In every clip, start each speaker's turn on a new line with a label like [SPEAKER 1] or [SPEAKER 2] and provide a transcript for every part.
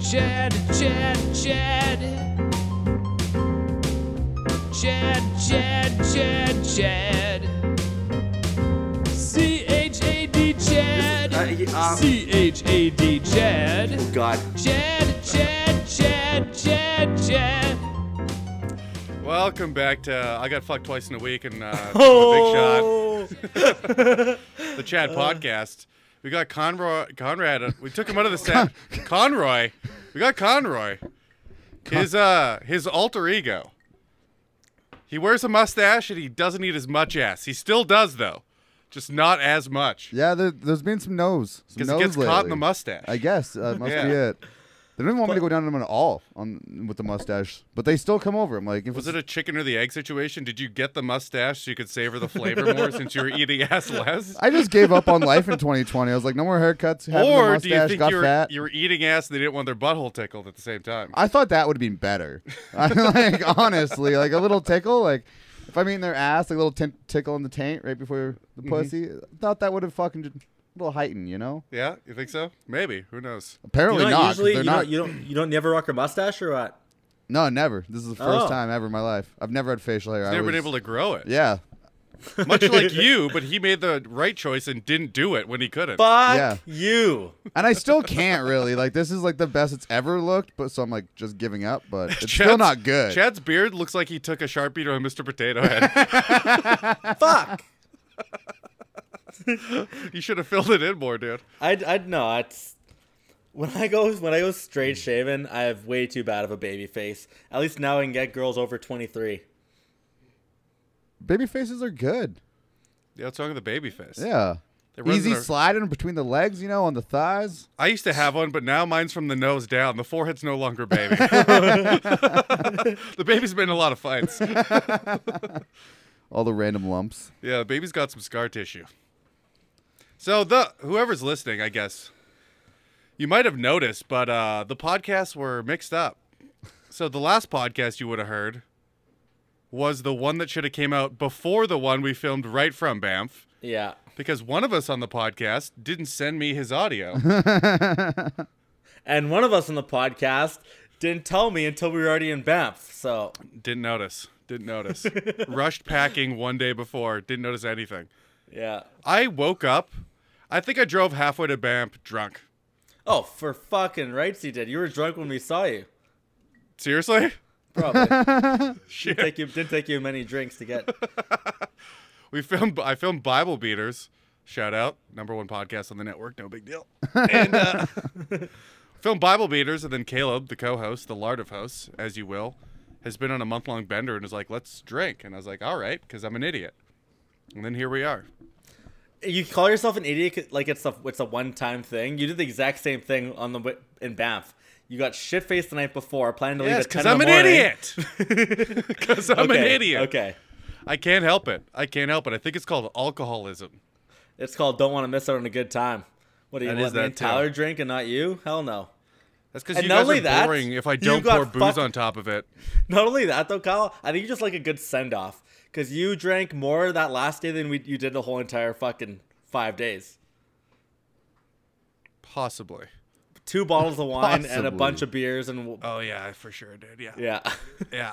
[SPEAKER 1] Chad, Chad, Chad. Chad, Chad, Chad, Chad. C H A D Chad.
[SPEAKER 2] Uh, uh,
[SPEAKER 1] C H A D Chad.
[SPEAKER 2] Oh God.
[SPEAKER 1] Chad, Chad, Chad, Chad, Chad.
[SPEAKER 3] Welcome back to uh, I Got Fucked Twice in a Week and uh, Took
[SPEAKER 1] Oh,
[SPEAKER 3] a Big Shot, the
[SPEAKER 4] Oh.
[SPEAKER 3] Chad podcast. We got Conroy, Conrad. uh, We took him out of the set. Conroy. We got Conroy. His uh, his alter ego. He wears a mustache and he doesn't eat as much ass. He still does though, just not as much.
[SPEAKER 4] Yeah, there, there's been some no's. Some
[SPEAKER 3] Because
[SPEAKER 4] no's
[SPEAKER 3] he gets caught in the
[SPEAKER 4] lately.
[SPEAKER 3] mustache.
[SPEAKER 4] I guess that must
[SPEAKER 3] Yeah.
[SPEAKER 4] be it. They don't even want me to go down to them at all on with the mustache, but they still come over. I'm like, if
[SPEAKER 3] Was it
[SPEAKER 4] it's-
[SPEAKER 3] a chicken or the egg situation? Did you get the mustache so you could savor the flavor more since you were eating ass less?
[SPEAKER 4] I just gave up on life in 2020. I was like, no more haircuts. Having a
[SPEAKER 3] Or do you
[SPEAKER 4] mustache,
[SPEAKER 3] think
[SPEAKER 4] got
[SPEAKER 3] you were,
[SPEAKER 4] fat.
[SPEAKER 3] you were eating ass and they didn't want their butthole tickled at the same time?
[SPEAKER 4] I thought that would have been better. I'm like, honestly, like a little tickle, like if I'm eating their ass, like a little tin tickle in the taint right before the
[SPEAKER 3] Mm-hmm.
[SPEAKER 4] pussy. Thought that would have fucking just a little heightened, you know?
[SPEAKER 3] yeah, you think so? Maybe. Who knows?
[SPEAKER 4] Apparently
[SPEAKER 5] you
[SPEAKER 4] not.
[SPEAKER 5] don't
[SPEAKER 4] 'cause
[SPEAKER 5] usually
[SPEAKER 4] they're
[SPEAKER 5] you
[SPEAKER 4] not.
[SPEAKER 5] don't you don't you don't never rock your mustache or what?
[SPEAKER 4] No, never. This is the first
[SPEAKER 5] Oh.
[SPEAKER 4] time ever in my life. I've never had facial hair. I
[SPEAKER 3] Never
[SPEAKER 4] was-
[SPEAKER 3] been able to grow it.
[SPEAKER 4] Yeah,
[SPEAKER 3] Much like you, but he made the right choice and didn't do it when he couldn't.
[SPEAKER 5] Fuck
[SPEAKER 4] Yeah.
[SPEAKER 5] you.
[SPEAKER 4] and I still can't really. Like this is like the best it's ever looked, but so I'm like just giving up. But it's still
[SPEAKER 3] Chad's-
[SPEAKER 4] not good.
[SPEAKER 3] Chad's beard looks like he took a sharpie to a Mr. Potato Head.
[SPEAKER 5] Fuck.
[SPEAKER 3] you should have filled it in more, dude.
[SPEAKER 5] I I no. It's when I go when I go straight shaven, I have way too bad of a baby face. At least now I can get girls over twenty three.
[SPEAKER 4] Baby faces are good.
[SPEAKER 3] Yeah, it's wrong with the baby face.
[SPEAKER 4] Yeah,
[SPEAKER 3] It runs
[SPEAKER 4] easy
[SPEAKER 3] in our-
[SPEAKER 4] sliding between the legs, you know, on the thighs.
[SPEAKER 3] I used to have one, but now mine's from the nose down. The forehead's no longer baby. the baby's been in a lot of fights.
[SPEAKER 4] All the random lumps.
[SPEAKER 3] Yeah, the baby's got some scar tissue. So the whoever's listening, I guess you might have noticed, but uh, the podcasts were mixed up. So the last podcast you would have heard was the one that should have came out before the one we filmed right from Banff,
[SPEAKER 5] Yeah.
[SPEAKER 3] because one of us on the podcast didn't send me his audio.
[SPEAKER 5] And one of us on the podcast didn't tell me until we were already in Banff. So
[SPEAKER 3] didn't notice. Didn't notice. Rushed packing one day before. Didn't notice anything.
[SPEAKER 5] yeah.
[SPEAKER 3] I woke up. I think I drove halfway to Banff drunk.
[SPEAKER 5] Oh, for fucking rights you did. You were drunk when we saw you.
[SPEAKER 3] Seriously?
[SPEAKER 5] Probably.
[SPEAKER 3] Shit.
[SPEAKER 5] take you didn't take you many drinks to get.
[SPEAKER 3] We filmed. I filmed Bible Beaters. Shout out number one podcast on the network. No big deal. And uh, filmed Bible Beaters, and then Caleb, the co-host, the lard of hosts, as you will, has been on a month-long bender and is like, "Let's drink," and I was like, "All right," because I'm an idiot. And then here we are.
[SPEAKER 5] You call yourself an idiot 'cause, like it's a it's a one time thing. You did the exact same thing on the wi- in Banff. You got shit faced the night before, planning to leave
[SPEAKER 3] Yes,
[SPEAKER 5] at ten
[SPEAKER 3] because
[SPEAKER 5] in
[SPEAKER 3] I'm
[SPEAKER 5] the morning.
[SPEAKER 3] an idiot. Because I'm an
[SPEAKER 5] Okay,
[SPEAKER 3] idiot.
[SPEAKER 5] Okay,
[SPEAKER 3] I can't help it. I can't help it. I think it's called alcoholism.
[SPEAKER 5] it's called "Don't Want to Miss Out on a Good Time." What are you
[SPEAKER 3] That
[SPEAKER 5] gonna
[SPEAKER 3] is
[SPEAKER 5] let me
[SPEAKER 3] that
[SPEAKER 5] and
[SPEAKER 3] too.
[SPEAKER 5] Tyler drink and not you? Hell no.
[SPEAKER 3] That's because
[SPEAKER 5] And
[SPEAKER 3] you
[SPEAKER 5] not
[SPEAKER 3] guys
[SPEAKER 5] only
[SPEAKER 3] are
[SPEAKER 5] that,
[SPEAKER 3] boring. if I
[SPEAKER 5] you
[SPEAKER 3] don't
[SPEAKER 5] got
[SPEAKER 3] pour booze
[SPEAKER 5] fucked-
[SPEAKER 3] on top of it,
[SPEAKER 5] Not only that though, Kyle, I think you just like a good send off because you drank more that last day than we you did the whole entire fucking five days.
[SPEAKER 3] possibly.
[SPEAKER 5] Two bottles of wine and a
[SPEAKER 4] Possibly.
[SPEAKER 5] bunch of beers and w-
[SPEAKER 3] Oh yeah, I for sure did. Yeah.
[SPEAKER 5] yeah.
[SPEAKER 3] yeah.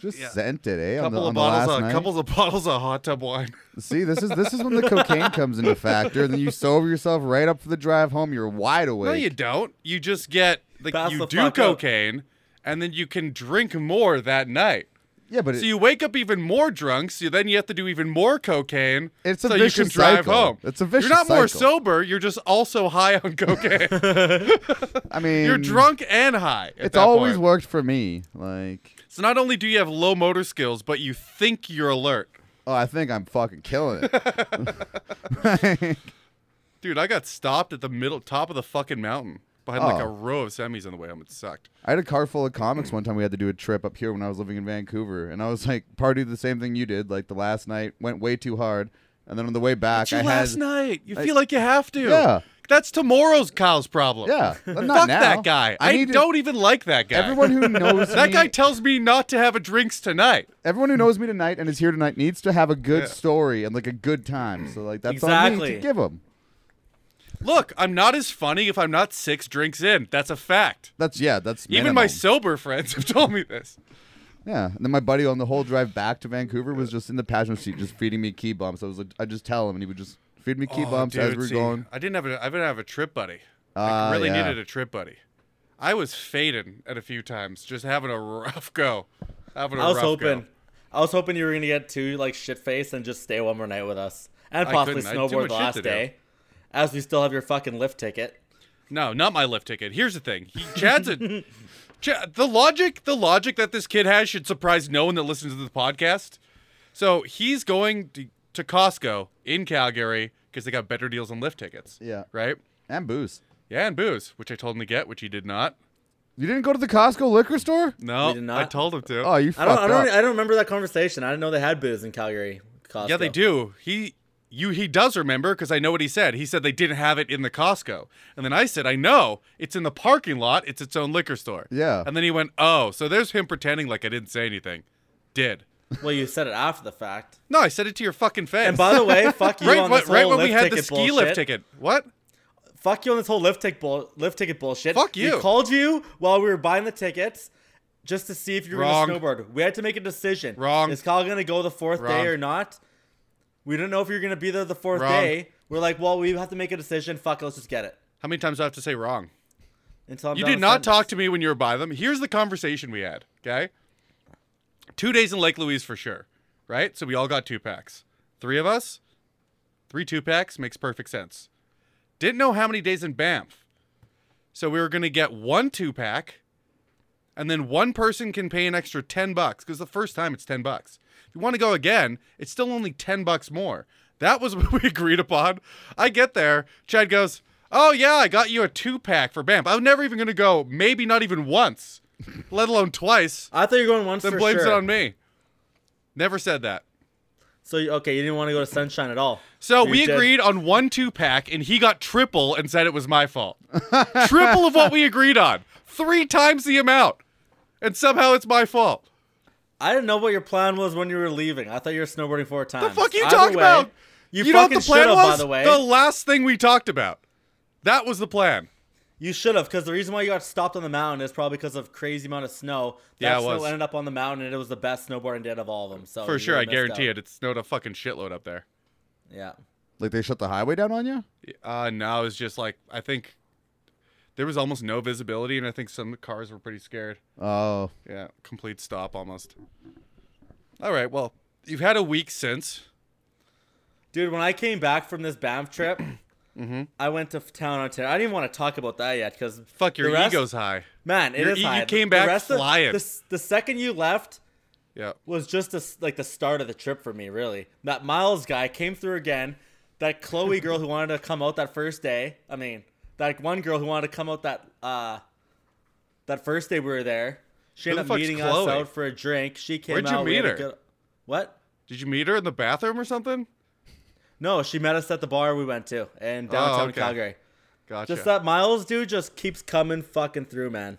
[SPEAKER 4] Just
[SPEAKER 3] Yeah.
[SPEAKER 4] sent it, eh? on
[SPEAKER 3] couple
[SPEAKER 4] the, on
[SPEAKER 3] of
[SPEAKER 4] the
[SPEAKER 3] bottles
[SPEAKER 4] last
[SPEAKER 3] of
[SPEAKER 4] night.
[SPEAKER 3] couples of bottles of hot tub wine.
[SPEAKER 4] See, this is this is when the cocaine comes into factor. Then you sober yourself right up for the drive home. You're wide awake.
[SPEAKER 3] No, you don't. You just get like
[SPEAKER 5] Pass
[SPEAKER 3] you
[SPEAKER 5] the
[SPEAKER 3] do
[SPEAKER 5] fuck up.
[SPEAKER 3] cocaine, and then you can drink more that night.
[SPEAKER 4] yeah, but it,
[SPEAKER 3] So you wake up even more drunk. So then you have to do even more cocaine.
[SPEAKER 4] It's a
[SPEAKER 3] so you can
[SPEAKER 4] vicious
[SPEAKER 3] drive
[SPEAKER 4] cycle.
[SPEAKER 3] home.
[SPEAKER 4] It's a vicious
[SPEAKER 3] You're not more
[SPEAKER 4] cycle.
[SPEAKER 3] sober. You're just also high on cocaine.
[SPEAKER 4] I mean,
[SPEAKER 3] you're drunk and high. at
[SPEAKER 4] It's
[SPEAKER 3] that
[SPEAKER 4] always
[SPEAKER 3] point.
[SPEAKER 4] worked for me. Like,
[SPEAKER 3] So not only do you have low motor skills, but you think you're alert.
[SPEAKER 4] oh, I think I'm fucking killing it.
[SPEAKER 3] Dude, I got stopped at the middle top of the fucking mountain behind like a
[SPEAKER 4] Oh.
[SPEAKER 3] row of semis on the way home. It sucked.
[SPEAKER 4] I had a car full of comics one time. We had to do a trip up here when I was living in Vancouver, and I was like, partied the same thing you did. Like the last night went way too hard, and then on the way back,
[SPEAKER 3] It's your
[SPEAKER 4] I
[SPEAKER 3] last
[SPEAKER 4] had
[SPEAKER 3] night. You
[SPEAKER 4] I-
[SPEAKER 3] feel like you have to.
[SPEAKER 4] Yeah.
[SPEAKER 3] That's tomorrow's Kyle's problem.
[SPEAKER 4] yeah. I'm not
[SPEAKER 3] Fuck
[SPEAKER 4] now.
[SPEAKER 3] that guy. I,
[SPEAKER 4] need to-
[SPEAKER 3] don't even like that guy.
[SPEAKER 4] Everyone who knows
[SPEAKER 3] that
[SPEAKER 4] me,
[SPEAKER 3] guy tells me not to have a drinks tonight.
[SPEAKER 4] everyone who knows me tonight and is here tonight needs to have a good
[SPEAKER 3] Yeah.
[SPEAKER 4] story and like a good time. So like that's all I need
[SPEAKER 5] Exactly.
[SPEAKER 4] to give them.
[SPEAKER 3] Look, I'm not as funny if I'm not six drinks in. That's a fact.
[SPEAKER 4] That's yeah. That's
[SPEAKER 3] Even my
[SPEAKER 4] minimum.
[SPEAKER 3] sober friends have told me this.
[SPEAKER 4] Yeah, and then my buddy on the whole drive back to Vancouver was just in the passenger seat, just feeding me key bumps. I was like, I just tell him, and he would just feed me key
[SPEAKER 3] Oh,
[SPEAKER 4] bumps as
[SPEAKER 3] dude,
[SPEAKER 4] we were
[SPEAKER 3] see,
[SPEAKER 4] going.
[SPEAKER 3] I didn't have a I didn't have a trip buddy.
[SPEAKER 4] Ah,
[SPEAKER 3] I really
[SPEAKER 4] yeah.
[SPEAKER 3] needed a trip buddy. I was fading at a few times, just having a rough go. Having a
[SPEAKER 5] I was
[SPEAKER 3] rough go.
[SPEAKER 5] hoping, I was hoping you were gonna get too like shit faced and just stay one more night with us, and
[SPEAKER 3] I
[SPEAKER 5] possibly
[SPEAKER 3] couldn't. I had too
[SPEAKER 5] snowboard
[SPEAKER 3] much
[SPEAKER 5] the
[SPEAKER 3] shit
[SPEAKER 5] last
[SPEAKER 3] to do.
[SPEAKER 5] day, as we still have your fucking lift ticket.
[SPEAKER 3] No, not my lift ticket. Here's the thing. He, Chad's a Chad, the logic the logic that this kid has should surprise no one that listens to the podcast. So he's going to, to Costco in Calgary because they got better deals on lift tickets.
[SPEAKER 4] Yeah.
[SPEAKER 3] Right?
[SPEAKER 4] And booze.
[SPEAKER 3] Yeah, and booze, which I told him to get, which he did not.
[SPEAKER 4] You didn't go to the Costco liquor store?
[SPEAKER 3] No,
[SPEAKER 5] We did
[SPEAKER 3] I
[SPEAKER 5] not.
[SPEAKER 3] told him to.
[SPEAKER 4] Oh, you
[SPEAKER 5] I
[SPEAKER 4] fucked
[SPEAKER 5] don't, I don't,
[SPEAKER 4] up.
[SPEAKER 5] I don't remember that conversation. I didn't know they had booze in Calgary. Costco.
[SPEAKER 3] Yeah, they do. He you he does remember because I know what he said. He said they didn't have it in the Costco. And then I said, I know. It's in the parking lot. It's its own liquor store.
[SPEAKER 4] Yeah.
[SPEAKER 3] And then he went, Oh, so there's him pretending like I didn't say anything. Did.
[SPEAKER 5] Well, you said it after the fact.
[SPEAKER 3] No, I said it to your fucking face.
[SPEAKER 5] And by the way, fuck you
[SPEAKER 3] right,
[SPEAKER 5] on
[SPEAKER 3] when-
[SPEAKER 5] this
[SPEAKER 3] right
[SPEAKER 5] whole
[SPEAKER 3] when we
[SPEAKER 5] lift
[SPEAKER 3] had the
[SPEAKER 5] ticket
[SPEAKER 3] ski
[SPEAKER 5] bullshit.
[SPEAKER 3] lift ticket. What?
[SPEAKER 5] Fuck you on this whole lift ticket bull, lift ticket bullshit.
[SPEAKER 3] Fuck
[SPEAKER 5] We
[SPEAKER 3] you.
[SPEAKER 5] called you while we were buying the tickets just to see if you were
[SPEAKER 3] Wrong.
[SPEAKER 5] gonna snowboard. We had to make a decision.
[SPEAKER 3] Wrong.
[SPEAKER 5] Is Kyle gonna go the fourth
[SPEAKER 3] Wrong.
[SPEAKER 5] day or not? We didn't know if you were gonna be there the fourth
[SPEAKER 3] Wrong.
[SPEAKER 5] day. We're like, well, we have to make a decision. Fuck, it, let's just get it.
[SPEAKER 3] How many times do I have to say wrong?
[SPEAKER 5] Until I'm
[SPEAKER 3] You
[SPEAKER 5] done
[SPEAKER 3] did
[SPEAKER 5] with
[SPEAKER 3] not
[SPEAKER 5] sentence.
[SPEAKER 3] talk to me when you were by them. Here's the conversation we had, okay? Two days in Lake Louise for sure, right? So we all got two packs. Three of us, three two packs makes perfect sense. Didn't know how many days in Banff. So we were going to get one two pack, and then one person can pay an extra 10 bucks because the first time it's 10 bucks. If you want to go again, it's still only 10 bucks more. That was what we agreed upon. I get there. Chad goes, Oh, yeah, I got you a two pack for BAMP. I'm never even going to go, maybe not even once, let alone twice.
[SPEAKER 5] I thought you were going once.
[SPEAKER 3] Then
[SPEAKER 5] for
[SPEAKER 3] blames
[SPEAKER 5] sure.
[SPEAKER 3] it on me. Never said that.
[SPEAKER 5] So you- okay, you didn't want to go to Sunshine at all.
[SPEAKER 3] So
[SPEAKER 5] You
[SPEAKER 3] we
[SPEAKER 5] did.
[SPEAKER 3] agreed on one two pack, and he got triple and said it was my fault. triple of what we agreed on. Three times the amount. And somehow it's my fault.
[SPEAKER 5] I didn't know what your plan was when you were leaving. I thought you were snowboarding four times.
[SPEAKER 3] The fuck you
[SPEAKER 5] Either
[SPEAKER 3] talking
[SPEAKER 5] way,
[SPEAKER 3] about?
[SPEAKER 5] You,
[SPEAKER 3] know what
[SPEAKER 5] fucking
[SPEAKER 3] the plan
[SPEAKER 5] should have,
[SPEAKER 3] was?
[SPEAKER 5] by the way.
[SPEAKER 3] last thing we talked about. That was the plan.
[SPEAKER 5] You should have, because the reason why you got stopped on the mountain is probably because of crazy amount of snow. That
[SPEAKER 3] Yeah, it
[SPEAKER 5] snow
[SPEAKER 3] was.
[SPEAKER 5] ended up on the mountain, and it was the best snowboarding day out of all of them. So
[SPEAKER 3] For sure, I guarantee it. It snowed a fucking shitload up there.
[SPEAKER 5] Yeah,
[SPEAKER 4] Like they shut the highway down on you?
[SPEAKER 3] Uh, no, it was just like, I think there was almost no visibility, and I think some cars were pretty scared.
[SPEAKER 4] Oh,
[SPEAKER 3] Yeah, complete stop almost. All right, well, you've had a week since.
[SPEAKER 5] dude. When I came back from this Banff trip,
[SPEAKER 3] Mm-hmm.
[SPEAKER 5] I went to town on Ontario. I didn't even want to talk about that yet because
[SPEAKER 3] Fuck, your
[SPEAKER 5] the rest,
[SPEAKER 3] ego's high.
[SPEAKER 5] man. It is
[SPEAKER 3] Your e- you
[SPEAKER 5] high. The-
[SPEAKER 3] came
[SPEAKER 5] the
[SPEAKER 3] back
[SPEAKER 5] rest of-
[SPEAKER 3] flying.
[SPEAKER 5] the s- the second you left,
[SPEAKER 3] Yeah.
[SPEAKER 5] was just a s like the start of the trip for me, really. That Miles guy came through again. That Chloe girl who wanted to come out that first day. I mean, that one girl who wanted to come out that uh that first day we were there. She
[SPEAKER 3] Who
[SPEAKER 5] ended
[SPEAKER 3] the
[SPEAKER 5] up
[SPEAKER 3] fuck's
[SPEAKER 5] meeting
[SPEAKER 3] Chloe?
[SPEAKER 5] us out for a drink. She came
[SPEAKER 3] Where'd you
[SPEAKER 5] out. we
[SPEAKER 3] meet
[SPEAKER 5] had a
[SPEAKER 3] her?
[SPEAKER 5] good- what?
[SPEAKER 3] Did you meet her in the bathroom or something?
[SPEAKER 5] No, she met us at the bar we went to in downtown
[SPEAKER 3] Oh, okay.
[SPEAKER 5] Calgary.
[SPEAKER 3] Gotcha.
[SPEAKER 5] Just that Miles dude just keeps coming fucking through, man.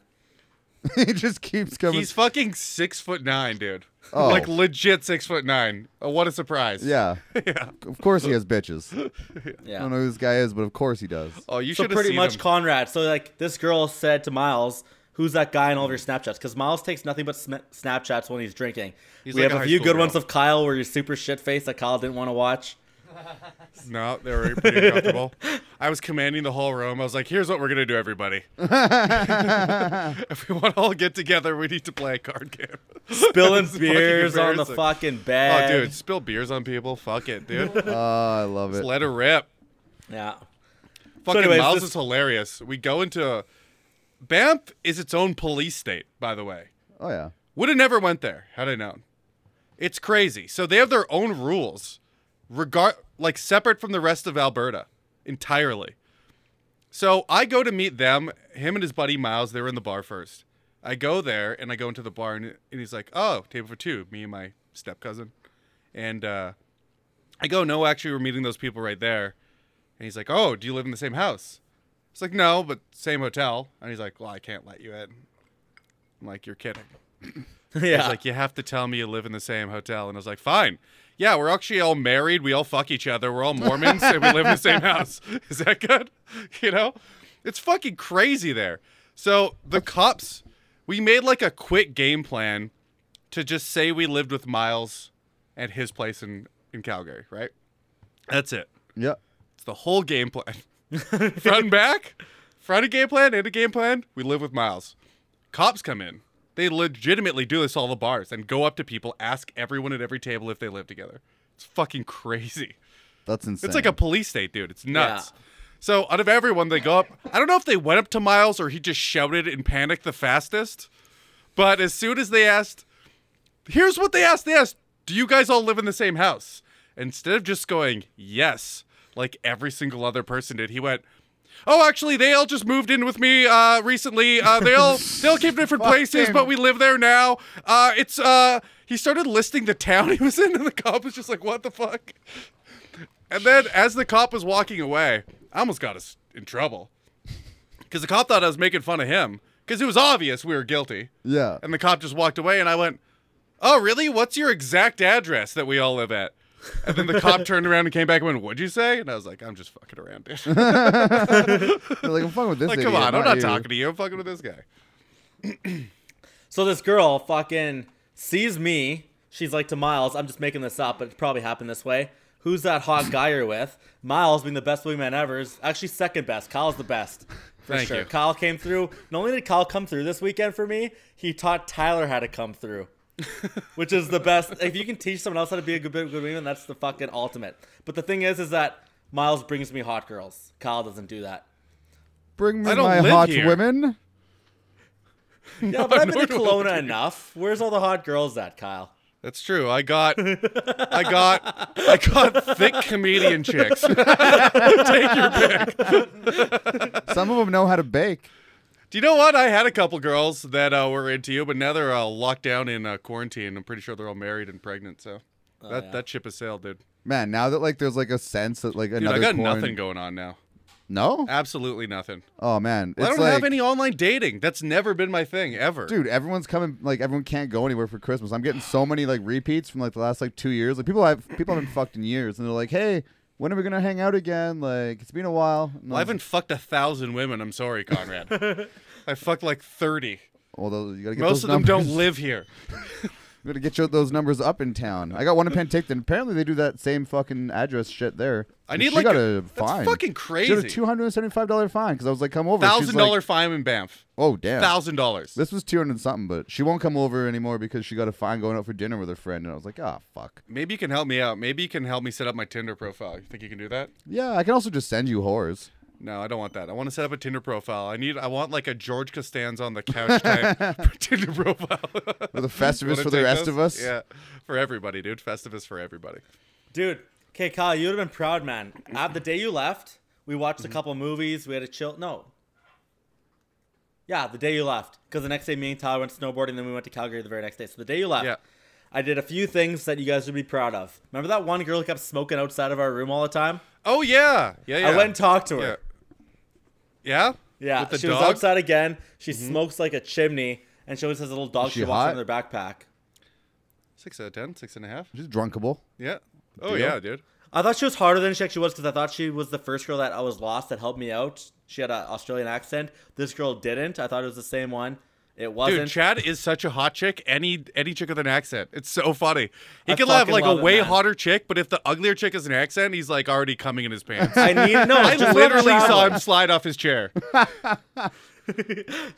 [SPEAKER 4] he just keeps coming.
[SPEAKER 3] He's fucking six foot nine, dude.
[SPEAKER 4] Oh.
[SPEAKER 3] Like legit six foot nine. Oh, what a surprise.
[SPEAKER 4] yeah. Of course he has bitches. I
[SPEAKER 5] Yeah.
[SPEAKER 4] don't know who this guy is, but of course he does.
[SPEAKER 3] Oh, you
[SPEAKER 5] so
[SPEAKER 3] should have
[SPEAKER 5] pretty
[SPEAKER 3] seen
[SPEAKER 5] much
[SPEAKER 3] him.
[SPEAKER 5] Conrad. So like this girl said to Miles, "Who's that guy in all of your Snapchats?" Because Miles takes nothing but sm- Snapchats when he's drinking. we
[SPEAKER 3] like
[SPEAKER 5] have
[SPEAKER 3] a
[SPEAKER 5] a
[SPEAKER 3] high
[SPEAKER 5] few
[SPEAKER 3] school
[SPEAKER 5] good
[SPEAKER 3] girl.
[SPEAKER 5] ones of Kyle where you're super shit faced that Kyle didn't want to watch.
[SPEAKER 3] No, they were pretty uncomfortable. I was commanding the whole room. I was like, here's what we're going to do, everybody. if we want to all get together, we need to play a card game.
[SPEAKER 5] Spilling
[SPEAKER 3] This is fucking
[SPEAKER 5] beers on the
[SPEAKER 3] embarrassing.
[SPEAKER 5] fucking
[SPEAKER 3] Oh,
[SPEAKER 5] bed.
[SPEAKER 3] dude, spill beers on people. Fuck it, dude.
[SPEAKER 4] Oh, I love it.
[SPEAKER 3] Let her rip.
[SPEAKER 5] Yeah.
[SPEAKER 3] Fucking
[SPEAKER 5] anyways,
[SPEAKER 3] Miles
[SPEAKER 5] this-
[SPEAKER 3] is hilarious. We go into. Banff is its own police state, by the way.
[SPEAKER 4] Oh, yeah.
[SPEAKER 3] Would have never went there had I known. It's crazy. So they have their own rules, regard like separate from the rest of Alberta entirely. So I go to meet them, him and his buddy Miles. They were in the bar first. I go there and I go into the bar and, and he's like, "Oh, table for two, me and my step cousin," and uh, I go, "No, actually, we're meeting those people right there." And he's like, "Oh, do you live in the same house?" It's like, "No, but same hotel." And he's like, "Well, I can't let you in." I'm like, "You're kidding."
[SPEAKER 5] yeah.
[SPEAKER 3] He's like, you have to tell me you live in the same hotel. And I was like, fine. yeah, we're actually all married. We all fuck each other. We're all Mormons and we live in the same house. Is that good? You know, it's fucking crazy there. So the cops, we made like a quick game plan to just say we lived with Miles at his place in, in Calgary, right? That's it.
[SPEAKER 4] Yep.
[SPEAKER 3] It's the whole game plan. Front and back, front of game plan, end of game plan. We live with Miles. Cops come in. They legitimately do this to all the bars and go up to people, ask everyone at every table if they live together. It's fucking crazy.
[SPEAKER 4] That's insane.
[SPEAKER 3] It's like a police state, dude. It's nuts. So out of everyone, they go up. I don't know if they went up to Miles or he just shouted in panic the fastest. But as soon as they asked, here's what they asked. They asked, "Do you guys all live in the same house?" Instead of just going yes, like every single other person did, he went. Oh, actually, they all just moved in with me uh, recently. Uh, they all they all came to different places,
[SPEAKER 4] Fucking-
[SPEAKER 3] but we live there now. Uh, it's uh, he started listing the town he was in, and the cop was just like, "What the fuck?" And then as the cop was walking away, I almost got us in trouble. Because the cop thought I was making fun of him. Because it was obvious we were guilty.
[SPEAKER 4] yeah.
[SPEAKER 3] And the cop just walked away, and I went, Oh, really? What's your exact address that we all live at? And then the cop turned around and came back and went, What'd you say? And I was like, I'm just fucking around, dude. like,
[SPEAKER 4] They're like I'm fucking with this.
[SPEAKER 3] come
[SPEAKER 4] idiot,
[SPEAKER 3] on, I'm not
[SPEAKER 4] you."
[SPEAKER 3] talking to you. I'm fucking with this guy.
[SPEAKER 5] So this girl fucking sees me. She's like to Miles. I'm just making this up, but it probably happened this way. Who's that hot guy you're with? Miles being the best wingman ever is actually second best. Kyle's the best. For
[SPEAKER 3] Thank
[SPEAKER 5] sure.
[SPEAKER 3] you.
[SPEAKER 5] Kyle came through. Not only did Kyle come through this weekend for me, he taught Tyler how to come through. which is the best. If you can teach someone else how to be a good, good wingman, that's the fucking ultimate. But the thing is, is that Miles brings me hot girls. Kyle doesn't do that.
[SPEAKER 4] Bring me
[SPEAKER 3] I don't
[SPEAKER 4] my
[SPEAKER 3] live
[SPEAKER 4] hot
[SPEAKER 3] here.
[SPEAKER 4] women.
[SPEAKER 5] Yeah, but I'm in
[SPEAKER 3] nor
[SPEAKER 5] the
[SPEAKER 3] do I.
[SPEAKER 5] Kelowna enough. Where's all the hot girls at, Kyle?
[SPEAKER 3] That's true. I got, I got, I got thick comedian chicks.
[SPEAKER 4] Some of them know how to bake.
[SPEAKER 3] Do you know what? I had a couple girls that uh, were into you, but now they're uh, locked down in uh, quarantine. I'm pretty sure they're all married and pregnant. So that
[SPEAKER 5] yeah.
[SPEAKER 3] that ship has sailed, dude.
[SPEAKER 4] Man, now that like there's like a sense that like
[SPEAKER 3] Dude,
[SPEAKER 4] another
[SPEAKER 3] I got
[SPEAKER 4] coin-
[SPEAKER 3] nothing going on now.
[SPEAKER 4] No?
[SPEAKER 3] Absolutely nothing.
[SPEAKER 4] Oh man. It's
[SPEAKER 3] I don't
[SPEAKER 4] like,
[SPEAKER 3] have any online dating. That's never been my thing ever.
[SPEAKER 4] Dude, everyone's coming like everyone can't go anywhere for Christmas. I'm getting so many like repeats from like the last like two years. Like people have people haven't fucked in years and they're like, Hey, when are we gonna hang out again? Like it's been a while. And
[SPEAKER 3] Well, I
[SPEAKER 4] I'm-
[SPEAKER 3] haven't fucked a thousand women. I'm sorry, Conrad. I fucked like thirty.
[SPEAKER 4] well, those, you gotta get
[SPEAKER 3] Most
[SPEAKER 4] those
[SPEAKER 3] of them
[SPEAKER 4] numbers.
[SPEAKER 3] don't live here.
[SPEAKER 4] We gotta get your, those numbers up in town. I got one in Penticton. Apparently, they do that same fucking address shit there.
[SPEAKER 3] I
[SPEAKER 4] And
[SPEAKER 3] need
[SPEAKER 4] she
[SPEAKER 3] like
[SPEAKER 4] got
[SPEAKER 3] a,
[SPEAKER 4] a,
[SPEAKER 3] that's
[SPEAKER 4] fine.
[SPEAKER 3] fucking
[SPEAKER 4] She got a
[SPEAKER 3] crazy.
[SPEAKER 4] two hundred and seventy-five dollar fine because I was like, "Come over." She's
[SPEAKER 3] Thousand dollar
[SPEAKER 4] Like,
[SPEAKER 3] fine in Banff.
[SPEAKER 4] oh damn.
[SPEAKER 3] Thousand dollars.
[SPEAKER 4] This was two hundred something, but she won't come over anymore because she got a fine going out for dinner with her friend. And I was like, "Ah, fuck."
[SPEAKER 3] Maybe you can help me out. Maybe you can help me set up my Tinder profile. You think you can do that?
[SPEAKER 4] Yeah, I can also just send you whores.
[SPEAKER 3] No, I don't want that. I want to set up a Tinder profile. I need. I want like a George Costanza on the couch type Tinder profile.
[SPEAKER 4] With a Festivus
[SPEAKER 3] Wanna
[SPEAKER 4] for the
[SPEAKER 3] take
[SPEAKER 4] rest
[SPEAKER 3] those?
[SPEAKER 4] of us.
[SPEAKER 3] Yeah, for everybody, dude. Festivus for everybody.
[SPEAKER 5] Dude, okay, Kyle, you would have been proud, man. Uh, the day you left, we watched
[SPEAKER 3] Mm-hmm.
[SPEAKER 5] a couple movies. We had a chill. No. Yeah, the day you left. Because the next day, me and Tyler went snowboarding, then we went to Calgary the very next day. So the day you left,
[SPEAKER 3] Yeah.
[SPEAKER 5] I did a few things that you guys would be proud of. Remember that one girl who kept smoking outside of our room all the time?
[SPEAKER 3] Oh yeah, yeah. yeah.
[SPEAKER 5] I went and talked to
[SPEAKER 3] Yeah.
[SPEAKER 5] her.
[SPEAKER 3] Yeah.
[SPEAKER 5] Yeah,
[SPEAKER 3] With the
[SPEAKER 5] she
[SPEAKER 3] dog. Mm-hmm.
[SPEAKER 5] was outside again. She smokes like a chimney, and she always has a little dog
[SPEAKER 4] Is she
[SPEAKER 5] she, walks in
[SPEAKER 4] hot?
[SPEAKER 5] their backpack.
[SPEAKER 3] Six out of ten. Six and a half.
[SPEAKER 4] She's drunkable.
[SPEAKER 3] Yeah. Oh
[SPEAKER 4] Deal.
[SPEAKER 3] yeah, dude.
[SPEAKER 5] I thought she was harder than she actually was because I thought she was the first girl that I was lost that helped me out. She had an Australian accent. This girl didn't. I thought it was the same one. It
[SPEAKER 3] Dude,
[SPEAKER 5] wasn't.
[SPEAKER 3] Chad is such a hot chick. Any any chick with an accent, it's so funny. He
[SPEAKER 5] I
[SPEAKER 3] could have
[SPEAKER 5] fucking
[SPEAKER 3] like a
[SPEAKER 5] love it,
[SPEAKER 3] way
[SPEAKER 5] man.
[SPEAKER 3] hotter chick, but if the uglier chick has an accent, he's like already coming in his pants.
[SPEAKER 5] I need no.
[SPEAKER 3] I
[SPEAKER 5] just
[SPEAKER 3] literally
[SPEAKER 5] when I'm
[SPEAKER 3] saw him
[SPEAKER 5] traveling.
[SPEAKER 3] slide off his chair.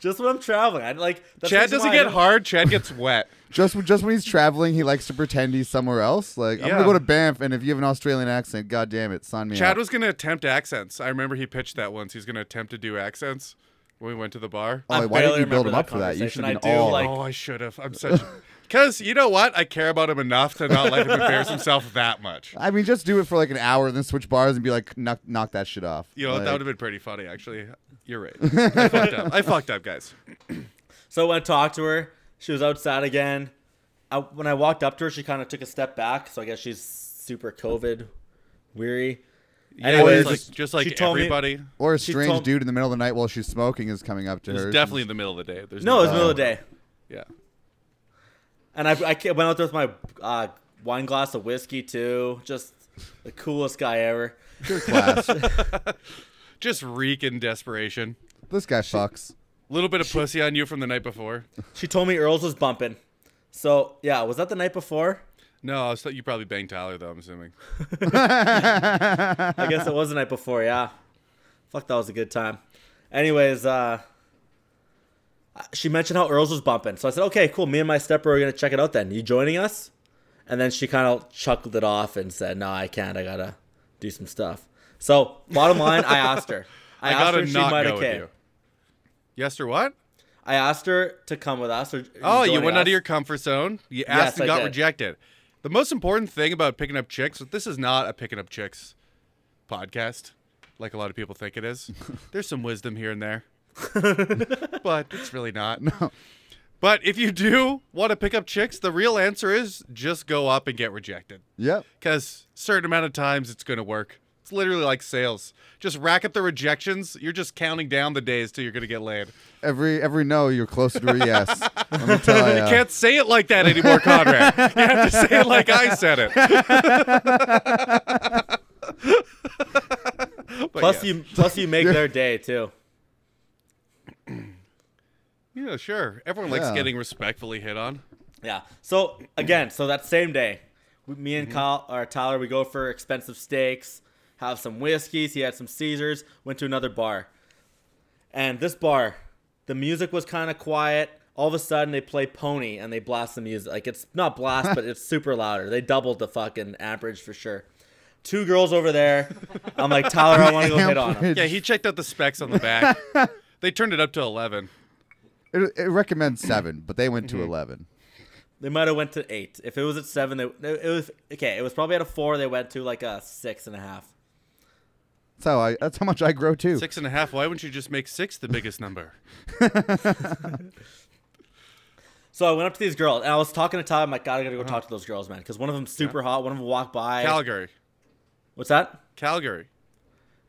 [SPEAKER 5] Just when I'm traveling, I like. That's the
[SPEAKER 3] Chad
[SPEAKER 5] reason
[SPEAKER 3] doesn't
[SPEAKER 5] why I
[SPEAKER 3] get
[SPEAKER 5] didn't-
[SPEAKER 3] hard. Chad gets wet.
[SPEAKER 4] Just just when he's traveling, he likes to pretend he's somewhere else. Like I'm
[SPEAKER 3] Yeah.
[SPEAKER 4] gonna go to Banff, and if you have an Australian accent, god damn it, sign me up.
[SPEAKER 3] Chad was gonna attempt accents. I remember he pitched that once. He's gonna attempt to do accents when we went to the bar.
[SPEAKER 4] Oh,
[SPEAKER 5] I
[SPEAKER 4] why didn't
[SPEAKER 5] barely
[SPEAKER 4] you
[SPEAKER 5] remember
[SPEAKER 4] build him
[SPEAKER 5] that
[SPEAKER 4] up for that? You
[SPEAKER 5] conversation.
[SPEAKER 4] should have
[SPEAKER 5] I
[SPEAKER 4] been
[SPEAKER 5] do,
[SPEAKER 4] all.
[SPEAKER 5] like-
[SPEAKER 3] oh, I should have. I'm such. Because you know what? I care about him enough to not let him embarrass himself that much.
[SPEAKER 4] I mean, just do it for like an hour, and then switch bars and be like, knock, knock that shit off.
[SPEAKER 3] You know,
[SPEAKER 4] like,
[SPEAKER 3] that would have been pretty funny, actually. You're right. I fucked up. I fucked up, guys.
[SPEAKER 5] So I went and talked to her. She was outside again. I, when I walked up to her, she kind of took a step back. So I guess she's super COVID weary.
[SPEAKER 3] Yeah,
[SPEAKER 5] Anyways,
[SPEAKER 3] just like, just like
[SPEAKER 5] she told me-
[SPEAKER 3] everybody.
[SPEAKER 4] Or a
[SPEAKER 5] She
[SPEAKER 4] strange
[SPEAKER 5] told-
[SPEAKER 4] dude in the middle of the night while she's smoking is coming up to
[SPEAKER 3] It's
[SPEAKER 4] her.
[SPEAKER 3] definitely in the middle of the day. There's
[SPEAKER 5] no, it was middle of the day.
[SPEAKER 3] Yeah.
[SPEAKER 5] And I, I ca- went out there with my uh, one glass of whiskey too. Just the coolest guy ever.
[SPEAKER 4] Pure class.
[SPEAKER 3] Just reeking desperation.
[SPEAKER 4] this guy fucks.
[SPEAKER 3] Little bit of pussy on you from the night before.
[SPEAKER 5] She told me Earls was bumping. So yeah, was that the night before?
[SPEAKER 3] No, I was th- you probably banged Tyler though. I'm assuming.
[SPEAKER 5] I guess it was the night before, yeah. Fuck, that was a good time. Anyways, uh, she mentioned how Earls was bumping. So I said, okay, cool. Me and my stepper are going to check it out then. You joining us? And then she kind of chuckled it off and said, no, I can't. I got to do some stuff. So bottom line, I asked her. I,
[SPEAKER 3] I
[SPEAKER 5] asked
[SPEAKER 3] gotta
[SPEAKER 5] her if she
[SPEAKER 3] not
[SPEAKER 5] might
[SPEAKER 3] go
[SPEAKER 5] have
[SPEAKER 3] with
[SPEAKER 5] came.
[SPEAKER 3] you. Yes or what?
[SPEAKER 5] I asked her to come with us. Or
[SPEAKER 3] Oh, you
[SPEAKER 5] join
[SPEAKER 3] went
[SPEAKER 5] us.
[SPEAKER 3] out of your comfort zone. You asked
[SPEAKER 5] I
[SPEAKER 3] and got
[SPEAKER 5] did.
[SPEAKER 3] rejected. The most important thing about picking up chicks, this is not a picking up chicks podcast, like a lot of people think it is. There's some wisdom here and there, but it's really not. No. But if you do want to pick up chicks, the real answer is just go up and get rejected.
[SPEAKER 4] Yep.
[SPEAKER 3] Because certain amount of times it's going to work. It's literally like sales. Just rack up the rejections. You're just counting down the days till you're going to get laid.
[SPEAKER 4] Every every no, you're closer to a yes. Let me tell ya.
[SPEAKER 3] You can't say it like that anymore, Conrad. you have to say it like I said it. But
[SPEAKER 5] Plus,
[SPEAKER 3] yeah.
[SPEAKER 5] you, plus you make their day too.
[SPEAKER 3] yeah, sure. Everyone likes
[SPEAKER 4] Yeah.
[SPEAKER 3] getting respectfully hit on.
[SPEAKER 5] Yeah. So again, so that same day, we, me and
[SPEAKER 3] Mm-hmm.
[SPEAKER 5] Kyle or Tyler, we go for expensive steaks, have some whiskeys. He had some Caesars. Went to another bar, and this bar, the music was kind of quiet. All of a sudden, they play Pony and they blast the music. Like it's not blast, but it's super louder. They doubled the fucking amperage for sure. Two girls over there. I'm like Tyler, I want to go hit on him.
[SPEAKER 4] Amperage.
[SPEAKER 3] Yeah, he checked out the specs on the back. they turned it up to 11.
[SPEAKER 4] It, it recommends seven, but they
[SPEAKER 3] Mm-hmm.
[SPEAKER 4] went to eleven.
[SPEAKER 5] They might have went to eight. If it was at seven, they it was okay. It was probably at a four. They went to like a six and a half.
[SPEAKER 4] That's how I. That's how much I grow too.
[SPEAKER 3] Six and a half. Why wouldn't you just make six the biggest number?
[SPEAKER 5] So I went up to these girls and I was talking to Todd. I'm like, God, I gotta go talk to those girls, man, because one of them's super hot. One of them walked by.
[SPEAKER 3] Uh-huh. Calgary.
[SPEAKER 5] What's that?
[SPEAKER 3] Calgary.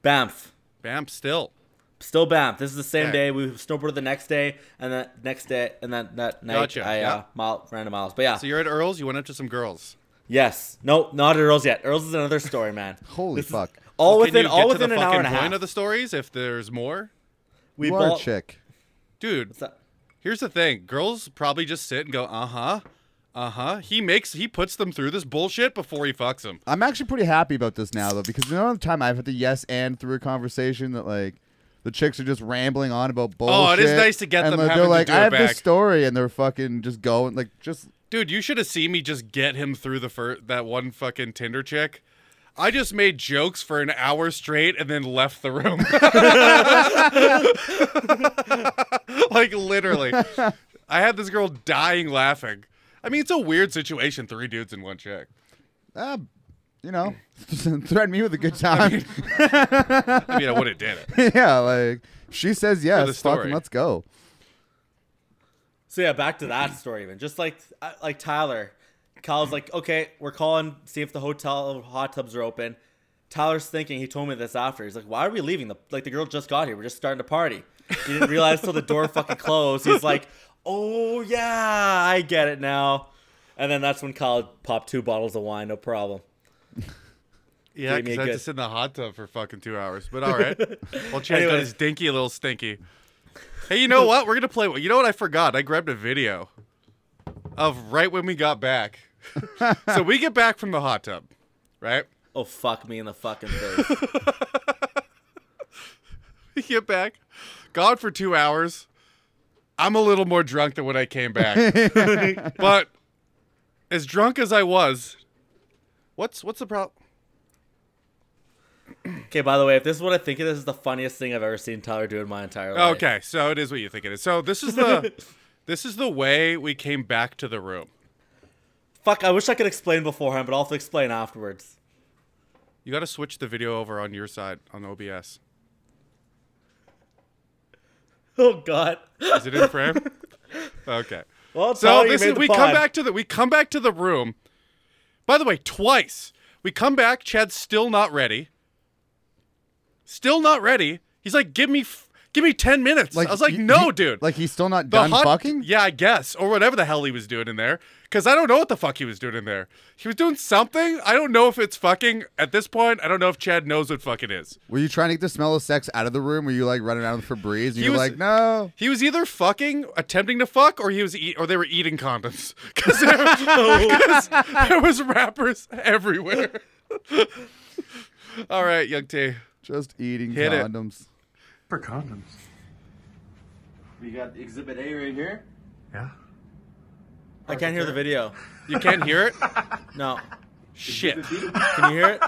[SPEAKER 5] Banff.
[SPEAKER 3] Bam, still.
[SPEAKER 5] Still Banff. This is the same
[SPEAKER 3] Yeah.
[SPEAKER 5] day. We snowboarded the next day, and the next day, and then that night,
[SPEAKER 3] Gotcha,
[SPEAKER 5] I
[SPEAKER 3] yeah.
[SPEAKER 5] uh, mile, ran to miles. But yeah,
[SPEAKER 3] So you're at Earl's, you went up to some girls.
[SPEAKER 5] yes, no, not at Earls yet. Earls is another story, man.
[SPEAKER 4] Holy
[SPEAKER 5] This is-
[SPEAKER 4] fuck!
[SPEAKER 5] all
[SPEAKER 3] Well,
[SPEAKER 5] within
[SPEAKER 3] Can you
[SPEAKER 5] all
[SPEAKER 3] get
[SPEAKER 5] within
[SPEAKER 3] to
[SPEAKER 5] an
[SPEAKER 3] the
[SPEAKER 5] hour
[SPEAKER 3] fucking
[SPEAKER 5] and a half.
[SPEAKER 3] point of the stories if there's more?
[SPEAKER 5] we
[SPEAKER 4] You are a
[SPEAKER 5] ball-
[SPEAKER 4] chick.
[SPEAKER 3] Dude,
[SPEAKER 5] What's that?
[SPEAKER 3] Here's the thing: girls probably just sit and go, "Uh huh, uh huh." He makes he puts them through this bullshit before he fucks them.
[SPEAKER 4] I'm actually pretty happy about this now though, because the amount of time I've had to yes and through a conversation that like the chicks are just rambling on about bullshit.
[SPEAKER 3] Oh, it is nice to get
[SPEAKER 4] and
[SPEAKER 3] them
[SPEAKER 4] like,
[SPEAKER 3] having
[SPEAKER 4] They're
[SPEAKER 3] to
[SPEAKER 4] like,
[SPEAKER 3] do
[SPEAKER 4] I
[SPEAKER 3] it
[SPEAKER 4] have
[SPEAKER 3] back."
[SPEAKER 4] this story, and they're fucking just going like just.
[SPEAKER 3] Dude, you should have seen me just get him through the fir- that one fucking Tinder chick. I just made jokes for an hour straight and then left the room. like literally, I had this girl dying laughing. I mean, it's a weird situation: three dudes and one chick.
[SPEAKER 4] Uh, you know, threaten me with a good time.
[SPEAKER 3] I mean, I would have did it.
[SPEAKER 4] yeah, like she says
[SPEAKER 3] the
[SPEAKER 4] yes,
[SPEAKER 3] story.
[SPEAKER 4] fucking let's go.
[SPEAKER 5] So yeah, back to that story even. Just like I- like Tyler, Kyle's like, okay, we're calling, see if the hotel hot tubs are open. Tyler's thinking. He told me this after. He's like, why are we leaving? The like the girl just got here. We're just starting to party. He didn't realize till the door fucking closed. He's like, oh yeah, I get it now. And then that's when Kyle popped two bottles of wine, no problem.
[SPEAKER 3] Yeah,
[SPEAKER 5] Gave me
[SPEAKER 3] because
[SPEAKER 5] a
[SPEAKER 3] I had
[SPEAKER 5] good-
[SPEAKER 3] to sit in the hot tub for fucking two hours. But all right. well, Chad
[SPEAKER 5] Anyway.
[SPEAKER 3] got his dinky a little stinky. Hey, you know what? We're gonna play. You know what? I forgot. I grabbed a video of right when we got back. so we get back from the hot tub, right?
[SPEAKER 5] Oh fuck me in the fucking face.
[SPEAKER 3] We get back, gone for two hours. I'm a little more drunk than when I came back, but as drunk as I was, what's what's the problem?
[SPEAKER 5] okay, by the way, if this is what I think it is, this is the funniest thing I've ever seen Tyler do in my entire life.
[SPEAKER 3] Okay, so it is what you think it is. So this is the this is the way we came back to the room.
[SPEAKER 5] Fuck, I wish I could explain beforehand, but I'll have to explain afterwards.
[SPEAKER 3] You got to switch the video over on your side on OBS.
[SPEAKER 5] Oh god.
[SPEAKER 3] Is it in frame? okay.
[SPEAKER 5] Well,
[SPEAKER 3] So this is we come back to the we come back to the room. By the way, twice we come back. Chad's still not ready. Still not ready. He's like, "Give me, f- Give me ten minutes. I was like,
[SPEAKER 4] you-
[SPEAKER 3] no,
[SPEAKER 4] he-
[SPEAKER 3] dude.
[SPEAKER 4] Like he's still not done
[SPEAKER 3] hot-
[SPEAKER 4] fucking.
[SPEAKER 3] Yeah, I guess, or whatever the hell he was doing in there, because I don't know what the fuck he was doing in there. He was doing something. I don't know if it's fucking. At this point, I don't know if Chad knows what fuck it is.
[SPEAKER 4] Were you trying to get the smell of sex out of the room? Were you like running out of the Febreze? And
[SPEAKER 3] He
[SPEAKER 4] you're
[SPEAKER 3] was-
[SPEAKER 4] like, no.
[SPEAKER 3] He was either fucking, attempting to fuck, or he was, eat, or they were eating condoms because there,
[SPEAKER 5] Oh.
[SPEAKER 3] 'cause there was rappers everywhere. All right, Young T.
[SPEAKER 4] Just eating
[SPEAKER 3] Hit it.
[SPEAKER 4] condoms.
[SPEAKER 2] For condoms.
[SPEAKER 6] We got Exhibit A right here.
[SPEAKER 2] Yeah.
[SPEAKER 5] I can't hear the video.
[SPEAKER 3] You can't hear it.
[SPEAKER 5] No.
[SPEAKER 3] Shit.
[SPEAKER 6] Exhibit B.
[SPEAKER 5] Can you hear it?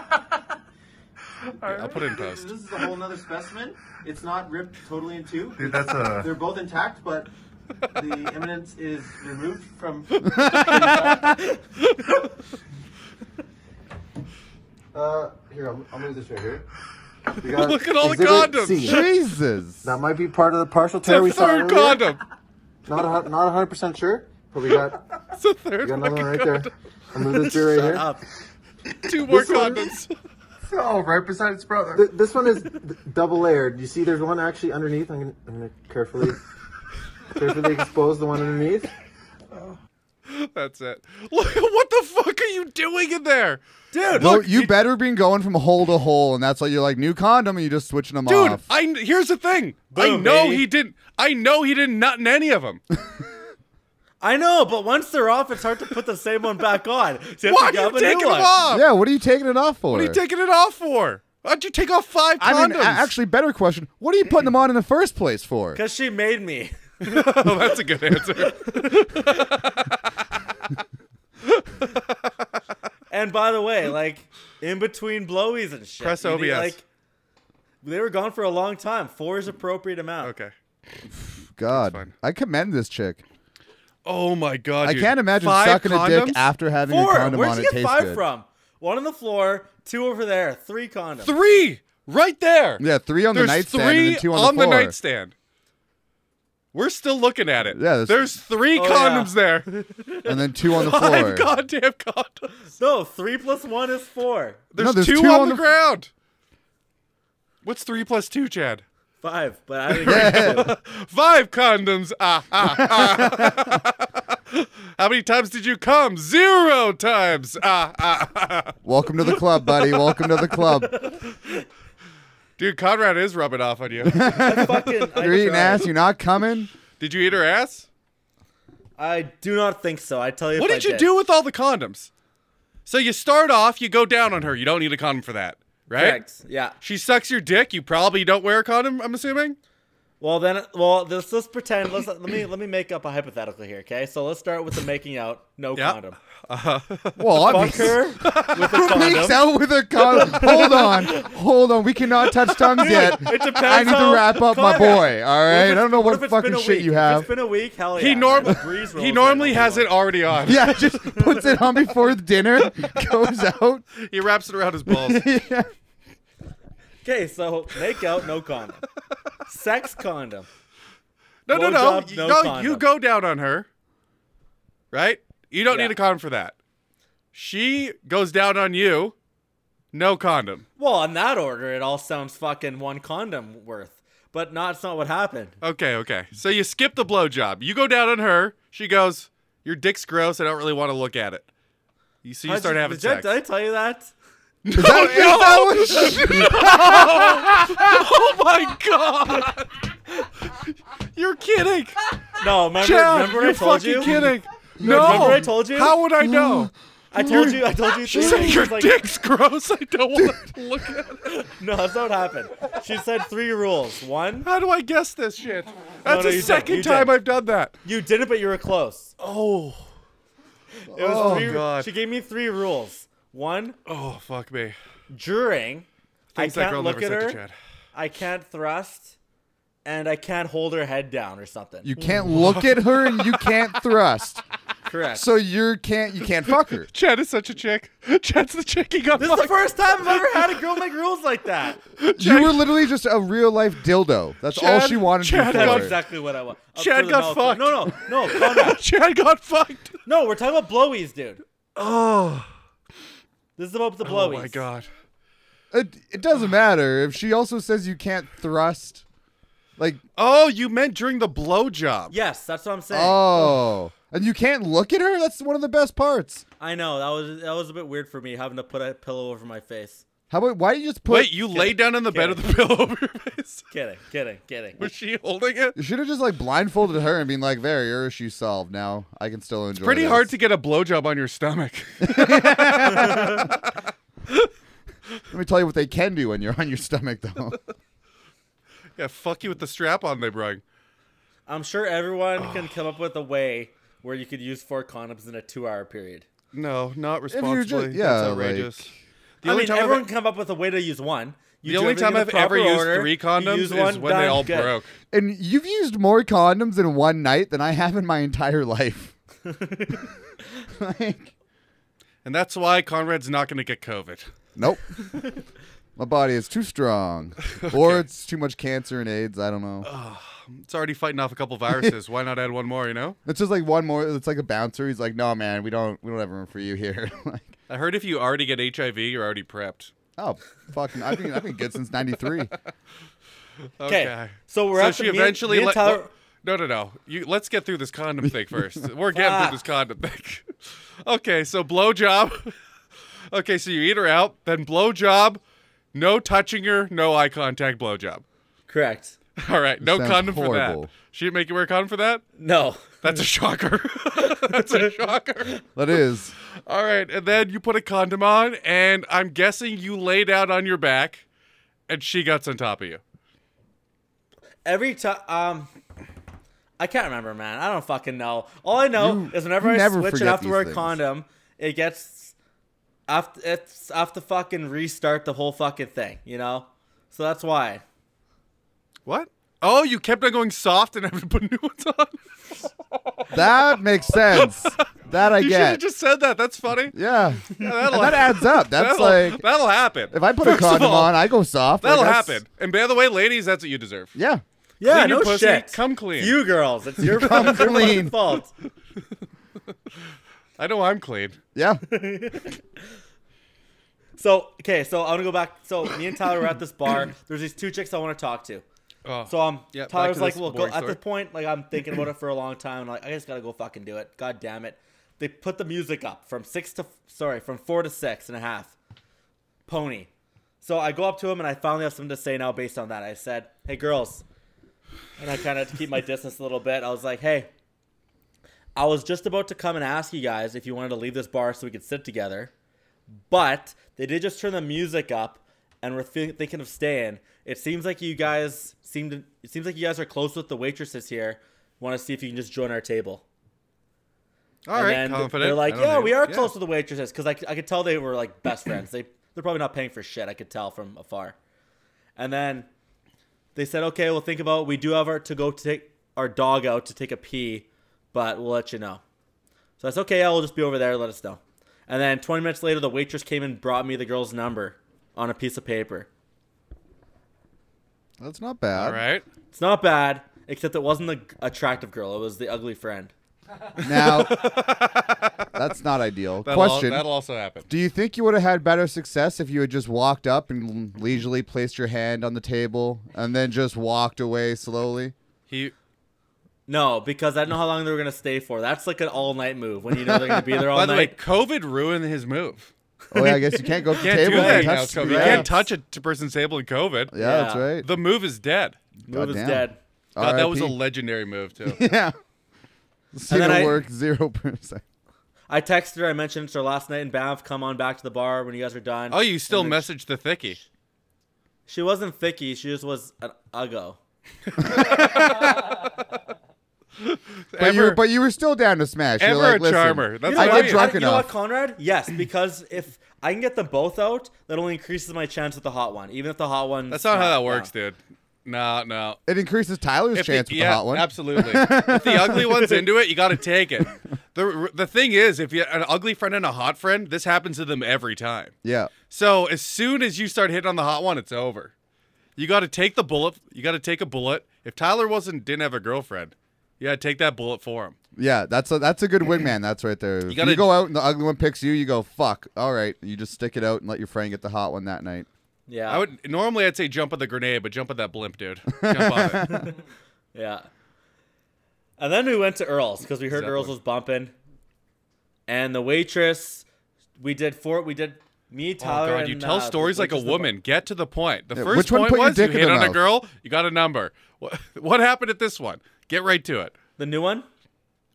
[SPEAKER 3] I'll put it in
[SPEAKER 6] This
[SPEAKER 3] post.
[SPEAKER 6] this is a whole nother specimen. It's not ripped totally in two.
[SPEAKER 2] Dude, that's
[SPEAKER 6] They're
[SPEAKER 2] a.
[SPEAKER 6] both intact, but the eminence is removed from. uh, here, I'll, I'll move this right here. We got
[SPEAKER 3] Look at all the
[SPEAKER 6] Exhibit
[SPEAKER 3] condoms.
[SPEAKER 6] C.
[SPEAKER 4] Jesus.
[SPEAKER 6] That might be part of the partial tear
[SPEAKER 3] The
[SPEAKER 6] we saw
[SPEAKER 3] third
[SPEAKER 6] earlier.
[SPEAKER 3] condom.
[SPEAKER 6] Not a, hun- not hundred percent sure, but we got
[SPEAKER 3] It's the
[SPEAKER 6] we
[SPEAKER 3] third
[SPEAKER 6] got another
[SPEAKER 3] fucking
[SPEAKER 6] one right
[SPEAKER 3] condom.
[SPEAKER 6] there. I'll move this through right here.
[SPEAKER 5] Up.
[SPEAKER 3] Two more
[SPEAKER 6] This one-
[SPEAKER 3] condoms.
[SPEAKER 2] Oh, right beside its brother.
[SPEAKER 6] Th- this one is d- double layered. You see, there's one actually underneath. I'm gonna, I'm gonna carefully, carefully expose the one underneath.
[SPEAKER 3] That's it. Look, what the fuck are you doing in there? Dude,
[SPEAKER 4] Well, you better be going from hole to hole, and that's why you're like new condom, and you're just switching them
[SPEAKER 3] Dude,
[SPEAKER 4] off.
[SPEAKER 3] I here's the thing. I
[SPEAKER 5] Boom,
[SPEAKER 3] know
[SPEAKER 5] baby.
[SPEAKER 3] he didn't. I know he didn't nut in any of them.
[SPEAKER 5] I know, but once they're off, it's hard to put the same one back on. So you
[SPEAKER 3] Why
[SPEAKER 5] have to
[SPEAKER 3] are
[SPEAKER 5] grab
[SPEAKER 3] you
[SPEAKER 5] a new
[SPEAKER 3] taking them
[SPEAKER 5] one.
[SPEAKER 3] off?
[SPEAKER 4] yeah, what are you taking it off for?
[SPEAKER 3] uh, What are you taking it off for? Why'd you take off five condoms?
[SPEAKER 4] I mean, a- actually, better question. What are you putting them on in the first place for?
[SPEAKER 5] Because she made me.
[SPEAKER 3] oh, that's a good answer.
[SPEAKER 5] And by the way, like in between blowies and shit.
[SPEAKER 3] Press
[SPEAKER 5] you need,
[SPEAKER 3] OBS.
[SPEAKER 5] like they were gone for a long time. Four is appropriate amount.
[SPEAKER 3] okay.
[SPEAKER 4] God,
[SPEAKER 3] fine.
[SPEAKER 4] I commend this chick.
[SPEAKER 3] Oh my god.
[SPEAKER 4] I
[SPEAKER 3] dude.
[SPEAKER 4] can't imagine
[SPEAKER 3] Five
[SPEAKER 4] sucking a
[SPEAKER 3] condoms?
[SPEAKER 4] dick after having
[SPEAKER 5] Four.
[SPEAKER 4] a condom
[SPEAKER 5] Where'd
[SPEAKER 4] on.
[SPEAKER 5] you
[SPEAKER 4] it
[SPEAKER 5] get
[SPEAKER 4] tastes
[SPEAKER 5] five
[SPEAKER 4] good.
[SPEAKER 5] from? One on the floor, two over there, three condoms.
[SPEAKER 3] Three right there.
[SPEAKER 4] Yeah, three on
[SPEAKER 3] There's
[SPEAKER 4] the nightstand
[SPEAKER 3] three
[SPEAKER 4] and then two on,
[SPEAKER 3] on
[SPEAKER 4] the floor.
[SPEAKER 3] nightstand. We're still looking at it.
[SPEAKER 4] Yeah,
[SPEAKER 3] there's,
[SPEAKER 4] there's-
[SPEAKER 3] three
[SPEAKER 5] Oh,
[SPEAKER 3] condoms there.
[SPEAKER 4] and then two on the floor.
[SPEAKER 3] Five goddamn condoms.
[SPEAKER 5] No, three plus one is four.
[SPEAKER 3] There's,
[SPEAKER 4] there's
[SPEAKER 3] two,
[SPEAKER 4] two
[SPEAKER 3] on,
[SPEAKER 4] on
[SPEAKER 3] the
[SPEAKER 4] the-
[SPEAKER 3] ground. What's three plus two, Chad?
[SPEAKER 5] Five, but I didn't get two.
[SPEAKER 3] Five condoms. Ah, ah, ah. How many times did you come? Zero times. Ah, ah, ah.
[SPEAKER 4] Welcome to the club, buddy. Welcome to the club.
[SPEAKER 3] Dude, Conrad is rubbing off on you.
[SPEAKER 5] I fucking. I
[SPEAKER 4] You're eating
[SPEAKER 5] tried.
[SPEAKER 4] ass. You're not coming.
[SPEAKER 3] did you eat her ass?
[SPEAKER 5] I do not think so. I tell you.
[SPEAKER 3] What
[SPEAKER 5] if I
[SPEAKER 3] did you do with all the condoms? So you start off, you go down on her. You don't need a condom for that, right?
[SPEAKER 5] Correct. Yeah.
[SPEAKER 3] She sucks your dick. You probably don't wear a condom. I'm assuming.
[SPEAKER 5] Well then, well let's let's pretend. Let's let me let me make up a hypothetical here. Okay, so let's start with the making out, no
[SPEAKER 3] Yeah.
[SPEAKER 5] condom.
[SPEAKER 4] Well,
[SPEAKER 5] Fuck
[SPEAKER 4] obviously.
[SPEAKER 5] her with a
[SPEAKER 4] Makes
[SPEAKER 5] condom.
[SPEAKER 4] out with a condom. Hold on, hold on. We cannot touch tongues yet.
[SPEAKER 5] It depends.
[SPEAKER 4] I need to
[SPEAKER 5] how-
[SPEAKER 4] wrap up my
[SPEAKER 5] Conrad,
[SPEAKER 4] boy. All
[SPEAKER 5] if
[SPEAKER 4] right, I
[SPEAKER 5] it's-
[SPEAKER 4] don't know
[SPEAKER 5] if
[SPEAKER 4] what
[SPEAKER 5] it's
[SPEAKER 4] fucking
[SPEAKER 5] been a
[SPEAKER 4] shit
[SPEAKER 5] week?
[SPEAKER 4] you
[SPEAKER 5] If
[SPEAKER 4] have.
[SPEAKER 5] it's been a week. Hell yeah.
[SPEAKER 3] He norm-
[SPEAKER 5] man, the breeze rolls
[SPEAKER 3] he
[SPEAKER 5] in,
[SPEAKER 3] normally
[SPEAKER 5] I'll
[SPEAKER 3] has
[SPEAKER 5] be
[SPEAKER 3] it
[SPEAKER 5] like,
[SPEAKER 3] already on.
[SPEAKER 4] Yeah, just puts it on before dinner, goes out.
[SPEAKER 3] He wraps it around his balls.
[SPEAKER 4] Yeah.
[SPEAKER 5] Okay, so make out, no condom. Sex condom.
[SPEAKER 3] No, no, no.
[SPEAKER 5] Blowjob,
[SPEAKER 3] You-
[SPEAKER 5] no
[SPEAKER 3] no,
[SPEAKER 5] condom.
[SPEAKER 3] you go down on her, right? You don't
[SPEAKER 5] Yeah.
[SPEAKER 3] need a condom for that. She goes down on you, no condom.
[SPEAKER 5] Well, in that order, it all sounds fucking one condom worth. But not. It's not what happened.
[SPEAKER 3] Okay, okay. So you skip the blowjob. You go down on her. She goes, "Your dick's gross. I don't really want to look at it." You so you
[SPEAKER 5] How'd
[SPEAKER 3] start having
[SPEAKER 5] did, I-
[SPEAKER 3] sex.
[SPEAKER 5] Did I tell you that?
[SPEAKER 4] Is
[SPEAKER 5] Oh,
[SPEAKER 4] that, is that what she-
[SPEAKER 3] oh my god! You're kidding,
[SPEAKER 5] No, remember,
[SPEAKER 3] Chad?
[SPEAKER 5] remember
[SPEAKER 3] you're
[SPEAKER 5] I told
[SPEAKER 3] fucking
[SPEAKER 5] you.
[SPEAKER 3] kidding. No,
[SPEAKER 5] remember I told you?
[SPEAKER 3] How would I know?
[SPEAKER 5] I told you. I told you.
[SPEAKER 3] She
[SPEAKER 5] three
[SPEAKER 3] said
[SPEAKER 5] things,
[SPEAKER 3] your
[SPEAKER 5] like,
[SPEAKER 3] dick's gross. I don't want to look at it.
[SPEAKER 5] No, that's not what happened. She said three rules. One,
[SPEAKER 3] How do I guess this shit?
[SPEAKER 5] no,
[SPEAKER 3] That's the
[SPEAKER 5] you did,
[SPEAKER 3] second
[SPEAKER 5] you did.
[SPEAKER 3] time I've done that.
[SPEAKER 5] you did it, but you were close.
[SPEAKER 3] Oh,
[SPEAKER 5] It was
[SPEAKER 3] Oh,
[SPEAKER 5] three.
[SPEAKER 3] God.
[SPEAKER 5] She gave me three rules. One,
[SPEAKER 3] oh, fuck me.
[SPEAKER 5] during,
[SPEAKER 3] Things
[SPEAKER 5] I can't
[SPEAKER 3] that girl
[SPEAKER 5] look
[SPEAKER 3] never
[SPEAKER 5] at
[SPEAKER 3] said
[SPEAKER 5] her.
[SPEAKER 3] to Chad.
[SPEAKER 5] I can't thrust, and I can't hold her head down or something.
[SPEAKER 4] You can't look at her and you can't thrust.
[SPEAKER 5] Correct.
[SPEAKER 4] So you can't you can't fuck her.
[SPEAKER 3] Chad is such a chick. Chad's the chick he got
[SPEAKER 5] this is the
[SPEAKER 3] fucked.
[SPEAKER 5] first time I've ever had a girl make rules like that.
[SPEAKER 4] You were literally just a real life dildo. That's all
[SPEAKER 3] Chad-
[SPEAKER 4] she wanted
[SPEAKER 3] Chad
[SPEAKER 5] That's
[SPEAKER 4] to do.
[SPEAKER 3] got-
[SPEAKER 4] for her.
[SPEAKER 5] exactly what I want. Up
[SPEAKER 3] Chad
[SPEAKER 5] to the
[SPEAKER 3] got
[SPEAKER 5] mouth.
[SPEAKER 3] fucked.
[SPEAKER 5] No, no, no, Conrad.
[SPEAKER 3] Chad got fucked.
[SPEAKER 5] no. We're talking about blowies, dude.
[SPEAKER 3] Oh,
[SPEAKER 5] This is about the blowies.
[SPEAKER 3] oh my god.
[SPEAKER 4] It, it doesn't matter if she also says you can't thrust. Like,
[SPEAKER 3] Oh, you meant during the blowjob.
[SPEAKER 5] Yes, that's what I'm saying.
[SPEAKER 4] oh. And you can't look at her? That's one of the best parts.
[SPEAKER 5] I know that was that was a bit weird for me having to put a pillow over my face.
[SPEAKER 4] How about why do you just put
[SPEAKER 3] Wait, you lay down on the bed with the pillow over your face.
[SPEAKER 5] Kidding, kidding, kidding.
[SPEAKER 3] Was she holding it?
[SPEAKER 4] You should have just like blindfolded her and been like, "There, your issue solved. Now I can still enjoy."
[SPEAKER 3] Pretty
[SPEAKER 4] this."
[SPEAKER 3] hard to get a blowjob on your stomach.
[SPEAKER 4] Let me tell you what they can do when you're on your stomach, though.
[SPEAKER 3] yeah, fuck you with the strap on they bring.
[SPEAKER 5] I'm sure everyone can come up with a way where you could use four condoms in a two-hour period.
[SPEAKER 3] No, not
[SPEAKER 4] ju-
[SPEAKER 3] responsibly.
[SPEAKER 4] yeah,
[SPEAKER 3] That's
[SPEAKER 4] like-
[SPEAKER 3] outrageous. the
[SPEAKER 5] I
[SPEAKER 3] only
[SPEAKER 5] mean,
[SPEAKER 3] time I've-
[SPEAKER 5] everyone can come up with a way to use one. You
[SPEAKER 3] the
[SPEAKER 5] do
[SPEAKER 3] only
[SPEAKER 5] everything
[SPEAKER 3] time
[SPEAKER 5] in
[SPEAKER 3] I've
[SPEAKER 5] the proper
[SPEAKER 3] ever used
[SPEAKER 5] order,
[SPEAKER 3] three
[SPEAKER 5] you
[SPEAKER 3] condoms
[SPEAKER 5] use
[SPEAKER 3] is
[SPEAKER 5] one,
[SPEAKER 3] when they
[SPEAKER 5] done,
[SPEAKER 3] all
[SPEAKER 5] good.
[SPEAKER 3] broke.
[SPEAKER 4] and you've used more condoms in one night than I have in my entire life. like,
[SPEAKER 3] And that's why Conrad's not going to get COVID.
[SPEAKER 4] nope. My body is too strong, or it's too much cancer and AIDS. I don't know.
[SPEAKER 3] It's already fighting off a couple viruses. why not add one more, you know?
[SPEAKER 4] It's just like one more. It's like a bouncer. He's like, "No, man, we don't. We don't have room for you here." like,
[SPEAKER 3] I heard if you already get HIV, you're already prepped.
[SPEAKER 4] oh, fucking, I've been I've been good since '93.
[SPEAKER 5] Okay,
[SPEAKER 3] Okay.
[SPEAKER 5] so we're
[SPEAKER 3] so
[SPEAKER 5] at
[SPEAKER 3] she
[SPEAKER 5] the me- me
[SPEAKER 3] eventually
[SPEAKER 5] and
[SPEAKER 3] let-
[SPEAKER 5] Tyler-
[SPEAKER 3] what- no, no, no. You let's get through this condom thing first. We're getting
[SPEAKER 5] Fuck.
[SPEAKER 3] through this condom thing. okay, so blowjob. okay, so you eat her out, then blowjob. No touching her, no eye contact blowjob.
[SPEAKER 5] correct.
[SPEAKER 3] All right, no
[SPEAKER 4] sounds
[SPEAKER 3] condom for that.
[SPEAKER 4] horrible.
[SPEAKER 3] She didn't make you wear a condom for that?
[SPEAKER 5] No,
[SPEAKER 3] That's a shocker. That's a shocker.
[SPEAKER 4] that is.
[SPEAKER 3] All right, and then you put a condom on, and I'm guessing you laid out on your back, and she guts on top of you.
[SPEAKER 5] every time. Um, I can't remember, man. I don't fucking know. All I know
[SPEAKER 4] You-
[SPEAKER 5] is whenever
[SPEAKER 4] you
[SPEAKER 5] I
[SPEAKER 4] never
[SPEAKER 5] switch and
[SPEAKER 4] forget
[SPEAKER 5] have to
[SPEAKER 4] these
[SPEAKER 5] wear a
[SPEAKER 4] things.
[SPEAKER 5] condom, it gets. I have to- it's I have to fucking restart the whole fucking thing, you know. So that's why.
[SPEAKER 3] What? Oh, you kept on going soft and having to put new ones on.
[SPEAKER 4] That makes sense. That I
[SPEAKER 3] you should
[SPEAKER 4] get.
[SPEAKER 3] have just said that. That's funny.
[SPEAKER 4] Yeah.
[SPEAKER 3] that'll-
[SPEAKER 4] And that adds up. That's
[SPEAKER 3] that'll,
[SPEAKER 4] like
[SPEAKER 3] that'll happen.
[SPEAKER 4] if I put a
[SPEAKER 3] First of
[SPEAKER 4] condom
[SPEAKER 3] all,
[SPEAKER 4] on, I go soft. Like,
[SPEAKER 3] that'll
[SPEAKER 4] that's-
[SPEAKER 3] happen. And by the way, ladies, that's what you deserve.
[SPEAKER 4] Yeah.
[SPEAKER 5] Yeah,
[SPEAKER 3] Clean your
[SPEAKER 5] no
[SPEAKER 3] pussy,
[SPEAKER 5] shit.
[SPEAKER 3] come clean.
[SPEAKER 5] You girls, it's your, fault. it's your
[SPEAKER 4] clean.
[SPEAKER 5] fucking fault.
[SPEAKER 3] I know I'm clean.
[SPEAKER 4] Yeah.
[SPEAKER 5] So okay, so I want to go back. So me and Tyler were at this bar. There's these two chicks I want to talk to.
[SPEAKER 3] Oh,
[SPEAKER 5] So um,
[SPEAKER 3] Yeah, back
[SPEAKER 5] Tyler's
[SPEAKER 3] to
[SPEAKER 5] like,
[SPEAKER 3] this
[SPEAKER 5] well, go,
[SPEAKER 3] boring
[SPEAKER 5] at
[SPEAKER 3] story.
[SPEAKER 5] this point, like I'm thinking about it for a long time. Like I just gotta go fucking do it. God damn it! They put the music up from six to sorry, from four to six and a half. Pony. So I go up to him and I finally have something to say now based on that. I said, hey girls, and I kind of had to keep my distance a little bit. I was like, hey, I was just about to come and ask you guys if you wanted to leave this bar so we could sit together, but they did just turn the music up, and we're thi- thinking of staying. It seems like you guys seem to. It seems like you guys are close with the waitresses here. Want to see if you can just join our table?
[SPEAKER 3] All right,
[SPEAKER 5] and then
[SPEAKER 3] confident.
[SPEAKER 5] they're like,
[SPEAKER 3] I don't
[SPEAKER 5] "Yeah,
[SPEAKER 3] know.
[SPEAKER 5] we are close to the waitresses," because I, c- I could tell they were like best friends. They they're probably not paying for shit. I could tell from afar. And then they said, "Okay, we'll think about. We do have our to go to take our dog out to take a pee, but we'll let you know." So I said, "Okay, yeah, we'll just be over there. Let us know." And then 20 minutes later, the waitress came and brought me the girl's number on a piece of paper.
[SPEAKER 4] That's not bad.
[SPEAKER 3] All right.
[SPEAKER 5] It's not bad, except it wasn't the g- attractive girl. It was the ugly friend.
[SPEAKER 4] Now that's not ideal.
[SPEAKER 3] That'll,
[SPEAKER 4] Question.
[SPEAKER 3] That'll also happen.
[SPEAKER 4] do you think you would have had better success if you had just walked up and leisurely placed your hand on the table and then just walked away slowly?
[SPEAKER 3] He
[SPEAKER 5] No, because I didn't know how long they were gonna stay for. That's like an all night move when you know they're gonna be there all
[SPEAKER 3] By the way,
[SPEAKER 5] night.
[SPEAKER 3] COVID ruined his move.
[SPEAKER 4] Oh, yeah, I guess you can't go to the
[SPEAKER 3] Can't
[SPEAKER 4] table
[SPEAKER 3] do that
[SPEAKER 4] and
[SPEAKER 3] now.
[SPEAKER 4] touch
[SPEAKER 3] it's COVID. You
[SPEAKER 4] yeah.
[SPEAKER 3] can't touch a t- person's table in COVID.
[SPEAKER 4] Yeah, that's
[SPEAKER 5] Yeah.
[SPEAKER 4] right.
[SPEAKER 3] The move is dead.
[SPEAKER 5] move is
[SPEAKER 4] Goddamn.
[SPEAKER 5] dead.
[SPEAKER 3] God, that was a
[SPEAKER 4] RIP.
[SPEAKER 3] legendary move too.
[SPEAKER 4] yeah. Zero
[SPEAKER 5] I-
[SPEAKER 4] work, zero percent.
[SPEAKER 5] I texted her. I mentioned it's her last night in Banff. Come on back to the bar when you guys are done.
[SPEAKER 3] oh, you still
[SPEAKER 5] And then
[SPEAKER 3] messaged the thicky.
[SPEAKER 5] She wasn't thicky. She just was an uggo.
[SPEAKER 4] But you,
[SPEAKER 3] Ever-
[SPEAKER 4] were, but you were still down to smash. You're
[SPEAKER 3] Ever
[SPEAKER 4] like,
[SPEAKER 3] a
[SPEAKER 4] "Listen,
[SPEAKER 3] charmer. That's
[SPEAKER 4] I
[SPEAKER 3] what I
[SPEAKER 4] get
[SPEAKER 3] am.
[SPEAKER 4] drunk
[SPEAKER 5] you know what,
[SPEAKER 4] enough.
[SPEAKER 5] Conrad? Yes, because if I can get them both out, that only increases my chance with the hot one. Even if the hot one.
[SPEAKER 3] That's not how that works, dude. No, no.
[SPEAKER 4] It increases Tyler's
[SPEAKER 3] If the-
[SPEAKER 4] chance with
[SPEAKER 3] yeah,
[SPEAKER 4] the hot one.
[SPEAKER 3] Absolutely. if the ugly one's into it, you got to take it. The the thing is, if you an ugly friend and a hot friend, this happens to them every time.
[SPEAKER 4] Yeah.
[SPEAKER 3] So as soon as you start hitting on the hot one, it's over. You got to take the bullet. You got to take a bullet. If Tyler wasn't didn't have a girlfriend, you got to take that bullet for him.
[SPEAKER 4] Yeah, that's a that's a good wingman. That's right there. If You,
[SPEAKER 3] gotta-
[SPEAKER 4] go out and the ugly one picks you. You go fuck. All right, you just stick it out and let your friend get the hot one that night.
[SPEAKER 5] Yeah.
[SPEAKER 3] I would normally I'd say jump on the grenade, but jump on that blimp, dude. Jump on it.
[SPEAKER 5] Yeah. And then we went to Earl's because we heard
[SPEAKER 3] Exactly.
[SPEAKER 5] Earl's was bumping. And the waitress, we did four. We did me,
[SPEAKER 3] Oh
[SPEAKER 5] Tyler.
[SPEAKER 3] God, you
[SPEAKER 5] and,
[SPEAKER 3] tell
[SPEAKER 5] uh,
[SPEAKER 3] stories like a
[SPEAKER 5] waitress-
[SPEAKER 3] woman. Get to the point. The first
[SPEAKER 4] which one
[SPEAKER 3] point
[SPEAKER 4] put your
[SPEAKER 3] was you
[SPEAKER 4] dick in
[SPEAKER 3] hit
[SPEAKER 4] their
[SPEAKER 3] on a
[SPEAKER 4] mouth?
[SPEAKER 3] girl, you got a number. What, what happened at this one? Get right to it.
[SPEAKER 5] The new one.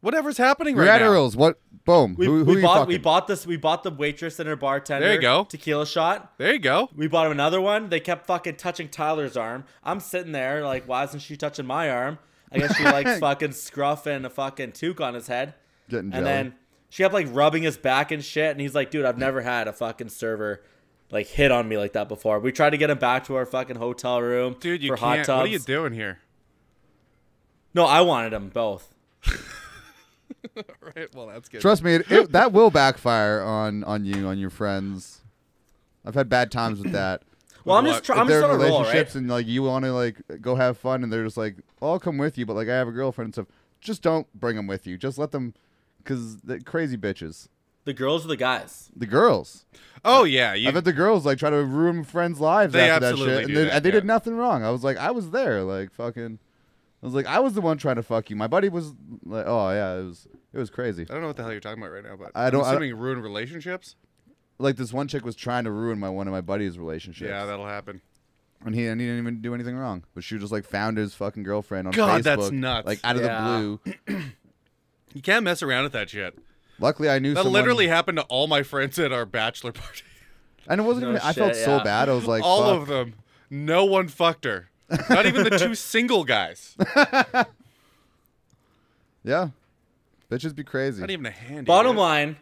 [SPEAKER 3] Whatever's happening
[SPEAKER 4] You're
[SPEAKER 3] right
[SPEAKER 4] at
[SPEAKER 3] now.
[SPEAKER 4] Earl's. What? Boom.
[SPEAKER 5] We,
[SPEAKER 4] who who
[SPEAKER 5] we
[SPEAKER 4] you
[SPEAKER 5] bought.
[SPEAKER 4] fucking?
[SPEAKER 5] We bought this. We bought the waitress and her bartender.
[SPEAKER 3] There you go.
[SPEAKER 5] Tequila shot.
[SPEAKER 3] There you go.
[SPEAKER 5] We bought him another one. They kept fucking touching Tyler's arm. I'm sitting there like, why isn't she touching my arm? I guess she likes fucking scruff and a fucking toque on his head.
[SPEAKER 4] Getting
[SPEAKER 5] and
[SPEAKER 4] jelly.
[SPEAKER 5] then she kept like rubbing his back and shit. And he's like, dude, I've never had a fucking server like hit on me like that before. We tried to get him back to our fucking hotel room
[SPEAKER 3] Dude, you
[SPEAKER 5] for hot
[SPEAKER 3] can't.
[SPEAKER 5] tubs.
[SPEAKER 3] What are you doing here?
[SPEAKER 5] No, I wanted them both.
[SPEAKER 3] Right. Well, that's good.
[SPEAKER 4] Trust me, it, it, that will backfire on on you, on your friends. I've had bad times with that.
[SPEAKER 5] Well, I'm
[SPEAKER 3] what?
[SPEAKER 5] just trying.
[SPEAKER 4] If
[SPEAKER 5] I'm
[SPEAKER 4] they're
[SPEAKER 5] just on
[SPEAKER 4] in
[SPEAKER 5] a roll, right?
[SPEAKER 4] relationships and like you want to like go have fun, and they're just like, "Oh, "I'll come with you," but like I have a girlfriend and stuff. Just don't bring them with you. Just let them, because the crazy bitches,
[SPEAKER 5] The girls or the guys?
[SPEAKER 4] the girls.
[SPEAKER 3] Oh yeah, you,
[SPEAKER 4] I've had the girls like try to ruin friends' lives
[SPEAKER 3] They
[SPEAKER 4] after that
[SPEAKER 3] absolutely
[SPEAKER 4] shit, and
[SPEAKER 3] do
[SPEAKER 4] they,
[SPEAKER 3] that,
[SPEAKER 4] and they did
[SPEAKER 3] yeah.
[SPEAKER 4] nothing wrong. I was like, I was there, like fucking. I was like, I was the one trying to fuck you. My buddy was like, oh yeah, it was it was crazy.
[SPEAKER 3] I don't know what the hell you're talking about right now, but
[SPEAKER 4] I
[SPEAKER 3] I'm
[SPEAKER 4] don't- I don't-
[SPEAKER 3] assuming ruined relationships.
[SPEAKER 4] Like this one chick was trying to ruin my one of my buddy's relationships.
[SPEAKER 3] Yeah, that'll happen.
[SPEAKER 4] and he, and he didn't even do anything wrong. But she just like found his fucking girlfriend on
[SPEAKER 3] God,
[SPEAKER 4] Facebook,
[SPEAKER 3] that's nuts.
[SPEAKER 4] like out of
[SPEAKER 5] Yeah.
[SPEAKER 4] the blue.
[SPEAKER 3] You can't mess around with that shit.
[SPEAKER 4] Luckily, I knew
[SPEAKER 3] That
[SPEAKER 4] someone-
[SPEAKER 3] literally happened to all my friends at our bachelor party.
[SPEAKER 4] and it wasn't
[SPEAKER 5] No
[SPEAKER 4] even. I felt
[SPEAKER 5] shit,
[SPEAKER 4] so
[SPEAKER 5] yeah.
[SPEAKER 4] bad. I was like,
[SPEAKER 3] all
[SPEAKER 4] fuck.
[SPEAKER 3] of them. No one fucked her. Not even the two single guys.
[SPEAKER 4] yeah, bitches be crazy.
[SPEAKER 3] Not even a hand.
[SPEAKER 5] Bottom
[SPEAKER 3] dude.
[SPEAKER 5] line,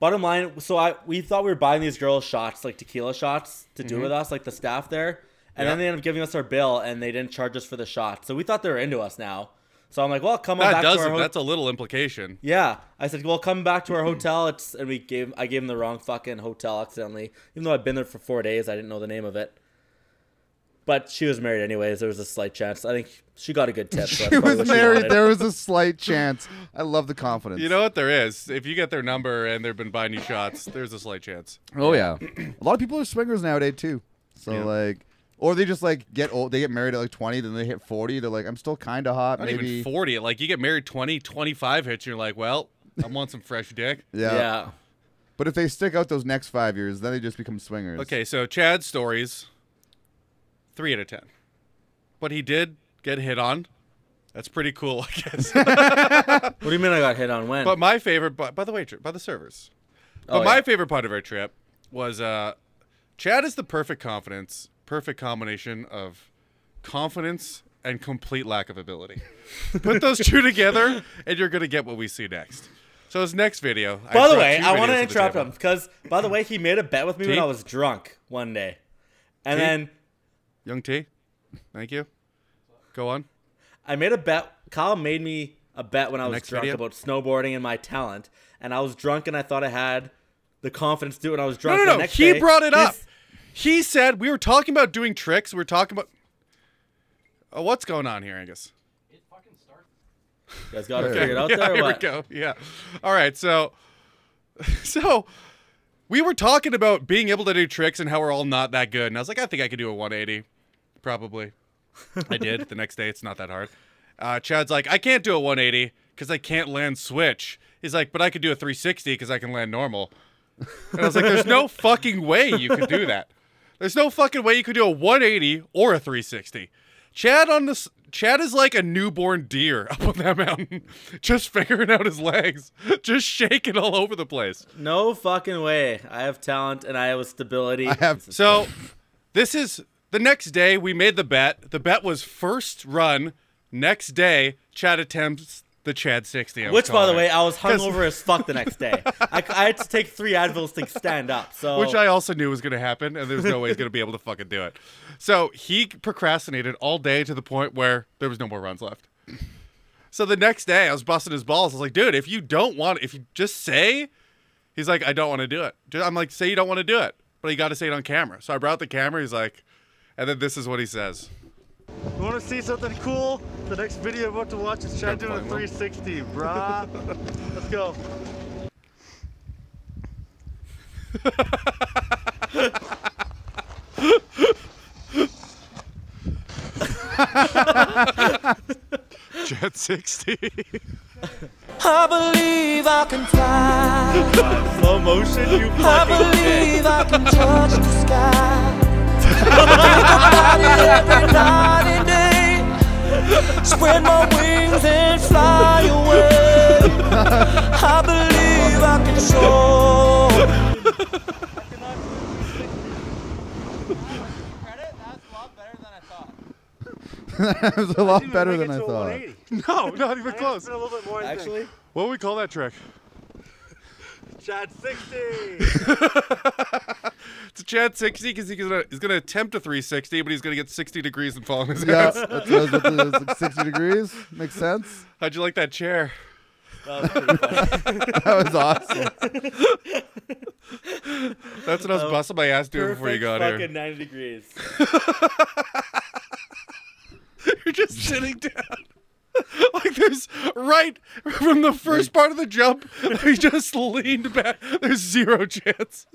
[SPEAKER 5] bottom line. So I we thought we were buying these girls shots, like tequila shots, to do with us, like the staff there, and then
[SPEAKER 3] Mm-hmm. Yeah.
[SPEAKER 5] they ended up giving us our bill, and they didn't charge us for the shot. So we thought they were into us now. So I'm like, well, come on
[SPEAKER 3] That
[SPEAKER 5] back to our
[SPEAKER 3] doesn't.
[SPEAKER 5] ho-
[SPEAKER 3] That's a little implication.
[SPEAKER 5] yeah. I said, well, come back to our hotel. It's and we gave I gave him the wrong fucking hotel accidentally, even though I've been there for four days. I didn't know the name of it. But she was married anyways. There was a slight chance. I think she got a good tip. so that's
[SPEAKER 4] she
[SPEAKER 5] probably
[SPEAKER 4] was
[SPEAKER 5] what
[SPEAKER 4] married.
[SPEAKER 5] wanted.
[SPEAKER 4] There was a slight chance. I love the confidence.
[SPEAKER 3] You know what there is? If you get their number and they've been buying you shots, there's a slight chance.
[SPEAKER 4] Oh yeah, a lot of people are swingers nowadays too. So
[SPEAKER 3] Yeah.
[SPEAKER 4] like, or they just like get old. They get married at like twenty, then they hit forty. They're like, I'm still kind of hot.
[SPEAKER 3] Not
[SPEAKER 4] maybe
[SPEAKER 3] even 40. Like, you get married 20, 25 hits, you're like, well, I want some fresh dick.
[SPEAKER 4] Yeah.
[SPEAKER 5] yeah.
[SPEAKER 4] But if they stick out those next five years, then they just become swingers.
[SPEAKER 3] Okay, so Chad's stories, three out of 10. But he did get hit on. That's pretty cool, I guess.
[SPEAKER 5] What do you mean I got hit on when?
[SPEAKER 3] But my favorite, by, by the way, by the servers. But
[SPEAKER 5] Oh,
[SPEAKER 3] my
[SPEAKER 5] yeah.
[SPEAKER 3] favorite part of our trip was uh, Chad is the perfect confidence, perfect combination of confidence and complete lack of ability. Put those two together, and you're gonna get what we see next. So his next video.
[SPEAKER 5] By the way, I want to interrupt
[SPEAKER 3] them.
[SPEAKER 5] him because, by the way, he made a bet with me when
[SPEAKER 3] T?
[SPEAKER 5] I was drunk one day, and
[SPEAKER 3] T?
[SPEAKER 5] then
[SPEAKER 3] Young T, thank you. Go on.
[SPEAKER 5] I made a bet. Kyle made me a bet when I was
[SPEAKER 3] next
[SPEAKER 5] drunk
[SPEAKER 3] video?
[SPEAKER 5] about snowboarding and my talent, and I was drunk and I thought I had the confidence to do it. And I was
[SPEAKER 3] No,
[SPEAKER 5] drunk.
[SPEAKER 3] no,
[SPEAKER 5] The
[SPEAKER 3] no.
[SPEAKER 5] next
[SPEAKER 3] He
[SPEAKER 5] day,
[SPEAKER 3] brought it
[SPEAKER 5] he's-
[SPEAKER 3] up. He said we were talking about doing tricks. We are talking about. Oh, what's going on here, Angus?
[SPEAKER 5] You guys got it figured out
[SPEAKER 3] yeah,
[SPEAKER 5] there. or
[SPEAKER 3] Here
[SPEAKER 5] what?
[SPEAKER 3] we go. Yeah. All right. So, so we were talking about being able to do tricks and how we're all not that good. And I was like, I think I could do a 180, probably. I did. The next day, it's not that hard. Uh, Chad's like, I can't do a 180 because I can't land switch. He's like, but I could do a 360 because I can land normal. And I was like, there's no fucking way you could do that. There's no fucking way you could do a 180 or a 360. Chad on this Chad is like a newborn deer up on that mountain, just figuring out his legs, just shaking all over the place.
[SPEAKER 5] No fucking way. I have talent and I have stability.
[SPEAKER 4] I have
[SPEAKER 3] So, this is the next day we made the bet. The bet was first run. Next day, Chad attempts the Chad 60. I was
[SPEAKER 5] Which, by the
[SPEAKER 3] calling
[SPEAKER 5] way,
[SPEAKER 3] it,
[SPEAKER 5] I was hungover as fuck the next day. I, I had to take three Advils to stand up. So
[SPEAKER 3] which I also knew was going to happen, and there's no way he's going to be able to fucking do it. So he procrastinated all day to the point where there was no more runs left. So the next day, I was busting his balls. I was like, dude, if you don't want, if you just say, he's like, I don't want to do it. Ju- I'm like, say you don't want to do it, but you got to say it on camera. So I brought the camera. He's like, and then this is what he says.
[SPEAKER 7] You want to see something cool? The next video I'm about to watch is Chad doing a
[SPEAKER 3] Don't blame
[SPEAKER 7] 360, bruh. Let's go.
[SPEAKER 8] Jet 60.
[SPEAKER 9] I believe I can fly.
[SPEAKER 5] Slow motion, you
[SPEAKER 9] I
[SPEAKER 5] fucking
[SPEAKER 9] believe I can touch the sky. Think about it every night and day. Spread my wings and fly away. I believe I can soar.
[SPEAKER 4] that was a lot better than I thought.
[SPEAKER 8] No,
[SPEAKER 3] Oh,
[SPEAKER 8] not even
[SPEAKER 7] Close.
[SPEAKER 8] close.
[SPEAKER 7] a little bit more. than
[SPEAKER 5] Actually,
[SPEAKER 8] What do we call that trick?
[SPEAKER 7] that. Chad 60.
[SPEAKER 3] It's Chad 60 because he's gonna, he's gonna attempt a 360, but he's gonna get 60 degrees and fall on his
[SPEAKER 4] Yeah,
[SPEAKER 3] ass.
[SPEAKER 4] that's, that's what it is, like 60 degrees. Makes sense.
[SPEAKER 3] How'd you like that chair?
[SPEAKER 5] that was pretty funny.
[SPEAKER 4] That was awesome.
[SPEAKER 3] That's what I was busting my ass doing before you
[SPEAKER 5] Perfect
[SPEAKER 3] got
[SPEAKER 5] fucking
[SPEAKER 3] here.
[SPEAKER 5] 90 degrees.
[SPEAKER 3] You're just sitting down. Like there's right from the first part of the jump, he just leaned back. There's zero chance.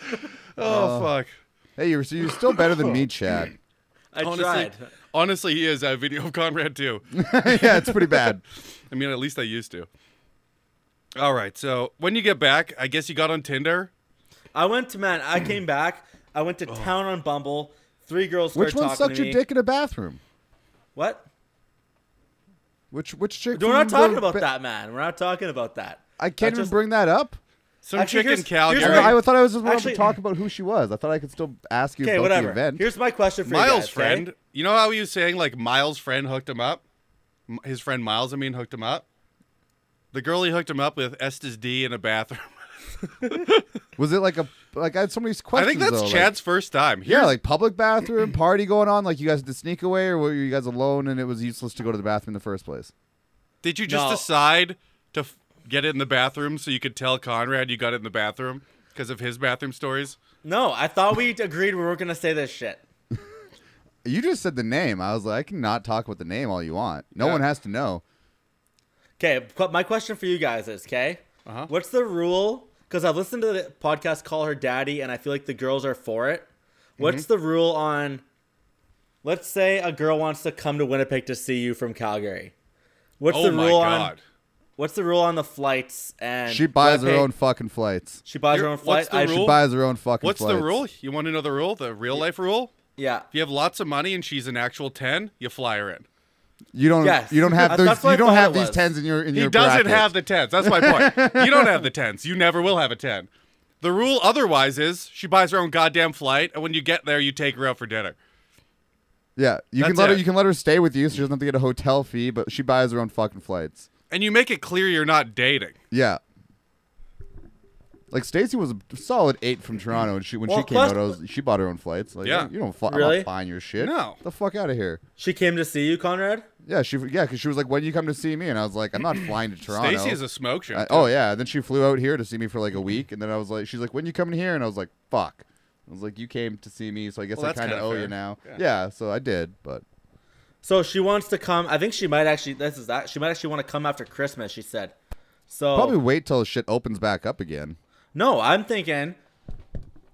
[SPEAKER 3] Oh fuck!
[SPEAKER 4] Hey, you're, so you're still better than me, Chad.
[SPEAKER 5] I
[SPEAKER 3] Honestly,
[SPEAKER 5] tried.
[SPEAKER 3] honestly, he is a video of Conrad too.
[SPEAKER 4] yeah, it's pretty bad.
[SPEAKER 3] I mean, at least I used to. All right, so when you get back, I guess you got on Tinder.
[SPEAKER 5] I went to man. I came back. I went to
[SPEAKER 3] Oh.
[SPEAKER 5] town on Bumble. Three girls.
[SPEAKER 4] Which
[SPEAKER 5] started
[SPEAKER 4] one
[SPEAKER 5] talking
[SPEAKER 4] sucked
[SPEAKER 5] to
[SPEAKER 4] your
[SPEAKER 5] me.
[SPEAKER 4] dick in a bathroom?
[SPEAKER 5] What?
[SPEAKER 4] Which which chick?
[SPEAKER 5] We're not
[SPEAKER 4] from
[SPEAKER 5] talking
[SPEAKER 4] the-
[SPEAKER 5] about
[SPEAKER 4] ba-
[SPEAKER 5] that, man. We're not talking about that.
[SPEAKER 4] I can't
[SPEAKER 5] I
[SPEAKER 4] even
[SPEAKER 5] just-
[SPEAKER 4] bring that up.
[SPEAKER 3] Some
[SPEAKER 5] Actually,
[SPEAKER 3] chick in
[SPEAKER 5] here's- here's
[SPEAKER 3] Calgary.
[SPEAKER 5] what
[SPEAKER 4] I thought I was just wanted
[SPEAKER 5] Actually-
[SPEAKER 4] to talk about who she was. I thought I could still ask you
[SPEAKER 5] Okay,
[SPEAKER 4] about
[SPEAKER 5] whatever.
[SPEAKER 4] the event.
[SPEAKER 5] Here's my question for you
[SPEAKER 3] Miles'
[SPEAKER 5] guys, okay?
[SPEAKER 3] friend. You know how he was saying like Miles' friend hooked him up? M- His friend Miles, I mean, hooked him up. The girl he hooked him up with Estes D in a bathroom.
[SPEAKER 4] was it like a like I had so many
[SPEAKER 3] I
[SPEAKER 4] questions?
[SPEAKER 3] think that's
[SPEAKER 4] though, like-
[SPEAKER 3] Chad's first time.
[SPEAKER 4] yeah,
[SPEAKER 3] Here's-
[SPEAKER 4] like public bathroom party going on. Like you guys had to sneak away, or were you guys alone and it was useless to go to the bathroom in the first place?
[SPEAKER 3] did you just
[SPEAKER 5] No.
[SPEAKER 3] decide to f- get in the bathroom so you could tell Conrad you got in the bathroom because of his bathroom stories?
[SPEAKER 5] No, I thought we agreed we were gonna say this shit.
[SPEAKER 4] You just said the name. I was like, I cannot talk about the name all you want. No
[SPEAKER 3] Yeah.
[SPEAKER 4] one has to know.
[SPEAKER 5] Okay, but my question for you guys is, okay,
[SPEAKER 3] Uh-huh.
[SPEAKER 5] what's the rule? Because I've listened to the podcast "Call Her Daddy" and I feel like the girls are for it. What's
[SPEAKER 3] Mm-hmm.
[SPEAKER 5] the rule on? Let's say a girl wants to come to Winnipeg to see you from Calgary. What's
[SPEAKER 3] oh
[SPEAKER 5] the
[SPEAKER 3] my
[SPEAKER 5] rule on?
[SPEAKER 3] god!
[SPEAKER 5] What's the rule on the flights and?
[SPEAKER 4] She buys her
[SPEAKER 5] Okay,
[SPEAKER 4] own fucking flights.
[SPEAKER 5] She buys her
[SPEAKER 3] You're-
[SPEAKER 5] own flight.
[SPEAKER 3] what's the
[SPEAKER 5] I-
[SPEAKER 3] rule?
[SPEAKER 4] Buys her own fucking.
[SPEAKER 3] What's the
[SPEAKER 4] flights.
[SPEAKER 3] rule? You want to know the rule? The real life rule?
[SPEAKER 5] Yeah.
[SPEAKER 3] If you have lots of money and she's an actual ten, you fly her in.
[SPEAKER 4] You don't.
[SPEAKER 5] Yes.
[SPEAKER 4] You don't have.
[SPEAKER 5] That's
[SPEAKER 4] Those,
[SPEAKER 5] what I
[SPEAKER 4] you don't
[SPEAKER 5] thought
[SPEAKER 4] have
[SPEAKER 5] it
[SPEAKER 4] these
[SPEAKER 5] was.
[SPEAKER 4] tens in your in
[SPEAKER 3] He
[SPEAKER 4] your.
[SPEAKER 3] doesn't
[SPEAKER 4] bracket.
[SPEAKER 3] have the tens. That's my point. you don't have the tens. You never will have a ten. The rule otherwise is she buys her own goddamn flight, and when you get there, you take her out for dinner.
[SPEAKER 4] Yeah, you can
[SPEAKER 3] That's
[SPEAKER 4] let her.
[SPEAKER 3] it.
[SPEAKER 4] You can let her stay with you, so she doesn't have to get a hotel fee. But she buys her own fucking flights.
[SPEAKER 3] And you make it clear you're not dating.
[SPEAKER 4] Yeah. Like Stacy was a solid eight from Toronto, and she when
[SPEAKER 5] Well,
[SPEAKER 4] she came
[SPEAKER 5] plus-
[SPEAKER 4] out, I was, she bought her own flights. Like,
[SPEAKER 3] Yeah.
[SPEAKER 4] you don't fly, I'm
[SPEAKER 5] Really?
[SPEAKER 4] not buying your shit.
[SPEAKER 3] No.
[SPEAKER 4] the fuck out of here.
[SPEAKER 5] She came to see you, Conrad.
[SPEAKER 4] Yeah, she yeah, because she was like, when you come to see me, and I was like, I'm not flying to Toronto.
[SPEAKER 3] Stacy is a smoke show.
[SPEAKER 4] I- oh yeah, and then she flew out here to see me for like
[SPEAKER 3] Mm-hmm.
[SPEAKER 4] a week, and then I was like, she's like, when you coming here? And I was like, fuck. I was like, you came to see me, so I guess
[SPEAKER 3] Well,
[SPEAKER 4] I
[SPEAKER 3] that's
[SPEAKER 4] kind of
[SPEAKER 3] kinda
[SPEAKER 4] owe
[SPEAKER 3] fair.
[SPEAKER 4] you now.
[SPEAKER 3] Yeah.
[SPEAKER 4] Yeah. so I did, but
[SPEAKER 5] So she wants to come. I think she might actually. This is that. She might actually want to come after Christmas. She said.
[SPEAKER 3] Oh.
[SPEAKER 5] So
[SPEAKER 4] probably wait till shit opens back up again.
[SPEAKER 5] No, I'm thinking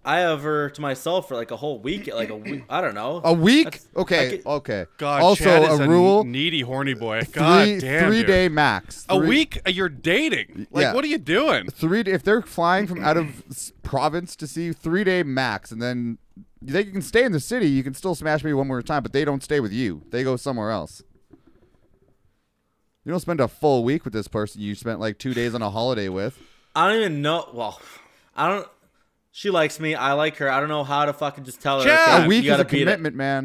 [SPEAKER 5] I have her to myself for like a whole week, like a week, I don't know.
[SPEAKER 4] A week?
[SPEAKER 5] That's- I
[SPEAKER 4] okay,
[SPEAKER 5] could-
[SPEAKER 4] okay.
[SPEAKER 3] God,
[SPEAKER 4] also
[SPEAKER 3] Chad is
[SPEAKER 4] a rule.
[SPEAKER 3] needy, horny boy. God
[SPEAKER 4] three
[SPEAKER 3] damn,
[SPEAKER 4] three
[SPEAKER 3] dude.
[SPEAKER 4] day max.
[SPEAKER 3] A
[SPEAKER 4] Three-
[SPEAKER 3] week? uh, You're dating. Like,
[SPEAKER 4] Yeah.
[SPEAKER 3] what are you doing?
[SPEAKER 4] Three. If they're flying from out of s- province to see you, three day max, and then they can stay in the city. You can still smash me one more time, but they don't stay with you. They go somewhere else. You don't spend a full week with this person you spent like two days on a holiday with.
[SPEAKER 5] I don't even know. Well, I don't. She likes me. I like her. I don't know how to fucking just tell her.
[SPEAKER 3] Chad!
[SPEAKER 5] okay,
[SPEAKER 4] A week
[SPEAKER 5] you
[SPEAKER 4] is
[SPEAKER 5] gotta
[SPEAKER 4] a
[SPEAKER 5] beat
[SPEAKER 4] commitment, man.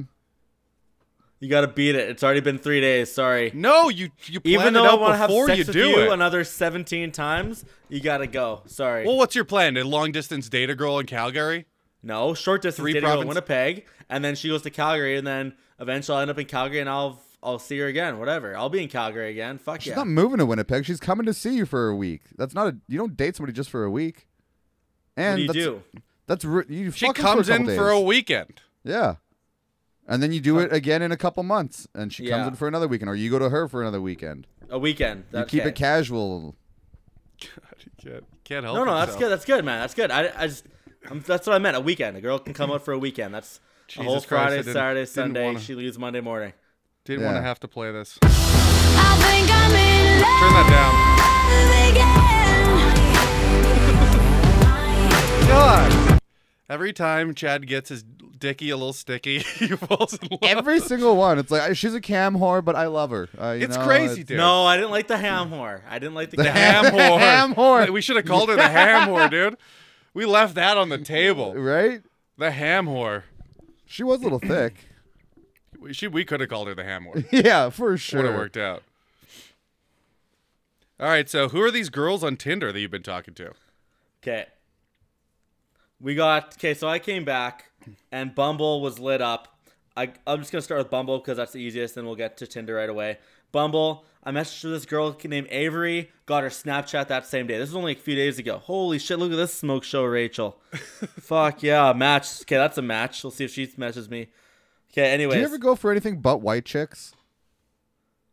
[SPEAKER 5] It. You gotta beat it. It's already been three days. Sorry.
[SPEAKER 3] No, you you plan
[SPEAKER 5] Even
[SPEAKER 3] it
[SPEAKER 5] though I
[SPEAKER 3] out
[SPEAKER 5] want to have
[SPEAKER 3] before
[SPEAKER 5] sex
[SPEAKER 3] you
[SPEAKER 5] with
[SPEAKER 3] do
[SPEAKER 5] you
[SPEAKER 3] it.
[SPEAKER 5] another 17 times, you gotta go. Sorry.
[SPEAKER 3] well, what's your plan? A long distance date a girl in Calgary?
[SPEAKER 5] no, short distance
[SPEAKER 3] three
[SPEAKER 5] dating in
[SPEAKER 3] province-
[SPEAKER 5] Winnipeg, and then she goes to Calgary, and then eventually I'll end up in Calgary, and I'll I'll see her again. Whatever. I'll be in Calgary again. Fuck
[SPEAKER 4] She's
[SPEAKER 5] yeah.
[SPEAKER 4] not moving to Winnipeg. She's coming to see you for a week. That's not a. You don't date somebody just for a week.
[SPEAKER 5] what
[SPEAKER 4] And
[SPEAKER 5] do you
[SPEAKER 4] that's,
[SPEAKER 5] do?
[SPEAKER 4] That's ru- you.
[SPEAKER 3] She
[SPEAKER 4] fuck her
[SPEAKER 3] comes
[SPEAKER 4] for a
[SPEAKER 3] in
[SPEAKER 4] couple
[SPEAKER 3] for a
[SPEAKER 4] days.
[SPEAKER 3] weekend.
[SPEAKER 4] Yeah. And then you do it again in a couple months, and she
[SPEAKER 5] Yeah.
[SPEAKER 4] comes in for another weekend, or you go to her for another weekend.
[SPEAKER 5] A weekend.
[SPEAKER 4] You keep
[SPEAKER 5] Okay.
[SPEAKER 4] it casual.
[SPEAKER 3] Can't, can't help.
[SPEAKER 5] No, no, that's
[SPEAKER 3] himself.
[SPEAKER 5] good. That's good, man. That's good. I, I just, I'm, that's what I meant. A weekend. A girl can come out for a weekend. That's A whole
[SPEAKER 3] Jesus Christ, I
[SPEAKER 5] Friday,
[SPEAKER 3] didn't-
[SPEAKER 5] Saturday,
[SPEAKER 3] didn't
[SPEAKER 5] Sunday.
[SPEAKER 3] wanna-
[SPEAKER 5] She leaves Monday morning.
[SPEAKER 3] Didn't
[SPEAKER 4] Yeah.
[SPEAKER 3] want to have to play this.
[SPEAKER 10] I think I'm in
[SPEAKER 3] Turn that down.
[SPEAKER 10] love again.
[SPEAKER 3] Every time Chad gets his dicky a little sticky, he falls in love.
[SPEAKER 4] Every single one. It's like I- she's a cam whore, but I love her. Uh, you
[SPEAKER 3] it's
[SPEAKER 4] know,
[SPEAKER 3] crazy,
[SPEAKER 4] it's-
[SPEAKER 3] dude.
[SPEAKER 5] No, I didn't like the ham whore. I didn't like the,
[SPEAKER 4] The
[SPEAKER 5] ham.
[SPEAKER 3] ham whore.
[SPEAKER 4] Ham whore.
[SPEAKER 3] We should have called her the ham whore, dude. We left that on the table.
[SPEAKER 4] right?
[SPEAKER 3] The ham whore.
[SPEAKER 4] She was a little thick.
[SPEAKER 3] We- She, we could have called her the ham whore.
[SPEAKER 4] Yeah, for sure.
[SPEAKER 3] Would have worked out. All right, so who are these girls on Tinder that you've been talking to?
[SPEAKER 5] Okay. We got okay. So I came back, and Bumble was lit up. I I'm just gonna start with Bumble because that's the easiest, and we'll get to Tinder right away. Bumble. I messaged this girl named Avery. Got her Snapchat that same day. This was only a few days ago. Holy shit! Look at this smoke show, Rachel. Fuck yeah, match. Okay, that's a match. We'll see if she messages me. Okay. Anyways,
[SPEAKER 4] Do you ever go for anything but white chicks?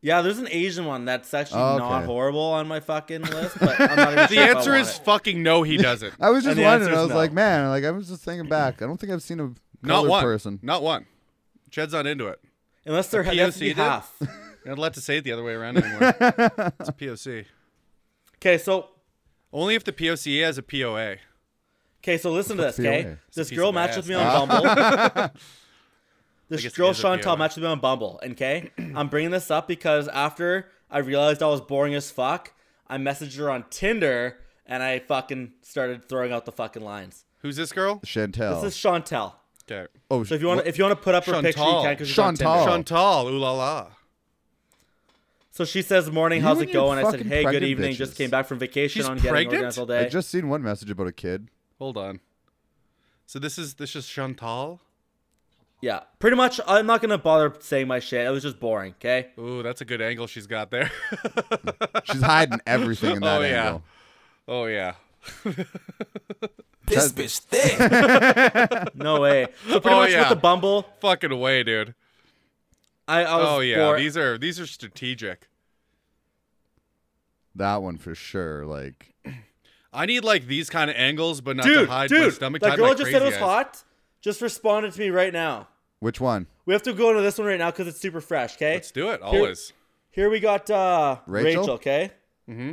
[SPEAKER 5] yeah, there's an Asian one that's actually
[SPEAKER 4] Oh,
[SPEAKER 5] not
[SPEAKER 4] okay.
[SPEAKER 5] horrible on my fucking list, but I'm not even
[SPEAKER 3] The
[SPEAKER 5] sure if I
[SPEAKER 3] answer
[SPEAKER 5] want
[SPEAKER 3] is
[SPEAKER 5] it.
[SPEAKER 3] fucking no, he doesn't.
[SPEAKER 4] I was just
[SPEAKER 5] And the
[SPEAKER 4] wondering.
[SPEAKER 5] answer
[SPEAKER 4] I
[SPEAKER 5] is
[SPEAKER 4] was
[SPEAKER 5] no.
[SPEAKER 4] like, man, like I was just thinking back. I don't think I've seen a
[SPEAKER 3] Not
[SPEAKER 4] colored
[SPEAKER 3] one.
[SPEAKER 4] person.
[SPEAKER 3] Not one. Chad's not into it.
[SPEAKER 5] unless they're they have to
[SPEAKER 3] POC
[SPEAKER 5] be
[SPEAKER 3] did?
[SPEAKER 5] half.
[SPEAKER 3] You're not allowed to say it the other way around anymore. it's a POC.
[SPEAKER 5] Okay, so
[SPEAKER 3] Only if the POC has a POA.
[SPEAKER 5] Okay, so listen to this,
[SPEAKER 4] POA?
[SPEAKER 5] okay? This
[SPEAKER 3] piece
[SPEAKER 5] girl
[SPEAKER 3] of
[SPEAKER 5] matched
[SPEAKER 3] ass.
[SPEAKER 5] with me on Bumble. this
[SPEAKER 3] guess it
[SPEAKER 5] girl,
[SPEAKER 3] is a
[SPEAKER 5] Chantal,
[SPEAKER 3] POA.
[SPEAKER 5] matched with me on Bumble, and, okay? I'm bringing this up because after I realized I was boring as fuck, I messaged her on Tinder and I fucking started throwing out the fucking lines.
[SPEAKER 3] Who's this girl?
[SPEAKER 4] Chantel.
[SPEAKER 5] This is Chantel.
[SPEAKER 3] Okay.
[SPEAKER 4] oh,
[SPEAKER 5] So if you want to if you want to put up her picture, you
[SPEAKER 3] Chantal.
[SPEAKER 5] can because she's
[SPEAKER 4] Chantal.
[SPEAKER 5] on Tinder.
[SPEAKER 3] Chantal, ooh la la.
[SPEAKER 5] So she says, "Morning,
[SPEAKER 4] You
[SPEAKER 5] how's
[SPEAKER 4] and
[SPEAKER 5] it
[SPEAKER 4] your
[SPEAKER 5] going?" I said,
[SPEAKER 4] fucking
[SPEAKER 5] "Hey, good
[SPEAKER 4] pregnant
[SPEAKER 5] evening.
[SPEAKER 4] bitches.
[SPEAKER 5] Just came back from vacation
[SPEAKER 3] She's
[SPEAKER 5] on
[SPEAKER 3] pregnant?
[SPEAKER 5] getting organized all
[SPEAKER 4] I
[SPEAKER 5] day."
[SPEAKER 4] just seen one message about a kid.
[SPEAKER 3] Hold on. So this is this is Chantal.
[SPEAKER 5] yeah, pretty much. I'm not gonna bother saying my shit. It was just boring. Okay.
[SPEAKER 3] Ooh, that's a good angle she's got there.
[SPEAKER 4] She's hiding everything in that
[SPEAKER 3] Oh, yeah.
[SPEAKER 4] angle.
[SPEAKER 3] oh yeah.
[SPEAKER 9] This bitch thick.
[SPEAKER 5] No way. So pretty
[SPEAKER 3] Oh,
[SPEAKER 5] much
[SPEAKER 3] yeah.
[SPEAKER 5] with the Bumble,
[SPEAKER 3] Fucking away, dude.
[SPEAKER 5] I, I was
[SPEAKER 3] Oh yeah.
[SPEAKER 5] bored.
[SPEAKER 3] These are these are strategic.
[SPEAKER 4] That one for sure. Like,
[SPEAKER 3] I need like these kind of angles, but not
[SPEAKER 5] dude,
[SPEAKER 3] to hide my
[SPEAKER 5] dude,
[SPEAKER 3] stomach.
[SPEAKER 5] that
[SPEAKER 3] hide
[SPEAKER 5] girl
[SPEAKER 3] my
[SPEAKER 5] just
[SPEAKER 3] crazy
[SPEAKER 5] said it was
[SPEAKER 3] eyes.
[SPEAKER 5] hot. Just responded to me right now.
[SPEAKER 4] which one?
[SPEAKER 5] We have to go into this one right now because it's super fresh. Okay,
[SPEAKER 3] Let's do it. Always.
[SPEAKER 5] Here we got uh,
[SPEAKER 4] Rachel?
[SPEAKER 5] Rachel. Okay. Mm-hmm.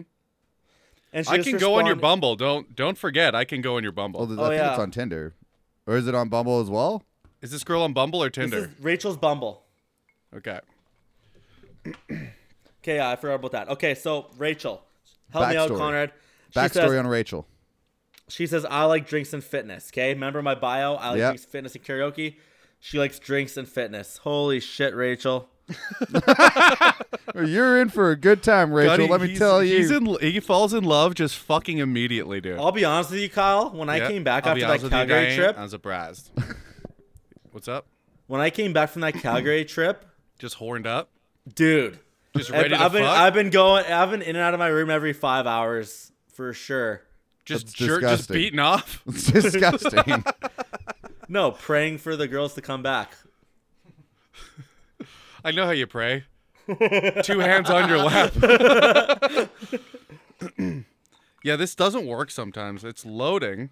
[SPEAKER 5] And she
[SPEAKER 3] I
[SPEAKER 5] just
[SPEAKER 3] can go on your
[SPEAKER 5] responded-
[SPEAKER 3] Bumble. Don't don't forget. I can go on your
[SPEAKER 4] Oh,
[SPEAKER 3] Bumble.
[SPEAKER 4] th-
[SPEAKER 5] Oh,
[SPEAKER 4] I think it's
[SPEAKER 5] yeah.
[SPEAKER 4] on Tinder, or is it on Bumble as well?
[SPEAKER 3] Is this girl on Bumble or
[SPEAKER 5] This
[SPEAKER 3] Tinder?
[SPEAKER 5] is Rachel's Bumble.
[SPEAKER 3] Okay.
[SPEAKER 5] Okay, yeah, I forgot about that. Okay, so Rachel, help me out,
[SPEAKER 4] Backstory.
[SPEAKER 5] Conrad. She
[SPEAKER 4] Backstory
[SPEAKER 5] says,
[SPEAKER 4] on Rachel.
[SPEAKER 5] She says I like drinks and fitness. Okay, remember my bio? I like
[SPEAKER 4] Yep.
[SPEAKER 5] drinks, fitness, and karaoke. She likes drinks and fitness. Holy shit, Rachel.
[SPEAKER 4] You're in for a good time, Rachel.
[SPEAKER 3] Buddy,
[SPEAKER 4] let me
[SPEAKER 3] he's-
[SPEAKER 4] tell you.
[SPEAKER 3] he's in, he falls in love just fucking immediately, dude.
[SPEAKER 5] I'll be honest with you, Kyle. When Oh, I
[SPEAKER 3] Yeah,
[SPEAKER 5] came back
[SPEAKER 3] I'll be
[SPEAKER 5] after
[SPEAKER 3] honest
[SPEAKER 5] that
[SPEAKER 3] with you,
[SPEAKER 5] Calgary
[SPEAKER 3] Diane,
[SPEAKER 5] trip,
[SPEAKER 3] I'm surprised. What's up?
[SPEAKER 5] when I came back from that Calgary trip,
[SPEAKER 3] Just horned up?
[SPEAKER 5] dude,
[SPEAKER 3] Just ready
[SPEAKER 5] I've,
[SPEAKER 3] to
[SPEAKER 5] I've been
[SPEAKER 3] fuck?
[SPEAKER 5] I've been going I've been in and out of my room every five hours for sure.
[SPEAKER 3] just
[SPEAKER 4] That's
[SPEAKER 3] jerk, just
[SPEAKER 4] disgusting.
[SPEAKER 3] beaten off?
[SPEAKER 4] it's disgusting.
[SPEAKER 5] No, praying for the girls to come back.
[SPEAKER 3] I know how you pray. Two hands on your lap. yeah, this doesn't work sometimes. It's loading.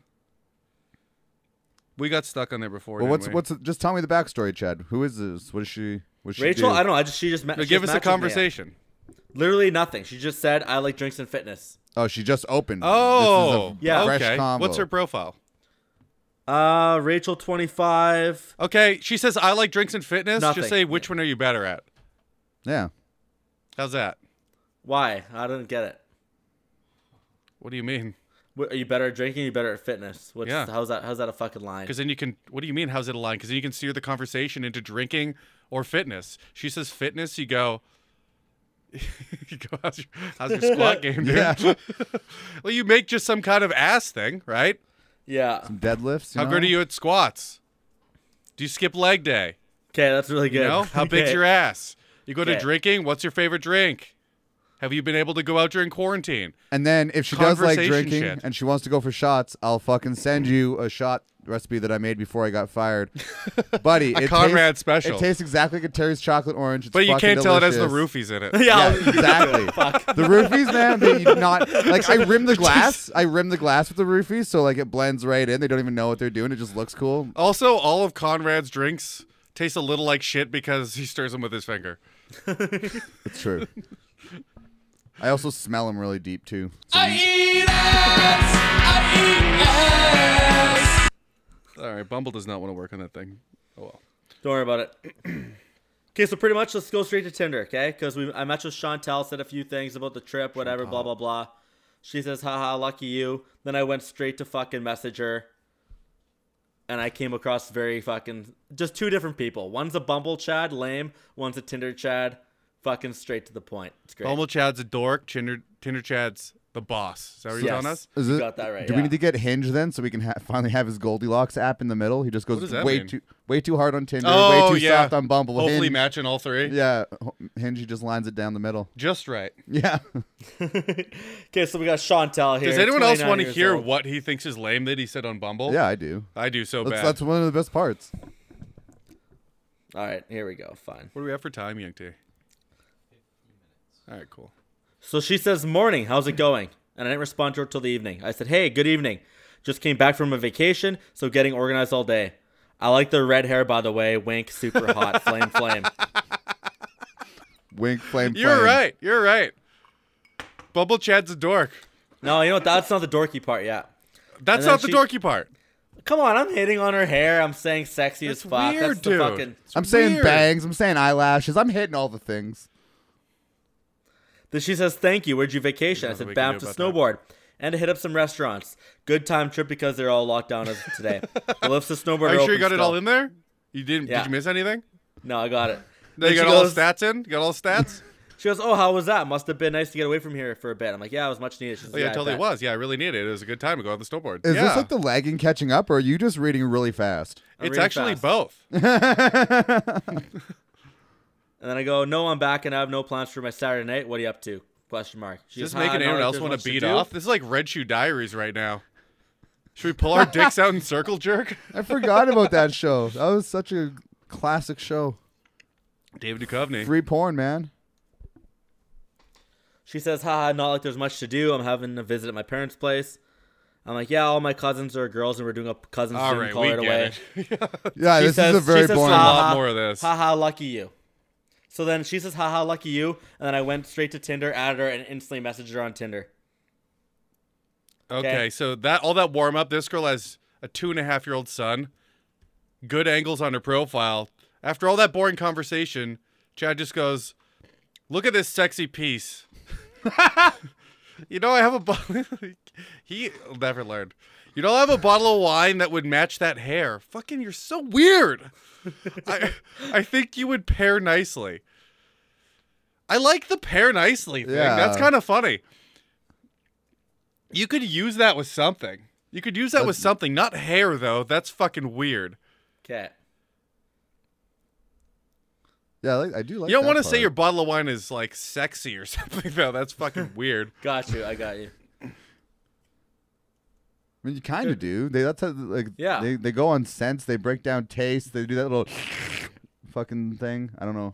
[SPEAKER 3] We got stuck on there before.
[SPEAKER 4] well,
[SPEAKER 3] didn't
[SPEAKER 4] what's
[SPEAKER 3] we?
[SPEAKER 4] what's just tell me the backstory, Chad. Who is this? What is she? What does she
[SPEAKER 5] Rachel,
[SPEAKER 4] do?
[SPEAKER 5] I don't know. I just she just met.
[SPEAKER 3] No,
[SPEAKER 5] she
[SPEAKER 3] give
[SPEAKER 5] just
[SPEAKER 3] us a
[SPEAKER 5] matched with me.
[SPEAKER 3] conversation.
[SPEAKER 5] Literally nothing. She just said I like drinks and fitness.
[SPEAKER 4] Oh, she just opened.
[SPEAKER 3] Oh,
[SPEAKER 4] this is a
[SPEAKER 5] Yeah.
[SPEAKER 4] fresh
[SPEAKER 3] okay.
[SPEAKER 4] combo.
[SPEAKER 3] What's her profile?
[SPEAKER 5] Uh, Rachel twenty five.
[SPEAKER 3] Okay, she says I like drinks and fitness.
[SPEAKER 5] Nothing.
[SPEAKER 3] Just say which one are you better at?
[SPEAKER 4] yeah.
[SPEAKER 3] How's that?
[SPEAKER 5] Why? I don't get it.
[SPEAKER 3] What do you mean?
[SPEAKER 5] What, are you better at drinking? Are you better at fitness? What's,
[SPEAKER 3] Yeah.
[SPEAKER 5] How's that? How's that a fucking line?
[SPEAKER 3] Because then you can. What do you mean? How's it aligned? Because then you can steer the conversation into drinking or fitness. She says fitness. You go. you go. How's your, how's your squat game, dude?
[SPEAKER 4] Yeah.
[SPEAKER 3] well, you make just some kind of ass thing, right?
[SPEAKER 5] Yeah.
[SPEAKER 4] Deadlifts. You
[SPEAKER 3] How
[SPEAKER 4] know?
[SPEAKER 3] good are you at squats? Do you skip leg day?
[SPEAKER 5] Okay, that's really good.
[SPEAKER 3] You know, how big's
[SPEAKER 5] Okay.
[SPEAKER 3] your ass? You go to
[SPEAKER 5] Okay.
[SPEAKER 3] drinking. What's your favorite drink? Have you been able to go out during quarantine?
[SPEAKER 4] And then if she does like
[SPEAKER 3] Conversation
[SPEAKER 4] drinking
[SPEAKER 3] shit.
[SPEAKER 4] and she wants to go for shots, I'll fucking send you a shot recipe that I made before I got fired, buddy. it
[SPEAKER 3] Conrad
[SPEAKER 4] tastes,
[SPEAKER 3] special.
[SPEAKER 4] It tastes exactly like a Terry's chocolate orange. It's
[SPEAKER 3] But you
[SPEAKER 4] fucking
[SPEAKER 3] can't tell it has the roofies
[SPEAKER 4] delicious.
[SPEAKER 3] in it.
[SPEAKER 4] Yeah, exactly. The roofies, man, they you not like I rim the glass. I rim the glass with the roofies, so like it blends right in. They don't even know what they're doing. It just looks cool.
[SPEAKER 3] Also, all of Conrad's drinks taste a little like shit because he stirs them with his finger.
[SPEAKER 4] It's true. I also smell them really deep too.
[SPEAKER 3] Ah, All right, Bumble does not want to work on that thing. Oh well.
[SPEAKER 5] Don't worry about it. okay, so pretty much let's go straight to Tinder, okay? Because we I met with Chantel, said a few things about the trip, whatever, blah blah blah. She says, haha, lucky you. Then I went straight to fucking Messenger. And I came across very fucking just two different people. One's a Bumble Chad, lame, one's a Tinder Chad, fucking straight to the point. It's great.
[SPEAKER 3] Bumble Chad's a dork. Tinder, Tinder Chad's the boss. Is that what you're telling
[SPEAKER 5] Yes.
[SPEAKER 3] us?
[SPEAKER 4] Is
[SPEAKER 5] You got that right,
[SPEAKER 4] Do
[SPEAKER 5] yeah.
[SPEAKER 4] we need to get Hinge then, so we can ha- finally have his Goldilocks app in the middle? He just goes
[SPEAKER 3] does that
[SPEAKER 4] way
[SPEAKER 3] mean?
[SPEAKER 4] too way too hard on Tinder,
[SPEAKER 3] Oh
[SPEAKER 4] way too
[SPEAKER 3] yeah.
[SPEAKER 4] soft on Bumble.
[SPEAKER 3] Hopefully
[SPEAKER 4] Hinge,
[SPEAKER 3] matching all three.
[SPEAKER 4] yeah, ho- Hinge he just lines it down the middle.
[SPEAKER 3] Just right.
[SPEAKER 4] Yeah,
[SPEAKER 3] Oh.
[SPEAKER 5] Okay, so we got Chantel here.
[SPEAKER 3] Does anyone else
[SPEAKER 5] 29
[SPEAKER 3] want to
[SPEAKER 5] years
[SPEAKER 3] hear
[SPEAKER 5] old.
[SPEAKER 3] what he thinks is lame that he said on Bumble?
[SPEAKER 4] yeah, I do.
[SPEAKER 3] I do so
[SPEAKER 4] That's,
[SPEAKER 3] bad.
[SPEAKER 4] that's one of the best parts.
[SPEAKER 5] All right, here we go. Fine.
[SPEAKER 3] What do we have for time, Young T? All right, cool.
[SPEAKER 5] So she says, Morning, how's it going? And I didn't respond to her till the evening. I said, Hey, good evening. Just came back from a vacation, so getting organized all day. I like the red hair, by the way. Wink, super hot, flame, flame.
[SPEAKER 4] Wink, flame.
[SPEAKER 3] You're
[SPEAKER 4] flame.
[SPEAKER 3] right. You're right. Bumble Chad's a dork.
[SPEAKER 5] No, you know what? That's not the dorky part yet.
[SPEAKER 3] That's
[SPEAKER 5] And then
[SPEAKER 3] not the
[SPEAKER 5] she-
[SPEAKER 3] dorky part.
[SPEAKER 5] Come on, I'm hitting on her hair. I'm saying sexy
[SPEAKER 3] That's
[SPEAKER 5] as fuck.
[SPEAKER 3] weird,
[SPEAKER 5] That's the
[SPEAKER 3] dude.
[SPEAKER 5] fucking.
[SPEAKER 4] I'm saying
[SPEAKER 3] Weird.
[SPEAKER 4] bangs. I'm saying eyelashes. I'm hitting all the things.
[SPEAKER 5] Then she says, "Thank you. Where'd you vacation?" I
[SPEAKER 3] nothing
[SPEAKER 5] said,
[SPEAKER 3] we can
[SPEAKER 5] "Banff to
[SPEAKER 3] do
[SPEAKER 5] snowboard." And to hit up some restaurants. Good time trip because they're all locked down as of today. the lifts to snowboard.
[SPEAKER 3] Are you
[SPEAKER 5] open
[SPEAKER 3] sure you got it
[SPEAKER 5] still.
[SPEAKER 3] all in there? You didn't?
[SPEAKER 5] Yeah.
[SPEAKER 3] Did you miss anything?
[SPEAKER 5] No, I got it.
[SPEAKER 3] No, you
[SPEAKER 5] Then
[SPEAKER 3] got
[SPEAKER 5] she
[SPEAKER 3] all
[SPEAKER 5] goes-
[SPEAKER 3] the stats in. You got all the stats.
[SPEAKER 5] She goes, "Oh, how was that? Must have been nice to get away from here for a bit." I'm like, "Yeah, it was much needed." She says,
[SPEAKER 3] Oh, yeah, I totally
[SPEAKER 5] bet."
[SPEAKER 3] was. Yeah, I really needed it. It was a good time to go on the snowboard.
[SPEAKER 4] Is
[SPEAKER 3] yeah.
[SPEAKER 4] this like the lagging catching up, or are you just reading really fast?
[SPEAKER 5] I'm
[SPEAKER 3] it's
[SPEAKER 5] reading
[SPEAKER 3] actually
[SPEAKER 5] fast.
[SPEAKER 3] both.
[SPEAKER 5] And then I go, "No, I'm back, and I have no plans for my Saturday night. What are you up to?" Question mark. She
[SPEAKER 3] Just
[SPEAKER 5] goes, "Huh,
[SPEAKER 3] making
[SPEAKER 5] not
[SPEAKER 3] anyone
[SPEAKER 5] like
[SPEAKER 3] else
[SPEAKER 5] there's
[SPEAKER 3] want
[SPEAKER 5] much
[SPEAKER 3] to beat
[SPEAKER 5] do."
[SPEAKER 3] off. This is like Red Shoe Diaries right now. Should we pull our dicks out and circle jerk?
[SPEAKER 4] I forgot about that show. That was such a classic show.
[SPEAKER 3] David Duchovny.
[SPEAKER 4] Free porn, man.
[SPEAKER 5] She says, "Haha, not like there's much to do. I'm having a visit at my parents' place." I'm like, "Yeah, all my cousins are girls, and we're doing a cousins
[SPEAKER 3] All
[SPEAKER 5] Zoom
[SPEAKER 3] right,
[SPEAKER 5] call
[SPEAKER 3] we
[SPEAKER 5] right
[SPEAKER 3] get
[SPEAKER 5] away."
[SPEAKER 3] it.
[SPEAKER 4] Yeah,
[SPEAKER 5] She
[SPEAKER 4] this
[SPEAKER 5] says-
[SPEAKER 4] is a
[SPEAKER 5] she
[SPEAKER 4] very
[SPEAKER 5] says,
[SPEAKER 4] boring.
[SPEAKER 5] "Ah."
[SPEAKER 4] one.
[SPEAKER 3] lot more of this.
[SPEAKER 5] Haha, lucky you. So then she says, "Haha, lucky you," and then I went straight to Tinder, added her, and instantly messaged her on Tinder.
[SPEAKER 3] Okay,
[SPEAKER 5] Okay.
[SPEAKER 3] so that all that warm up, this girl has a two and a half year old son. Good angles on her profile. After all that boring conversation, Chad just goes, "Look at this sexy piece." you know, I have a bottle. he never learned. You don't have a bottle of wine that would match that hair. Fucking, you're so weird. I, I think you would pair nicely. I like the pair nicely thing.
[SPEAKER 4] Yeah.
[SPEAKER 3] That's kind of funny. You could use that with something. You could use that with something, not hair though. That's fucking weird.
[SPEAKER 5] Okay.
[SPEAKER 4] Yeah, I, like, I do like.
[SPEAKER 3] You don't
[SPEAKER 4] want to
[SPEAKER 3] say your bottle of wine is like sexy or something though. That's fucking weird.
[SPEAKER 5] Got you. I got you.
[SPEAKER 4] I mean, you kind of do. They that's how, like
[SPEAKER 5] Yeah.
[SPEAKER 4] They they go on scents. They break down taste. They do that little fucking thing. I don't know.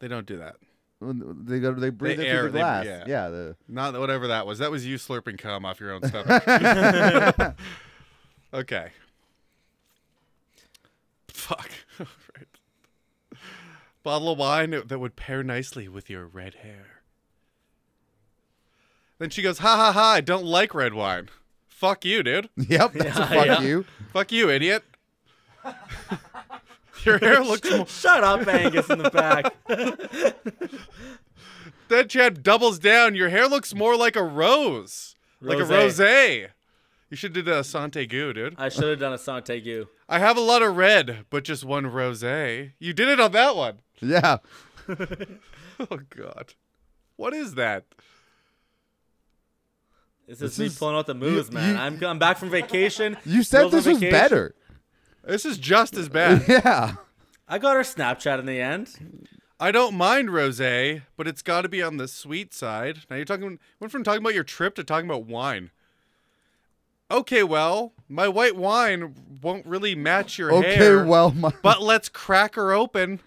[SPEAKER 3] They don't do that.
[SPEAKER 4] When They go. They breathe
[SPEAKER 3] They
[SPEAKER 4] it through
[SPEAKER 3] air-
[SPEAKER 4] the
[SPEAKER 3] they-
[SPEAKER 4] glass.
[SPEAKER 3] yeah.
[SPEAKER 4] yeah. The,
[SPEAKER 3] Not that- whatever that was. That was you slurping cum off your own stomach. okay. Fuck. All right. Bottle of wine that would pair nicely with your red hair. Then she goes, "Ha ha ha! I don't like red wine. Fuck you, dude."
[SPEAKER 4] yep. That's a fuck
[SPEAKER 5] yeah.
[SPEAKER 4] you.
[SPEAKER 3] Fuck you, idiot. Your hair looks more.
[SPEAKER 5] Shut up, Angus in the back.
[SPEAKER 3] Then Chad doubles down. Your hair looks more like a rose, like a
[SPEAKER 5] Rose.
[SPEAKER 3] rose. You should do the Sante Goo, dude.
[SPEAKER 5] I should have done a song take you.
[SPEAKER 3] I have a lot of red, but just one rose. You did it on that one.
[SPEAKER 4] Yeah.
[SPEAKER 3] Oh, God. What is that?
[SPEAKER 5] This is
[SPEAKER 4] This
[SPEAKER 5] me
[SPEAKER 4] is-
[SPEAKER 5] pulling out the moves,
[SPEAKER 4] you-
[SPEAKER 5] man.
[SPEAKER 4] you-
[SPEAKER 5] I'm, I'm back from vacation.
[SPEAKER 4] You said
[SPEAKER 5] Girls on
[SPEAKER 4] this was
[SPEAKER 5] vacation.
[SPEAKER 4] better.
[SPEAKER 3] This is just as bad.
[SPEAKER 4] Yeah.
[SPEAKER 5] I got her Snapchat in the end.
[SPEAKER 3] I don't mind rosé, but it's got to be on the sweet side. Now you're talking went from talking about your trip to talking about wine. Okay, well, my white wine won't really match your
[SPEAKER 4] Okay,
[SPEAKER 3] hair.
[SPEAKER 4] well, my,
[SPEAKER 3] but let's crack her open.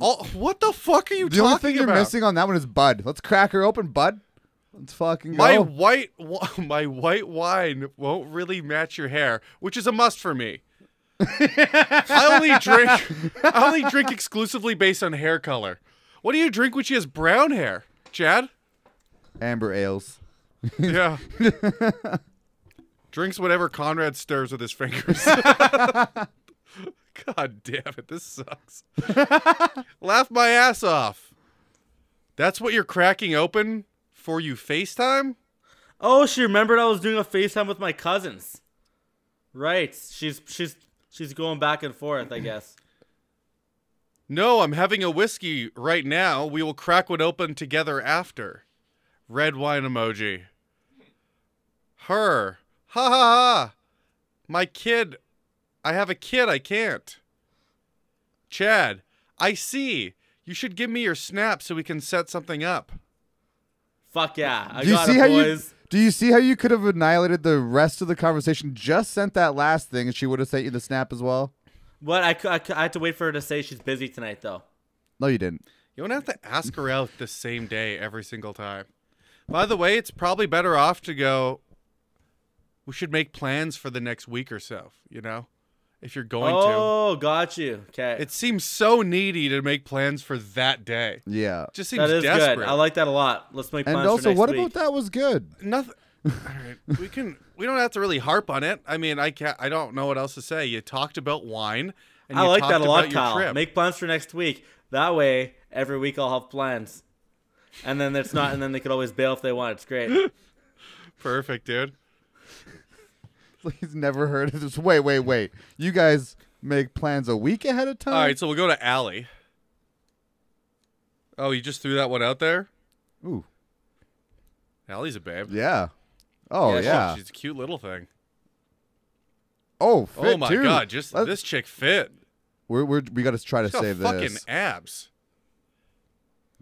[SPEAKER 3] Oh, what the fuck are you
[SPEAKER 4] the
[SPEAKER 3] talking
[SPEAKER 4] only thing you're
[SPEAKER 3] about?
[SPEAKER 4] missing on that one is Bud. Let's crack her open, Bud. Let's fucking
[SPEAKER 3] my
[SPEAKER 4] go.
[SPEAKER 3] white wi- my white wine won't really match your hair, which is a must for me. I only drink I only drink exclusively based on hair color. What do you drink when she has brown hair, Chad?
[SPEAKER 4] Amber ales.
[SPEAKER 3] Yeah. Drinks whatever Conrad stirs with his fingers. God damn it, this sucks. Laugh my ass off. That's what you're cracking open for you FaceTime?
[SPEAKER 5] Oh, she remembered I was doing a FaceTime with my cousins. Right. She's she's she's going back and forth, I guess.
[SPEAKER 3] No, I'm having a whiskey right now. We will crack one open together after. Red wine emoji. Her. Ha ha ha. My kid. I have a kid. I can't. Chad. I see. You should give me your snap so we can set something up.
[SPEAKER 5] Fuck yeah. I
[SPEAKER 4] Do you
[SPEAKER 5] got
[SPEAKER 4] see
[SPEAKER 5] it,
[SPEAKER 4] how you?
[SPEAKER 5] boys.
[SPEAKER 4] Do you see how you could have annihilated the rest of the conversation? Just sent that last thing, and she would have sent you the snap as well.
[SPEAKER 5] What I, cou- I, cou- I had to wait for her to say she's busy tonight though.
[SPEAKER 4] No, you didn't.
[SPEAKER 3] You don't have to ask her out the same day every single time. By the way, it's probably better off to go. We should make plans for the next week or so, you know? If you're going to.
[SPEAKER 5] Oh, got you. Okay.
[SPEAKER 3] It seems so needy to make plans for that day.
[SPEAKER 4] Yeah.
[SPEAKER 3] It just seems
[SPEAKER 5] that is
[SPEAKER 3] desperate.
[SPEAKER 5] good. I like that a lot. Let's make
[SPEAKER 4] And
[SPEAKER 5] plans for
[SPEAKER 4] also,
[SPEAKER 5] next
[SPEAKER 4] what
[SPEAKER 5] week.
[SPEAKER 4] about that was good?
[SPEAKER 3] nothing. All right, we can. We don't have to really harp on it. I mean, I can't. I don't know what else to say. You talked about wine. And
[SPEAKER 5] I
[SPEAKER 3] you
[SPEAKER 5] like
[SPEAKER 3] talked
[SPEAKER 5] that a lot,
[SPEAKER 3] about your
[SPEAKER 5] Kyle.
[SPEAKER 3] Trip.
[SPEAKER 5] Make plans for next week. That way, every week I'll have plans. And then it's not, and then they could always bail if they want. It's great.
[SPEAKER 3] perfect, dude.
[SPEAKER 4] He's never heard of this. Wait, wait, wait. You guys make plans a week ahead of time?
[SPEAKER 3] All right, so we'll go to Allie. Oh, you just threw that one out there.
[SPEAKER 4] Ooh.
[SPEAKER 3] Allie's a babe.
[SPEAKER 4] Yeah. Oh, yeah.
[SPEAKER 3] she- she's a cute little thing.
[SPEAKER 4] Oh, fit
[SPEAKER 3] oh my
[SPEAKER 4] too.
[SPEAKER 3] god, just
[SPEAKER 4] Let-
[SPEAKER 3] this chick fit.
[SPEAKER 4] We're, we're, we got to try to
[SPEAKER 3] She's got
[SPEAKER 4] save
[SPEAKER 3] fucking
[SPEAKER 4] this.
[SPEAKER 3] abs.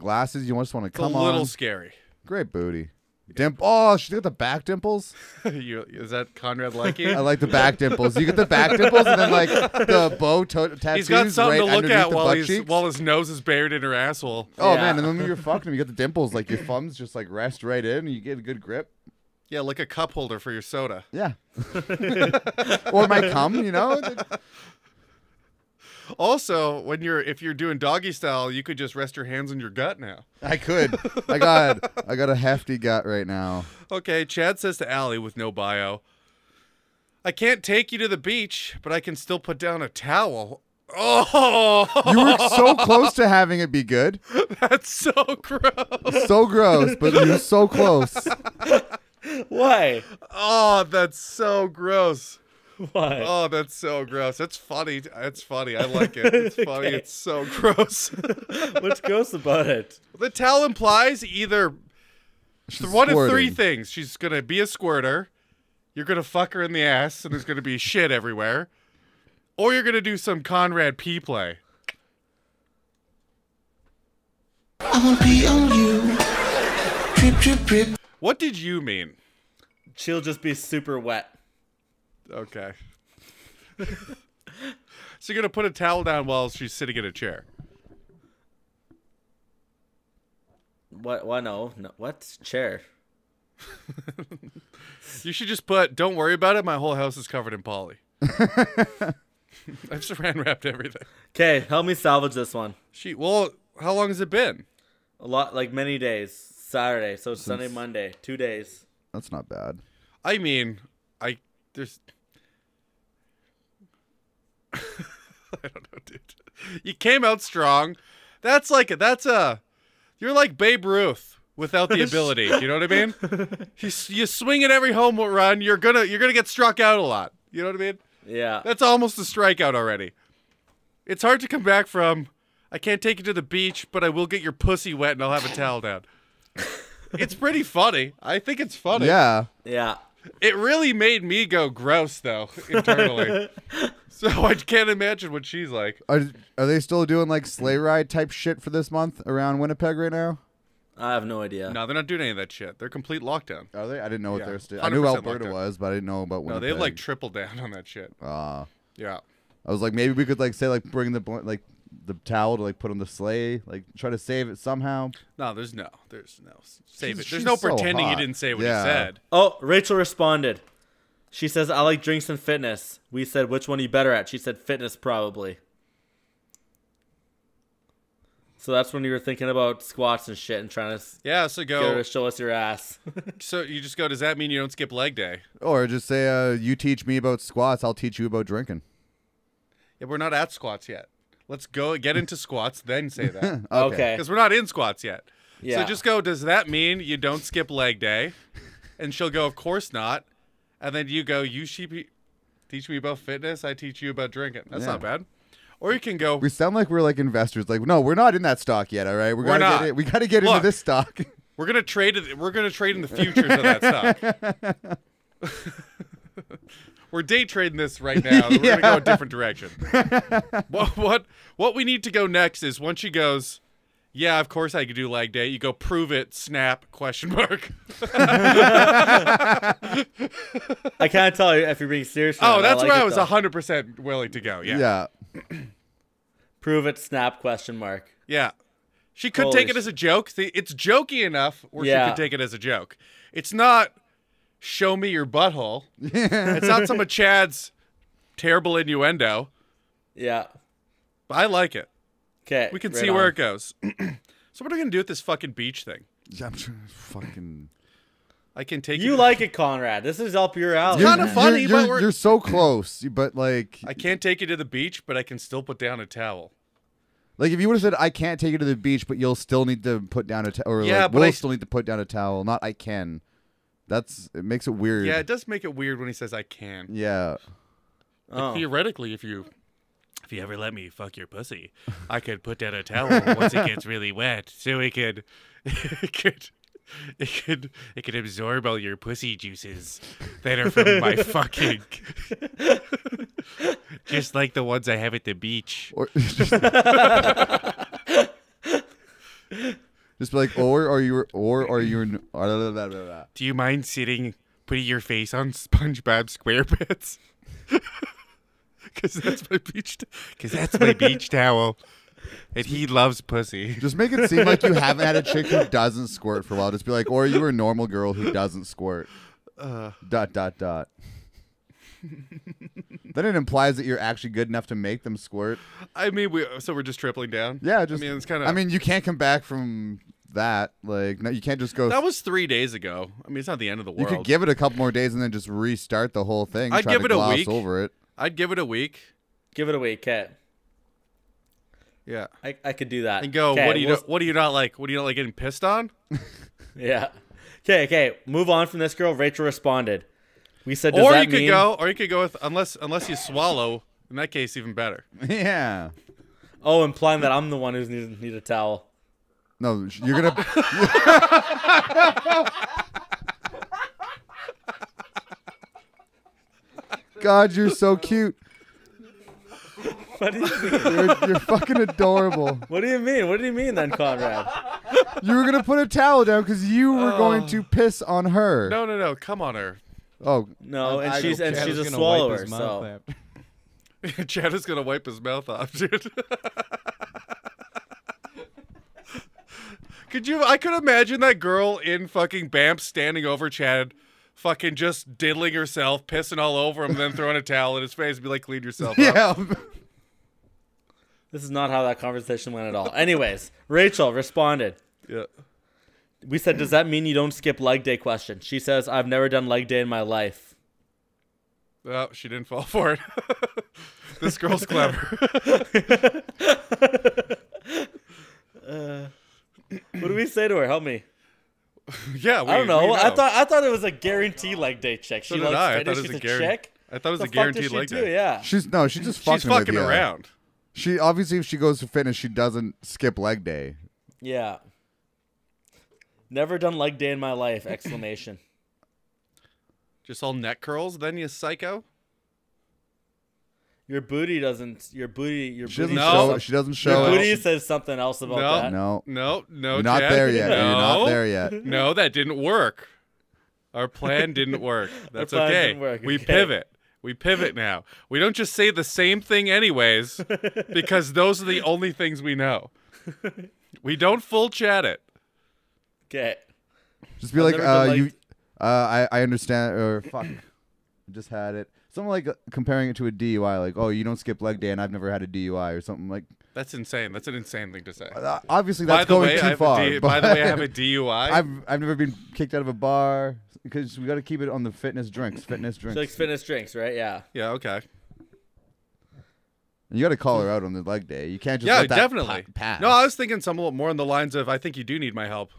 [SPEAKER 4] Glasses, you just want to
[SPEAKER 3] It's a
[SPEAKER 4] come on.
[SPEAKER 3] little scary.
[SPEAKER 4] Great booty. Dimp. Oh, she got the back dimples.
[SPEAKER 3] you, is that Conrad like
[SPEAKER 4] I like the back dimples. You get the back dimples and then like the bow to-
[SPEAKER 3] He's
[SPEAKER 4] tattoos.
[SPEAKER 3] got something
[SPEAKER 4] right
[SPEAKER 3] to look
[SPEAKER 4] underneath
[SPEAKER 3] at
[SPEAKER 4] the
[SPEAKER 3] while
[SPEAKER 4] butt
[SPEAKER 3] he's
[SPEAKER 4] cheeks.
[SPEAKER 3] while his nose is buried in her asshole.
[SPEAKER 4] Oh
[SPEAKER 5] Yeah.
[SPEAKER 4] man, and then when you're fucking him, you got the dimples. Like your thumbs just like rest right in, and you get a good grip.
[SPEAKER 3] Yeah, like a cup holder for your soda.
[SPEAKER 4] Yeah. or my cum, you know.
[SPEAKER 3] Also, when you're if you're doing doggy style, you could just rest your hands on your gut now.
[SPEAKER 4] I could. I got. I got a hefty gut right now.
[SPEAKER 3] Okay, Chad says to Allie with no bio, I can't take you to the beach, but I can still put down a towel. Oh,
[SPEAKER 4] You were so close to having it be good.
[SPEAKER 3] that's so gross.
[SPEAKER 4] So gross, but you were so close.
[SPEAKER 5] Why?
[SPEAKER 3] Oh, that's so gross.
[SPEAKER 5] Why?
[SPEAKER 3] Oh, that's so gross. That's funny. That's funny. I like it. It's funny.
[SPEAKER 5] Okay.
[SPEAKER 3] It's so gross. Oh.
[SPEAKER 5] What's gross about it?
[SPEAKER 3] The towel implies either
[SPEAKER 4] She's
[SPEAKER 3] one of three
[SPEAKER 4] squirting.
[SPEAKER 3] things. She's gonna be a squirter, you're gonna fuck her in the ass, and there's gonna be shit everywhere. Or you're gonna do some Conrad P play.
[SPEAKER 9] I wanna be on you. Drip, drip, drip.
[SPEAKER 3] What did you mean?
[SPEAKER 5] She'll just be super wet.
[SPEAKER 3] Okay. so you're gonna put a towel down while she's sitting in a chair.
[SPEAKER 5] What? Why no? no what chair?
[SPEAKER 3] You should just put don't worry about it, my whole house is covered in poly. I've saran wrapped everything.
[SPEAKER 5] Okay, help me salvage this one.
[SPEAKER 3] She well, how long has it been?
[SPEAKER 5] A lot, like many days. Saturday, so Sunday, Monday, two days.
[SPEAKER 4] That's not bad.
[SPEAKER 3] I mean, I there's. I don't know, dude. You came out strong. That's like that's a. You're like Babe Ruth without the ability. You know what I mean? You, s- you swing at every home run. You're gonna you're gonna get struck out a lot. You know what I mean?
[SPEAKER 5] Yeah.
[SPEAKER 3] That's almost a strikeout already. It's hard to come back from. I can't take you to the beach, but I will get your pussy wet and I'll have a towel down. It's pretty funny. I think it's funny.
[SPEAKER 4] Yeah.
[SPEAKER 5] Yeah.
[SPEAKER 3] It really made me go gross though internally. so I can't imagine what she's like.
[SPEAKER 4] Are, are they still doing like sleigh ride type shit for this month around Winnipeg right now?
[SPEAKER 5] I have no idea.
[SPEAKER 3] No, they're not doing any of that shit. They're complete lockdown.
[SPEAKER 4] Are they? I didn't know what
[SPEAKER 3] Yeah,
[SPEAKER 4] they were still. I knew
[SPEAKER 3] 100%
[SPEAKER 4] Alberta
[SPEAKER 3] lockdown.
[SPEAKER 4] was, but I didn't know about
[SPEAKER 3] No,
[SPEAKER 4] Winnipeg.
[SPEAKER 3] they've like tripled down on that shit.
[SPEAKER 4] Ah.
[SPEAKER 3] Yeah.
[SPEAKER 4] I was like, maybe we could like say like bring the bl- like the towel to like put on the sleigh, like try to save it somehow.
[SPEAKER 3] No, there's no, there's no save
[SPEAKER 4] She's-
[SPEAKER 3] it. There's no
[SPEAKER 4] she's so
[SPEAKER 3] pretending
[SPEAKER 4] hot.
[SPEAKER 3] you didn't say what
[SPEAKER 4] Yeah.
[SPEAKER 3] you said.
[SPEAKER 5] Oh, Rachel responded. She says, I like drinks and fitness. We said, which one are you better at? She said, fitness, probably. So that's when you were thinking about squats and shit and trying to s-
[SPEAKER 3] Yeah. So
[SPEAKER 5] get her
[SPEAKER 3] go.
[SPEAKER 5] to show us your ass.
[SPEAKER 3] So you just go. Does that mean you don't skip leg day?
[SPEAKER 4] Or just say, uh, you teach me about squats, I'll teach you about drinking.
[SPEAKER 3] Yeah, we're not at squats yet. Let's go get into squats, then say that.
[SPEAKER 5] okay.
[SPEAKER 3] Because we're not in squats yet.
[SPEAKER 5] Yeah.
[SPEAKER 3] So just go, does that mean you don't skip leg day? And she'll go, of course not. And then you go, you sheep, teach me about fitness. I teach you about drinking. That's
[SPEAKER 4] Yeah.
[SPEAKER 3] not bad. Or you can go,
[SPEAKER 4] We sound like we're like investors. Like, no, we're not in that stock yet. All right, we're,
[SPEAKER 3] We're
[SPEAKER 4] gonna
[SPEAKER 3] not.
[SPEAKER 4] Get it. We got to get into
[SPEAKER 3] Look.
[SPEAKER 4] this stock.
[SPEAKER 3] we're gonna trade. it- We're gonna trade in the futures of that stock. we're day trading this right now. We're gonna go a different direction. what, what what we need to go next is once she goes, yeah, of course I could do leg day. You go prove it. Snap question mark.
[SPEAKER 5] I can't tell you if you're being serious. or
[SPEAKER 3] Oh,
[SPEAKER 5] not.
[SPEAKER 3] that's
[SPEAKER 5] like
[SPEAKER 3] where
[SPEAKER 5] it,
[SPEAKER 3] I was
[SPEAKER 5] though.
[SPEAKER 3] hundred percent willing to go. Yeah, yeah.
[SPEAKER 4] yeah.
[SPEAKER 5] Prove it, snap, question mark.
[SPEAKER 3] She could
[SPEAKER 5] Holy
[SPEAKER 3] take it
[SPEAKER 5] sh-
[SPEAKER 3] as a joke. See, It's jokey enough where
[SPEAKER 5] Yeah.
[SPEAKER 3] she could take it as a joke. It's not show me your butthole. it's not some of Chad's terrible innuendo.
[SPEAKER 5] Yeah.
[SPEAKER 3] But I like it.
[SPEAKER 5] Okay.
[SPEAKER 3] We can see where it goes. so what are we gonna do with this fucking beach thing?
[SPEAKER 4] Yeah, I'm trying to fucking.
[SPEAKER 3] I can take
[SPEAKER 5] You like it, Conrad. This is up your alley. man.
[SPEAKER 3] Kinda fun. funny,
[SPEAKER 4] you're,
[SPEAKER 3] but
[SPEAKER 4] you're-
[SPEAKER 3] we're-
[SPEAKER 4] you're so close, but like,
[SPEAKER 3] I can't take you to the beach, but I can still put down a towel.
[SPEAKER 4] like if you would have said, "I can't take you to the beach," but you'll still need to put down a towel, or
[SPEAKER 3] Yeah,
[SPEAKER 4] like,
[SPEAKER 3] but
[SPEAKER 4] we'll
[SPEAKER 3] I-
[SPEAKER 4] still need to put down a towel. Not I can. That's it makes it weird.
[SPEAKER 3] Yeah, it does make it weird when he says I can.
[SPEAKER 4] yeah.
[SPEAKER 3] Like, theoretically, if you if you ever let me fuck your pussy, I could put down a towel once it gets really wet, so it could it could it could it could absorb all your pussy juices that are from my fucking, just like the ones I have at the beach.
[SPEAKER 4] Or just, just be like, or are you, or are you, an- blah, blah, blah, blah, blah.
[SPEAKER 3] Do you mind sitting, putting your face on SpongeBob SquarePants? Because that's my beach. Because that's my beach towel, and he loves pussy.
[SPEAKER 4] just make it seem like you haven't had a chick who doesn't squirt for a while. Just be like, or you were a normal girl who doesn't squirt. dot dot dot. then it implies that you're actually good enough to make them squirt.
[SPEAKER 3] I mean, we so we're just tripling down.
[SPEAKER 4] Yeah, just.
[SPEAKER 3] I mean, it's kind of.
[SPEAKER 4] I mean, you can't come back from that. Like, no, you can't just go.
[SPEAKER 3] that was three days ago. I mean, it's not the end of the
[SPEAKER 4] you
[SPEAKER 3] world.
[SPEAKER 4] could give it a couple more days and then just restart the whole thing.
[SPEAKER 3] I'd
[SPEAKER 4] try
[SPEAKER 3] give
[SPEAKER 4] to
[SPEAKER 3] it a
[SPEAKER 4] gloss
[SPEAKER 3] week.
[SPEAKER 4] over it.
[SPEAKER 3] I'd give it a week.
[SPEAKER 5] Give it away, Kat.
[SPEAKER 3] Yeah,
[SPEAKER 5] I, I could do that.
[SPEAKER 3] and go.
[SPEAKER 5] 'Kay,
[SPEAKER 3] What do you
[SPEAKER 5] we'll-
[SPEAKER 3] do, What do you not like? What do you not like getting pissed on?
[SPEAKER 5] Yeah. Okay, okay. Move on from this girl. Rachel responded. We said, Does
[SPEAKER 3] or
[SPEAKER 5] that
[SPEAKER 3] you could
[SPEAKER 5] mean-
[SPEAKER 3] go. Or you could go with unless unless you swallow. In that case, even better.
[SPEAKER 4] yeah.
[SPEAKER 5] Oh, implying that I'm the one who's need, need a towel.
[SPEAKER 4] No, sh- you're gonna. God, you're so cute.
[SPEAKER 5] What do you mean?
[SPEAKER 4] You're, you're fucking adorable.
[SPEAKER 5] What do you mean? What do you mean then, Conrad?
[SPEAKER 4] You were gonna put a towel down because you were going to piss on her.
[SPEAKER 3] Oh. No, no, no. Come on, her.
[SPEAKER 4] Oh,
[SPEAKER 5] No, and
[SPEAKER 4] I
[SPEAKER 5] she's
[SPEAKER 4] don't
[SPEAKER 5] and
[SPEAKER 4] care.
[SPEAKER 5] she's
[SPEAKER 4] I
[SPEAKER 5] a
[SPEAKER 4] was
[SPEAKER 5] swallower. So
[SPEAKER 3] Chad is gonna wipe his mouth off, dude. could you? I could imagine that girl in fucking Bamp standing over Chad, fucking just diddling herself, pissing all over him, then throwing a towel in his face, and be like, "Clean yourself up."
[SPEAKER 4] yeah.
[SPEAKER 5] this is not how that conversation went at all. Anyways, Rachel responded.
[SPEAKER 3] Yeah.
[SPEAKER 5] We said, Does that mean you don't skip leg day question? She says, I've never done leg day in my life.
[SPEAKER 3] Oh, she didn't fall for it. this girl's clever.
[SPEAKER 5] What do we say to her? Help me.
[SPEAKER 3] yeah, we,
[SPEAKER 5] I don't know.
[SPEAKER 3] we
[SPEAKER 5] I thought I thought it was a guarantee leg day chick. She
[SPEAKER 3] So did
[SPEAKER 5] likes
[SPEAKER 3] I. I
[SPEAKER 5] fitness.
[SPEAKER 3] thought it
[SPEAKER 5] She's
[SPEAKER 3] was
[SPEAKER 5] a
[SPEAKER 3] a guar-
[SPEAKER 5] chick.
[SPEAKER 3] I thought it was
[SPEAKER 5] The
[SPEAKER 3] a
[SPEAKER 5] fuck does
[SPEAKER 3] guaranteed
[SPEAKER 5] she
[SPEAKER 3] leg
[SPEAKER 5] do?
[SPEAKER 3] day.
[SPEAKER 5] Yeah.
[SPEAKER 4] She's no, she's just fucking.
[SPEAKER 3] She's fucking
[SPEAKER 4] with you.
[SPEAKER 3] around.
[SPEAKER 4] She obviously, if she goes to fitness, she doesn't skip leg day.
[SPEAKER 5] Yeah. Never done leg day in my life! Exclamation.
[SPEAKER 3] Just all neck curls, then you psycho.
[SPEAKER 5] Your booty doesn't. Your booty. Your
[SPEAKER 4] She
[SPEAKER 5] booty.
[SPEAKER 4] doesn't
[SPEAKER 3] No.
[SPEAKER 4] show. She doesn't
[SPEAKER 5] your
[SPEAKER 4] show.
[SPEAKER 5] booty
[SPEAKER 4] it.
[SPEAKER 5] says something else about
[SPEAKER 3] No.
[SPEAKER 5] that.
[SPEAKER 4] No,
[SPEAKER 3] No, no,
[SPEAKER 4] you're not
[SPEAKER 3] Jack.
[SPEAKER 4] there yet.
[SPEAKER 3] No.
[SPEAKER 4] You're not there yet.
[SPEAKER 3] No, that didn't work. Our plan didn't work. That's
[SPEAKER 5] plan
[SPEAKER 3] okay.
[SPEAKER 5] didn't work,
[SPEAKER 3] We
[SPEAKER 5] okay.
[SPEAKER 3] pivot. We pivot now. We don't just say the same thing anyways because those are the only things we know. We don't full chat it.
[SPEAKER 5] Okay.
[SPEAKER 4] Just be like,
[SPEAKER 5] never been
[SPEAKER 4] uh,
[SPEAKER 5] like-
[SPEAKER 4] you. Uh, I I understand. Or fuck, I just had it. Something like uh, comparing it to a DUI. Like, oh, you don't skip leg day, and I've never had a DUI or something like.
[SPEAKER 3] That's insane. That's an insane thing to say.
[SPEAKER 4] Uh, obviously,
[SPEAKER 3] By
[SPEAKER 4] that's
[SPEAKER 3] the
[SPEAKER 4] going
[SPEAKER 3] way, I
[SPEAKER 4] too
[SPEAKER 3] have
[SPEAKER 4] far.
[SPEAKER 3] a D-
[SPEAKER 4] but
[SPEAKER 3] by the way, I have a DUI.
[SPEAKER 4] I've I've never been kicked out of a bar because we got to keep it on the fitness drinks. Fitness
[SPEAKER 5] She
[SPEAKER 4] drinks.
[SPEAKER 5] likes fitness drinks, right? Yeah.
[SPEAKER 3] yeah, okay.
[SPEAKER 4] you got to call her out on the leg day. You can't just
[SPEAKER 3] Yeah,
[SPEAKER 4] let that
[SPEAKER 3] definitely.
[SPEAKER 4] pa- pass.
[SPEAKER 3] No, I was thinking somewhat more on the lines of I think you do need my help.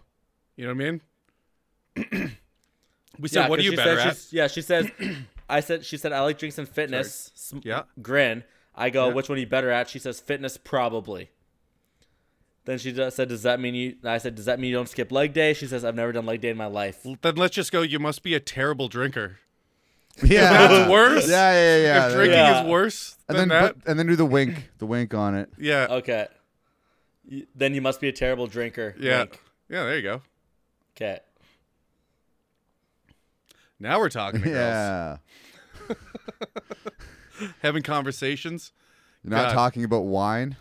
[SPEAKER 3] You know what I mean? we said,
[SPEAKER 5] yeah,
[SPEAKER 3] what are
[SPEAKER 5] 'cause
[SPEAKER 3] you
[SPEAKER 5] she
[SPEAKER 3] better
[SPEAKER 5] says
[SPEAKER 3] at?
[SPEAKER 5] she's- Yeah, she says. I said. She said I like drinks and fitness. Sm-
[SPEAKER 3] Yeah.
[SPEAKER 5] Grin. I go. Which one are you better at? She says fitness probably. Then she does- said, "Does that mean you?" I said, "Does that mean you don't skip leg day?" She says, "I've never done leg day in my life."
[SPEAKER 3] Then let's just go. You must be a terrible drinker.
[SPEAKER 4] yeah,
[SPEAKER 3] That's worse.
[SPEAKER 4] Yeah, yeah, yeah.
[SPEAKER 3] if
[SPEAKER 4] there
[SPEAKER 3] drinking
[SPEAKER 4] you
[SPEAKER 5] Yeah.
[SPEAKER 3] is worse
[SPEAKER 4] go.
[SPEAKER 3] than
[SPEAKER 4] and then
[SPEAKER 3] that,
[SPEAKER 4] put- and then do the wink, the wink on it.
[SPEAKER 3] yeah,
[SPEAKER 5] Okay. Y- Then you must be a terrible drinker.
[SPEAKER 3] yeah,
[SPEAKER 5] Wink.
[SPEAKER 3] yeah. There you go.
[SPEAKER 5] Okay.
[SPEAKER 3] Now we're talking. To girls.
[SPEAKER 4] Yeah,
[SPEAKER 3] having conversations.
[SPEAKER 4] you're not
[SPEAKER 3] God.
[SPEAKER 4] talking about wine.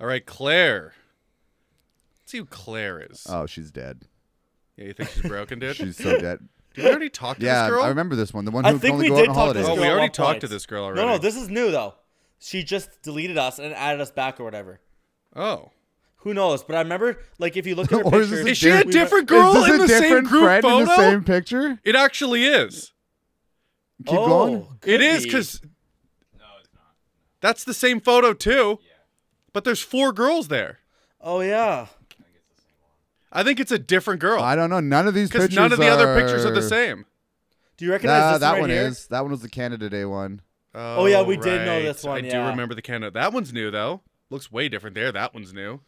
[SPEAKER 3] All right, Claire. Let's see who Claire is.
[SPEAKER 4] Oh, she's dead.
[SPEAKER 3] yeah, you think she's broken, dude?
[SPEAKER 4] She's so dead.
[SPEAKER 3] Did we already talk to
[SPEAKER 4] Yeah,
[SPEAKER 3] this girl?
[SPEAKER 4] I remember this one. The one
[SPEAKER 5] I
[SPEAKER 4] who can
[SPEAKER 5] think
[SPEAKER 4] only
[SPEAKER 5] we
[SPEAKER 4] go
[SPEAKER 5] did
[SPEAKER 4] out on
[SPEAKER 5] talk
[SPEAKER 4] holidays.
[SPEAKER 5] this
[SPEAKER 3] Oh,
[SPEAKER 5] girl
[SPEAKER 3] we
[SPEAKER 5] at
[SPEAKER 3] already
[SPEAKER 5] one
[SPEAKER 3] talked
[SPEAKER 5] point.
[SPEAKER 3] to this girl already.
[SPEAKER 5] No, no, this is new though. She just deleted us and added us back or whatever.
[SPEAKER 3] oh,
[SPEAKER 5] Who knows? But I remember, like, if you look at her
[SPEAKER 4] Or is this
[SPEAKER 5] pictures,
[SPEAKER 4] a
[SPEAKER 3] is she a
[SPEAKER 4] Dude, we
[SPEAKER 3] different girl
[SPEAKER 4] Is this
[SPEAKER 3] in
[SPEAKER 4] a
[SPEAKER 3] the same
[SPEAKER 4] different
[SPEAKER 3] group
[SPEAKER 4] friend
[SPEAKER 3] photo?
[SPEAKER 4] in the same picture?
[SPEAKER 3] it actually is.
[SPEAKER 4] Keep
[SPEAKER 5] oh,
[SPEAKER 4] going.
[SPEAKER 3] It
[SPEAKER 5] could
[SPEAKER 3] is
[SPEAKER 5] be.
[SPEAKER 3] because. No, it's not. That's the same photo too. Yeah. But there's four girls there.
[SPEAKER 5] Oh yeah.
[SPEAKER 3] I think it's a different
[SPEAKER 4] I
[SPEAKER 3] girl
[SPEAKER 4] don't know. None of these
[SPEAKER 3] because
[SPEAKER 4] pictures.
[SPEAKER 3] none of the other pictures are the
[SPEAKER 4] are-
[SPEAKER 3] same.
[SPEAKER 5] Do you recognize
[SPEAKER 4] Nah,
[SPEAKER 5] this
[SPEAKER 4] that
[SPEAKER 5] right
[SPEAKER 4] one
[SPEAKER 5] here?
[SPEAKER 4] is. That one was the Canada Day one.
[SPEAKER 3] Oh,
[SPEAKER 5] yeah, we did know
[SPEAKER 3] right.
[SPEAKER 5] this one,
[SPEAKER 3] I do
[SPEAKER 5] yeah.
[SPEAKER 3] remember the Canada. That one's new though. Looks way different there. That one's new.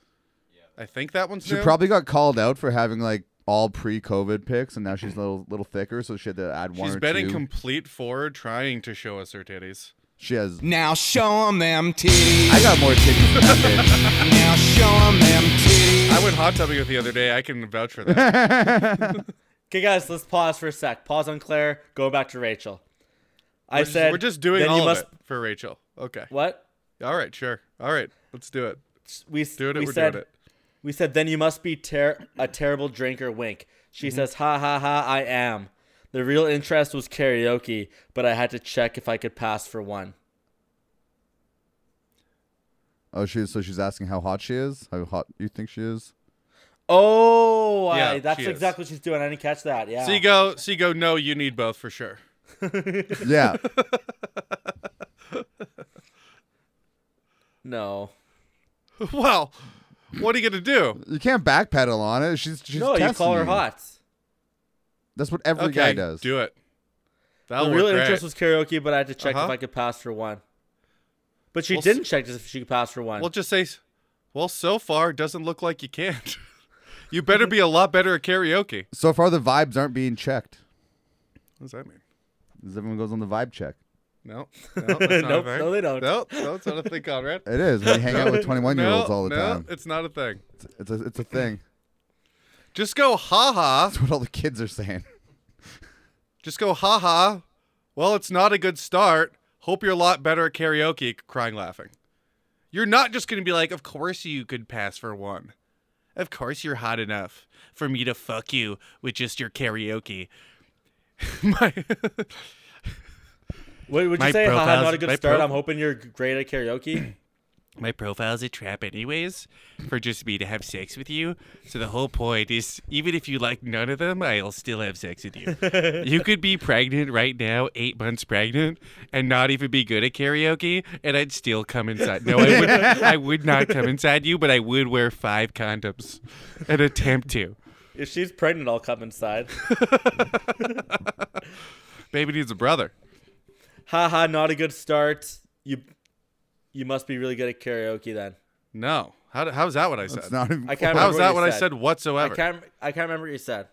[SPEAKER 3] I think that one's
[SPEAKER 4] She
[SPEAKER 3] new.
[SPEAKER 4] probably got called out for having like all pre-COVID pics, and now she's a little little thicker, so she had to add one
[SPEAKER 3] She's
[SPEAKER 4] or
[SPEAKER 3] betting
[SPEAKER 4] two.
[SPEAKER 3] complete forward, trying to show us her titties.
[SPEAKER 4] she has.
[SPEAKER 1] Now show 'em them titties.
[SPEAKER 4] I got more titties than that bitch.
[SPEAKER 1] Now show 'em them titties.
[SPEAKER 3] I went hot tubbing with the other day. I can vouch for that.
[SPEAKER 5] Okay, guys, let's pause for a sec. Pause on Claire. Go back to Rachel. I
[SPEAKER 3] we're, just,
[SPEAKER 5] said
[SPEAKER 3] we're just doing
[SPEAKER 5] then
[SPEAKER 3] all
[SPEAKER 5] you must,
[SPEAKER 3] of it for Rachel. Okay.
[SPEAKER 5] What
[SPEAKER 3] All right. Sure. All right. Let's do it.
[SPEAKER 5] we
[SPEAKER 3] Do it.
[SPEAKER 5] we
[SPEAKER 3] we're
[SPEAKER 5] said
[SPEAKER 3] doing it.
[SPEAKER 5] we said then you must be ter- a terrible drinker. Wink. She
[SPEAKER 4] Mm-hmm.
[SPEAKER 5] says ha ha ha I am. The real interest was karaoke, but I had to check if I could pass for one.
[SPEAKER 4] Oh, she so she's asking how hot she is. How hot you think she is?
[SPEAKER 5] Oh,
[SPEAKER 3] Yeah,
[SPEAKER 5] I, that's
[SPEAKER 3] she is.
[SPEAKER 5] exactly what she's doing. I didn't catch that. Yeah.
[SPEAKER 3] So you go. So you go. No, you need both for sure.
[SPEAKER 4] Yeah.
[SPEAKER 5] No.
[SPEAKER 3] well, what are you gonna do?
[SPEAKER 4] you can't backpedal on it. She's she's
[SPEAKER 5] no, you
[SPEAKER 4] testing
[SPEAKER 5] call her hot.
[SPEAKER 4] That's what every
[SPEAKER 3] Okay.
[SPEAKER 4] guy does.
[SPEAKER 3] Do it. That'll
[SPEAKER 5] The
[SPEAKER 3] work
[SPEAKER 5] real
[SPEAKER 3] great.
[SPEAKER 5] interest was karaoke, but I had to check if
[SPEAKER 3] Uh-huh.
[SPEAKER 5] I could pass for one. But she
[SPEAKER 3] Well, s-
[SPEAKER 5] didn't check if she could pass for one.
[SPEAKER 3] We'll just say, well, so far it doesn't look like you can't. you better be a lot better at karaoke.
[SPEAKER 4] So far, the vibes aren't being checked.
[SPEAKER 3] What does that mean?
[SPEAKER 4] 'Cause Everyone goes on the vibe check.
[SPEAKER 3] No, no, that's not
[SPEAKER 5] Nope,
[SPEAKER 3] a thing.
[SPEAKER 5] no, they don't.
[SPEAKER 3] No, no, it's not a thing, Conrad.
[SPEAKER 4] It is. When you hang out with 21 year
[SPEAKER 3] no,
[SPEAKER 4] olds all the
[SPEAKER 3] no,
[SPEAKER 4] time.
[SPEAKER 3] it's not a thing.
[SPEAKER 4] It's a, it's a thing.
[SPEAKER 3] Just go ha ha.
[SPEAKER 4] That's what all the kids are saying.
[SPEAKER 3] Just go ha ha. Well, it's not a good start. Hope you're a lot better at karaoke. Crying, laughing. You're not just gonna be like, of course you could pass for one. Of course you're hot enough for me to fuck you with just your karaoke. My.
[SPEAKER 5] What would
[SPEAKER 3] My
[SPEAKER 5] you say? Haha,
[SPEAKER 3] profile's-
[SPEAKER 5] not a good
[SPEAKER 3] my
[SPEAKER 5] start.
[SPEAKER 3] pro-
[SPEAKER 5] I'm hoping you're g- great at karaoke.
[SPEAKER 3] my profile's a trap anyways for just me to have sex with you so the whole point is even if you like none of them i'll still have sex with you you could be pregnant right now eight months pregnant and not even be good at karaoke and i'd still come inside no i would i would not come inside you but i would wear five condoms and attempt to
[SPEAKER 5] if she's pregnant, I'll come inside.
[SPEAKER 3] baby needs a brother
[SPEAKER 5] Haha, not a good start. You you must be really good at karaoke then.
[SPEAKER 3] no how, how's that what i said
[SPEAKER 4] It's not even.
[SPEAKER 5] I can't
[SPEAKER 3] how's
[SPEAKER 5] remember
[SPEAKER 3] that
[SPEAKER 5] what
[SPEAKER 3] what
[SPEAKER 5] you
[SPEAKER 3] i said
[SPEAKER 5] said. I
[SPEAKER 3] whatsoever
[SPEAKER 5] can't I can't remember what you said.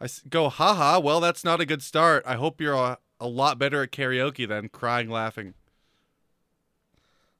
[SPEAKER 3] I s- go, haha, well, that's not a good start. I hope you're a, a lot better at karaoke than crying laughing.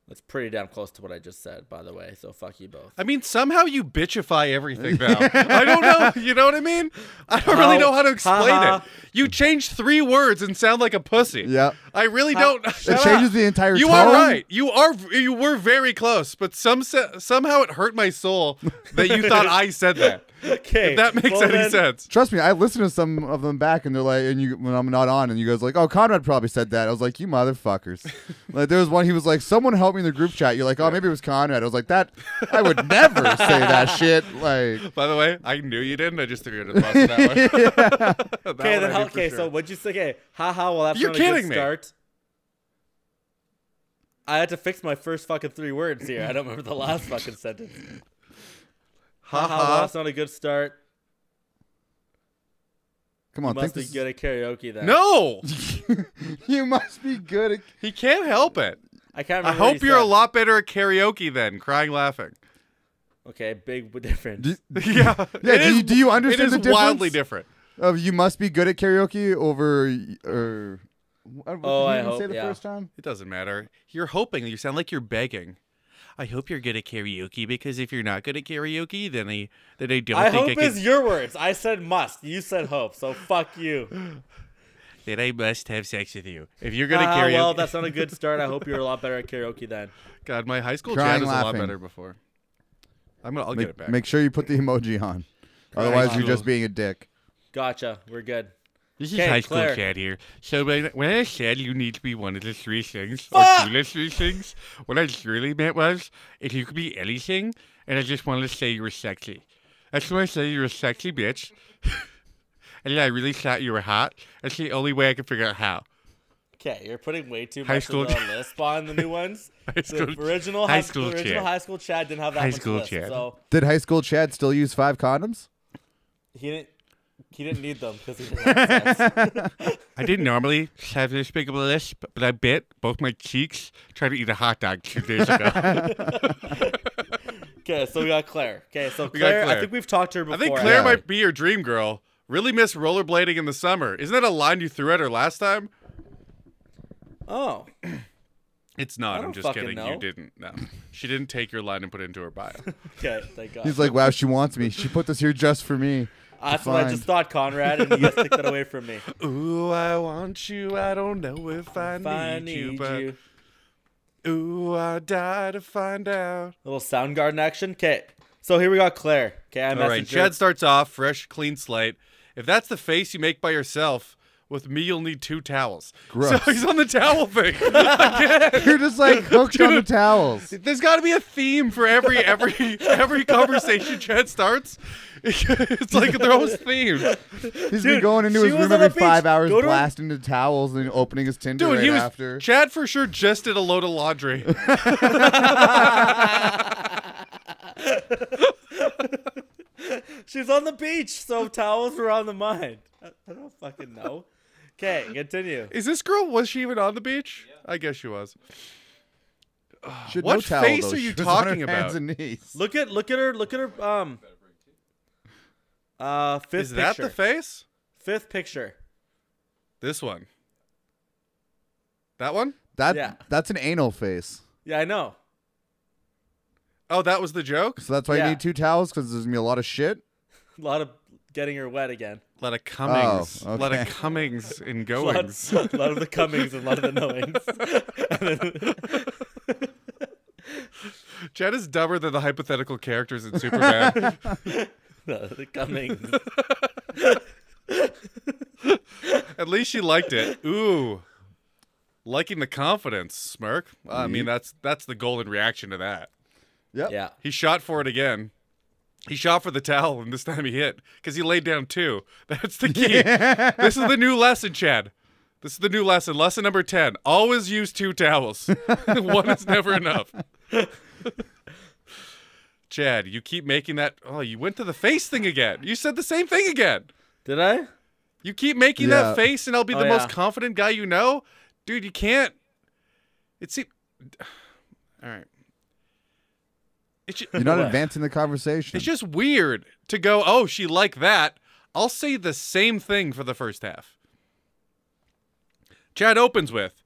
[SPEAKER 5] That's pretty damn close to what I just said, by the way. So fuck you both.
[SPEAKER 3] I mean, somehow you bitchify everything now. I don't know. You know what I mean? I don't really know how to explain
[SPEAKER 5] Haha.
[SPEAKER 3] it. You change three words and sound like a pussy.
[SPEAKER 4] Yeah.
[SPEAKER 3] I really don't.
[SPEAKER 4] It changes the entire
[SPEAKER 3] You
[SPEAKER 4] tone.
[SPEAKER 3] are right. You are. You were very close, but some se- somehow it hurt my soul that you thought I said that.
[SPEAKER 5] Okay.
[SPEAKER 3] If that makes
[SPEAKER 5] well
[SPEAKER 3] any
[SPEAKER 5] then-
[SPEAKER 3] sense.
[SPEAKER 4] Trust me, I listened to some of them back, and they're like, and you when I'm not on, and you guys like, oh, Conrad probably said that. I was like, you motherfuckers. like there was one, he was like, someone help me in the group chat. You're like, oh, maybe it was Conrad. I was like, that, I would never say that shit. Like,
[SPEAKER 3] By the way, I knew you didn't. I just threw you under the bus with that one. That
[SPEAKER 5] Okay,
[SPEAKER 3] one
[SPEAKER 5] then
[SPEAKER 3] I
[SPEAKER 5] how,
[SPEAKER 3] knew for
[SPEAKER 5] okay.
[SPEAKER 3] sure.
[SPEAKER 5] So what'd you say? Okay, haha. Well, that's
[SPEAKER 3] You're
[SPEAKER 5] not a
[SPEAKER 3] kidding
[SPEAKER 5] good
[SPEAKER 3] me.
[SPEAKER 5] start. I had to fix my first fucking three words here. I don't remember the last fucking sentence.
[SPEAKER 3] Ha
[SPEAKER 5] Haha. Well,
[SPEAKER 3] ha.
[SPEAKER 5] that's not a good start.
[SPEAKER 4] come on,
[SPEAKER 5] Must be
[SPEAKER 4] think
[SPEAKER 5] good at karaoke then.
[SPEAKER 3] No,
[SPEAKER 4] this- you must be good. At-
[SPEAKER 3] he can't help it.
[SPEAKER 5] I can't.
[SPEAKER 3] I
[SPEAKER 5] Remember what
[SPEAKER 3] hope
[SPEAKER 5] he
[SPEAKER 3] you're a
[SPEAKER 5] said.
[SPEAKER 3] lot better at karaoke than crying laughing.
[SPEAKER 5] Okay, big w- difference.
[SPEAKER 4] Do-
[SPEAKER 3] Yeah,
[SPEAKER 4] Yeah,
[SPEAKER 3] It
[SPEAKER 4] do you- do you understand
[SPEAKER 3] It is
[SPEAKER 4] the difference?
[SPEAKER 3] wildly different.
[SPEAKER 4] of oh, you must be good at karaoke over or. What did
[SPEAKER 5] Oh,
[SPEAKER 4] you
[SPEAKER 5] I
[SPEAKER 4] even say
[SPEAKER 5] hope-
[SPEAKER 4] the
[SPEAKER 5] yeah.
[SPEAKER 4] first time?
[SPEAKER 3] It doesn't matter. You're hoping. You sound like you're begging. I hope you're good at karaoke because if you're not good at karaoke, then I then I don't
[SPEAKER 5] I
[SPEAKER 3] think
[SPEAKER 5] hope
[SPEAKER 3] I
[SPEAKER 5] is
[SPEAKER 3] can.
[SPEAKER 5] your words. I said must. You said hope. So fuck you.
[SPEAKER 3] Then I must have sex with you. If you're good at
[SPEAKER 5] Ah,
[SPEAKER 3] karaoke,
[SPEAKER 5] well, that's not a good start. I hope you're a lot better at karaoke then.
[SPEAKER 3] God, my high school
[SPEAKER 4] Crying
[SPEAKER 3] chat is a lot
[SPEAKER 4] laughing.
[SPEAKER 3] better before. I'm gonna. I'll get it
[SPEAKER 4] Make,
[SPEAKER 3] back.
[SPEAKER 4] make sure you put the emoji on. Otherwise, you're
[SPEAKER 3] cool.
[SPEAKER 4] just being a dick.
[SPEAKER 5] Gotcha. We're good.
[SPEAKER 3] This
[SPEAKER 5] Okay, Claire.
[SPEAKER 3] here. So when, when I said you need to be one of the three things
[SPEAKER 5] Fuck!
[SPEAKER 3] or two of the three things, what I really meant was if you could be anything, and I just wanted to say you were sexy. That's when I said you were a sexy bitch, and I really thought you were hot. That's the only way I could figure out how.
[SPEAKER 5] Okay, you're putting way too
[SPEAKER 3] High
[SPEAKER 5] much
[SPEAKER 3] school
[SPEAKER 5] of the lisp on the new ones.
[SPEAKER 3] High
[SPEAKER 5] the
[SPEAKER 3] school-
[SPEAKER 5] original
[SPEAKER 3] high
[SPEAKER 5] high school,
[SPEAKER 3] school
[SPEAKER 5] the original
[SPEAKER 3] Chad.
[SPEAKER 5] high school Chad didn't have that
[SPEAKER 3] High
[SPEAKER 5] much
[SPEAKER 3] school
[SPEAKER 5] lisp,
[SPEAKER 3] Chad.
[SPEAKER 5] so
[SPEAKER 4] Did high school Chad still use five condoms?
[SPEAKER 5] he didn't he didn't need them because he didn't have sex.
[SPEAKER 3] I didn't normally have this big of a lisp, but I bit both my cheeks trying to eat a hot dog two days ago.
[SPEAKER 5] Okay, so we got Claire. Okay, so
[SPEAKER 3] got
[SPEAKER 5] Claire, I
[SPEAKER 3] Claire.
[SPEAKER 5] think we've talked to her before.
[SPEAKER 3] I think Claire
[SPEAKER 4] Yeah.
[SPEAKER 3] might be your dream girl. Really miss rollerblading in the summer. Isn't that a line you threw at her last time?
[SPEAKER 5] Oh,
[SPEAKER 3] It's not. I'm
[SPEAKER 5] don't
[SPEAKER 3] just
[SPEAKER 5] fucking
[SPEAKER 3] kidding. You
[SPEAKER 5] know.
[SPEAKER 3] didn't. No, she didn't take your line and put it into her bio.
[SPEAKER 5] okay, thank God.
[SPEAKER 4] He's like, wow, she wants me. She put this here just for me.
[SPEAKER 5] That's what I just thought, Conrad, and you guys took that away from me.
[SPEAKER 3] Ooh, I want you. I don't know if I,
[SPEAKER 5] If I need you.
[SPEAKER 3] ooh, I die to find out.
[SPEAKER 5] Little Soundgarden action. Okay, so here we got Claire. Okay, I
[SPEAKER 3] All right,
[SPEAKER 5] messaged
[SPEAKER 3] Chad
[SPEAKER 5] her.
[SPEAKER 3] starts off fresh, clean slate. If that's the face you make by yourself, with me you'll need two towels. So
[SPEAKER 4] Gross.
[SPEAKER 3] he's on the towel thing.
[SPEAKER 4] You're just like hooked on the towels.
[SPEAKER 3] There's got to be a theme for every every every conversation Chad starts. It's like they're always themed.
[SPEAKER 4] He's been going into
[SPEAKER 5] she
[SPEAKER 4] his
[SPEAKER 5] was
[SPEAKER 4] room
[SPEAKER 5] on the
[SPEAKER 4] every five
[SPEAKER 5] beach.
[SPEAKER 4] hours,
[SPEAKER 5] Go to her-
[SPEAKER 4] blasting the towels and opening his Tinder
[SPEAKER 3] Dude,
[SPEAKER 4] right
[SPEAKER 3] he was
[SPEAKER 4] after.
[SPEAKER 3] Chad for sure just did a load of laundry.
[SPEAKER 5] She's on the beach, so towels were on the mind. I, I don't fucking know. Okay, continue.
[SPEAKER 3] Is this girl? Was she even on the beach? I guess she was.
[SPEAKER 4] Should
[SPEAKER 3] what
[SPEAKER 4] no towel,
[SPEAKER 3] face
[SPEAKER 4] though.
[SPEAKER 3] are you
[SPEAKER 4] She was on her
[SPEAKER 3] talking about?
[SPEAKER 4] Hands and knees.
[SPEAKER 5] Look at look at her look at her um uh fifth
[SPEAKER 3] Is that
[SPEAKER 5] picture.
[SPEAKER 3] the face?
[SPEAKER 5] fifth picture.
[SPEAKER 3] This one. That one?
[SPEAKER 4] That
[SPEAKER 5] Yeah.
[SPEAKER 4] that's an anal face.
[SPEAKER 5] Yeah, I know.
[SPEAKER 3] Oh, that was the joke.
[SPEAKER 4] So that's why
[SPEAKER 5] Yeah.
[SPEAKER 4] you need two towels because there's gonna be a lot of shit.
[SPEAKER 5] A lot of getting her wet again.
[SPEAKER 3] A lot of Cummings.
[SPEAKER 4] Oh,
[SPEAKER 3] A lot of
[SPEAKER 4] okay.
[SPEAKER 3] Cummings and
[SPEAKER 5] A lot,
[SPEAKER 3] goings.
[SPEAKER 5] a lot of the comings and a lot of the knowings.
[SPEAKER 3] Chad is dumber than the hypothetical characters in Superman.
[SPEAKER 5] No, the comings.
[SPEAKER 3] At least she liked it. Ooh. Liking the confidence, smirk. Well, I mean, that's that's the golden reaction to that.
[SPEAKER 5] Yeah.
[SPEAKER 3] He shot for it again. He shot for the towel, and this time he hit because he laid down two. That's the key. This is the new lesson, Chad. This is the new lesson. Lesson number 10 always use two towels, one is never enough. Chad, you keep making that. Oh, you went to the face thing again. You said the same thing again.
[SPEAKER 5] Did I?
[SPEAKER 3] You keep making
[SPEAKER 4] Yeah.
[SPEAKER 3] that face, and I'll be
[SPEAKER 5] Oh,
[SPEAKER 3] the
[SPEAKER 5] yeah.
[SPEAKER 3] most confident guy you know, dude. You can't. It seems. All right. It's ju-
[SPEAKER 4] You're not advancing the conversation.
[SPEAKER 3] it's just weird to go. Oh, she liked that. I'll say the same thing for the first half. Chad opens with,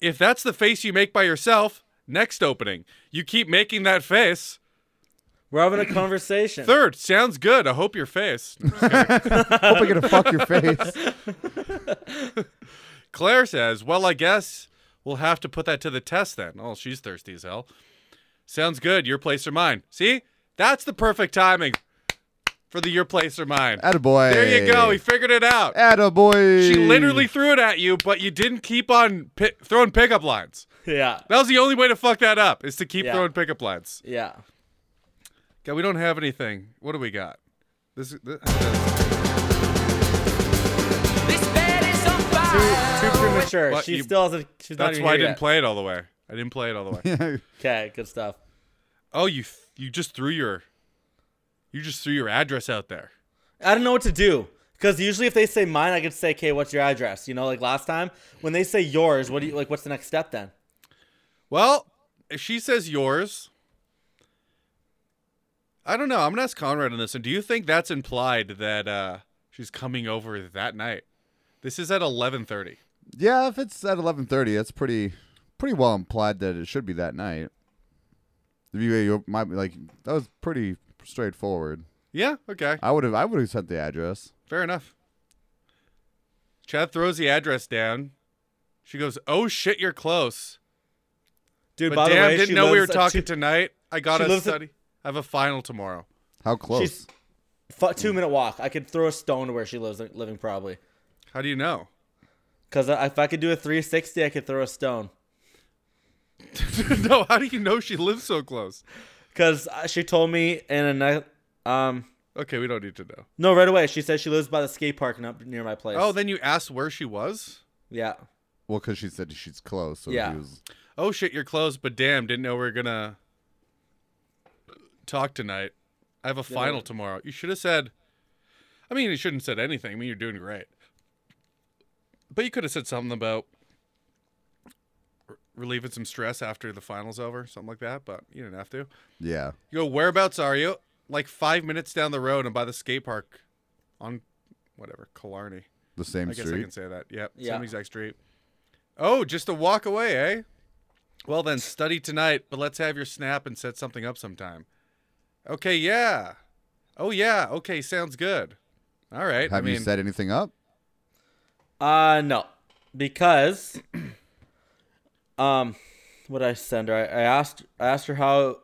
[SPEAKER 3] if that's the face you make by yourself, next opening. You keep making that face.
[SPEAKER 5] We're having a conversation.
[SPEAKER 3] Third, sounds good. I hope your face.
[SPEAKER 4] Hope I get to fuck your face.
[SPEAKER 3] Claire says, Well, I guess we'll have to put that to the test then. Oh, she's thirsty as hell. Sounds good. Your place or mine. See? That's the perfect timing for the your place or mine.
[SPEAKER 4] Attaboy.
[SPEAKER 3] There you go. He figured it out.
[SPEAKER 4] Attaboy.
[SPEAKER 3] She literally threw it at you, but you didn't keep on pi- throwing pickup lines.
[SPEAKER 5] Yeah.
[SPEAKER 3] That was the only way to fuck that up is to keep
[SPEAKER 5] Yeah.
[SPEAKER 3] throwing pickup lines.
[SPEAKER 5] Yeah.
[SPEAKER 3] God, we don't have anything. What do we got? This, this
[SPEAKER 5] Too, too premature.
[SPEAKER 3] What,
[SPEAKER 5] she
[SPEAKER 3] you-
[SPEAKER 5] still hasn't. She's not
[SPEAKER 3] that's
[SPEAKER 5] even
[SPEAKER 3] why I
[SPEAKER 5] here
[SPEAKER 3] didn't
[SPEAKER 5] yet.
[SPEAKER 3] play it all the way. I didn't play it all the way.
[SPEAKER 5] Okay, good stuff.
[SPEAKER 3] Oh, you th- you just threw your you just threw your address out there.
[SPEAKER 5] I don't know what to do because usually if they say mine, I could say, "Okay, what's your address?" You know, like last time. When they say yours, what do you like? What's the next step then?
[SPEAKER 3] Well, if she says yours, I don't know. I'm gonna ask Conrad on this. And do you think that's implied that uh, she's coming over that night? This is at 11:30.
[SPEAKER 4] Yeah, if it's at eleven thirty, that's pretty pretty well implied that it should be that night. The VA might be like that was pretty straightforward.
[SPEAKER 3] Yeah. Okay.
[SPEAKER 4] I would have I would have sent the address.
[SPEAKER 3] Fair enough. Chad throws the address down. She goes, "Oh shit, you're close."
[SPEAKER 5] Dude,
[SPEAKER 3] But
[SPEAKER 5] by
[SPEAKER 3] damn,
[SPEAKER 5] the way,
[SPEAKER 3] didn't
[SPEAKER 5] she
[SPEAKER 3] know we were
[SPEAKER 5] lives a
[SPEAKER 3] talking
[SPEAKER 5] two,
[SPEAKER 3] tonight. I
[SPEAKER 5] she
[SPEAKER 3] gotta
[SPEAKER 5] lives at-
[SPEAKER 3] study. I have a final tomorrow.
[SPEAKER 4] How close?
[SPEAKER 5] She's fu- two minute walk. I could throw a stone to where she lives, living probably.
[SPEAKER 3] How do you know?
[SPEAKER 5] Because if I could do a 360, I could throw a stone.
[SPEAKER 3] no, how do you know she lives so close?
[SPEAKER 5] Because she told me in a night. Um,
[SPEAKER 3] Okay, we don't need to know.
[SPEAKER 5] no, right away. She said she lives by the skate park up near my place.
[SPEAKER 3] Oh, then you asked where she was?
[SPEAKER 5] yeah.
[SPEAKER 4] well, because she said she's close. So
[SPEAKER 5] Yeah.
[SPEAKER 4] he was,
[SPEAKER 3] Oh shit, you're close, but damn, didn't know we were gonna talk tonight. I have a final tomorrow. You should have said I mean you shouldn't have said anything. I mean you're doing great. But you could have said something about r- relieving some stress after the finals over, something like that, but you didn't have to.
[SPEAKER 4] yeah.
[SPEAKER 3] You go, whereabouts are you? Like five minutes down the road and by the skate park on whatever, Killarney.
[SPEAKER 4] The same
[SPEAKER 3] I guess I
[SPEAKER 4] street.
[SPEAKER 3] can say that. Yep.
[SPEAKER 5] Yeah.
[SPEAKER 3] Same exact street. Oh, just a walk away, eh? Well, then study tonight, but let's have your snap and set something up sometime. Okay, yeah. Oh, yeah. Okay, sounds good. All right.
[SPEAKER 4] Have
[SPEAKER 3] I mean,
[SPEAKER 4] you set anything up?
[SPEAKER 5] Uh, no. Because. um, what I send her? I, I asked I asked her how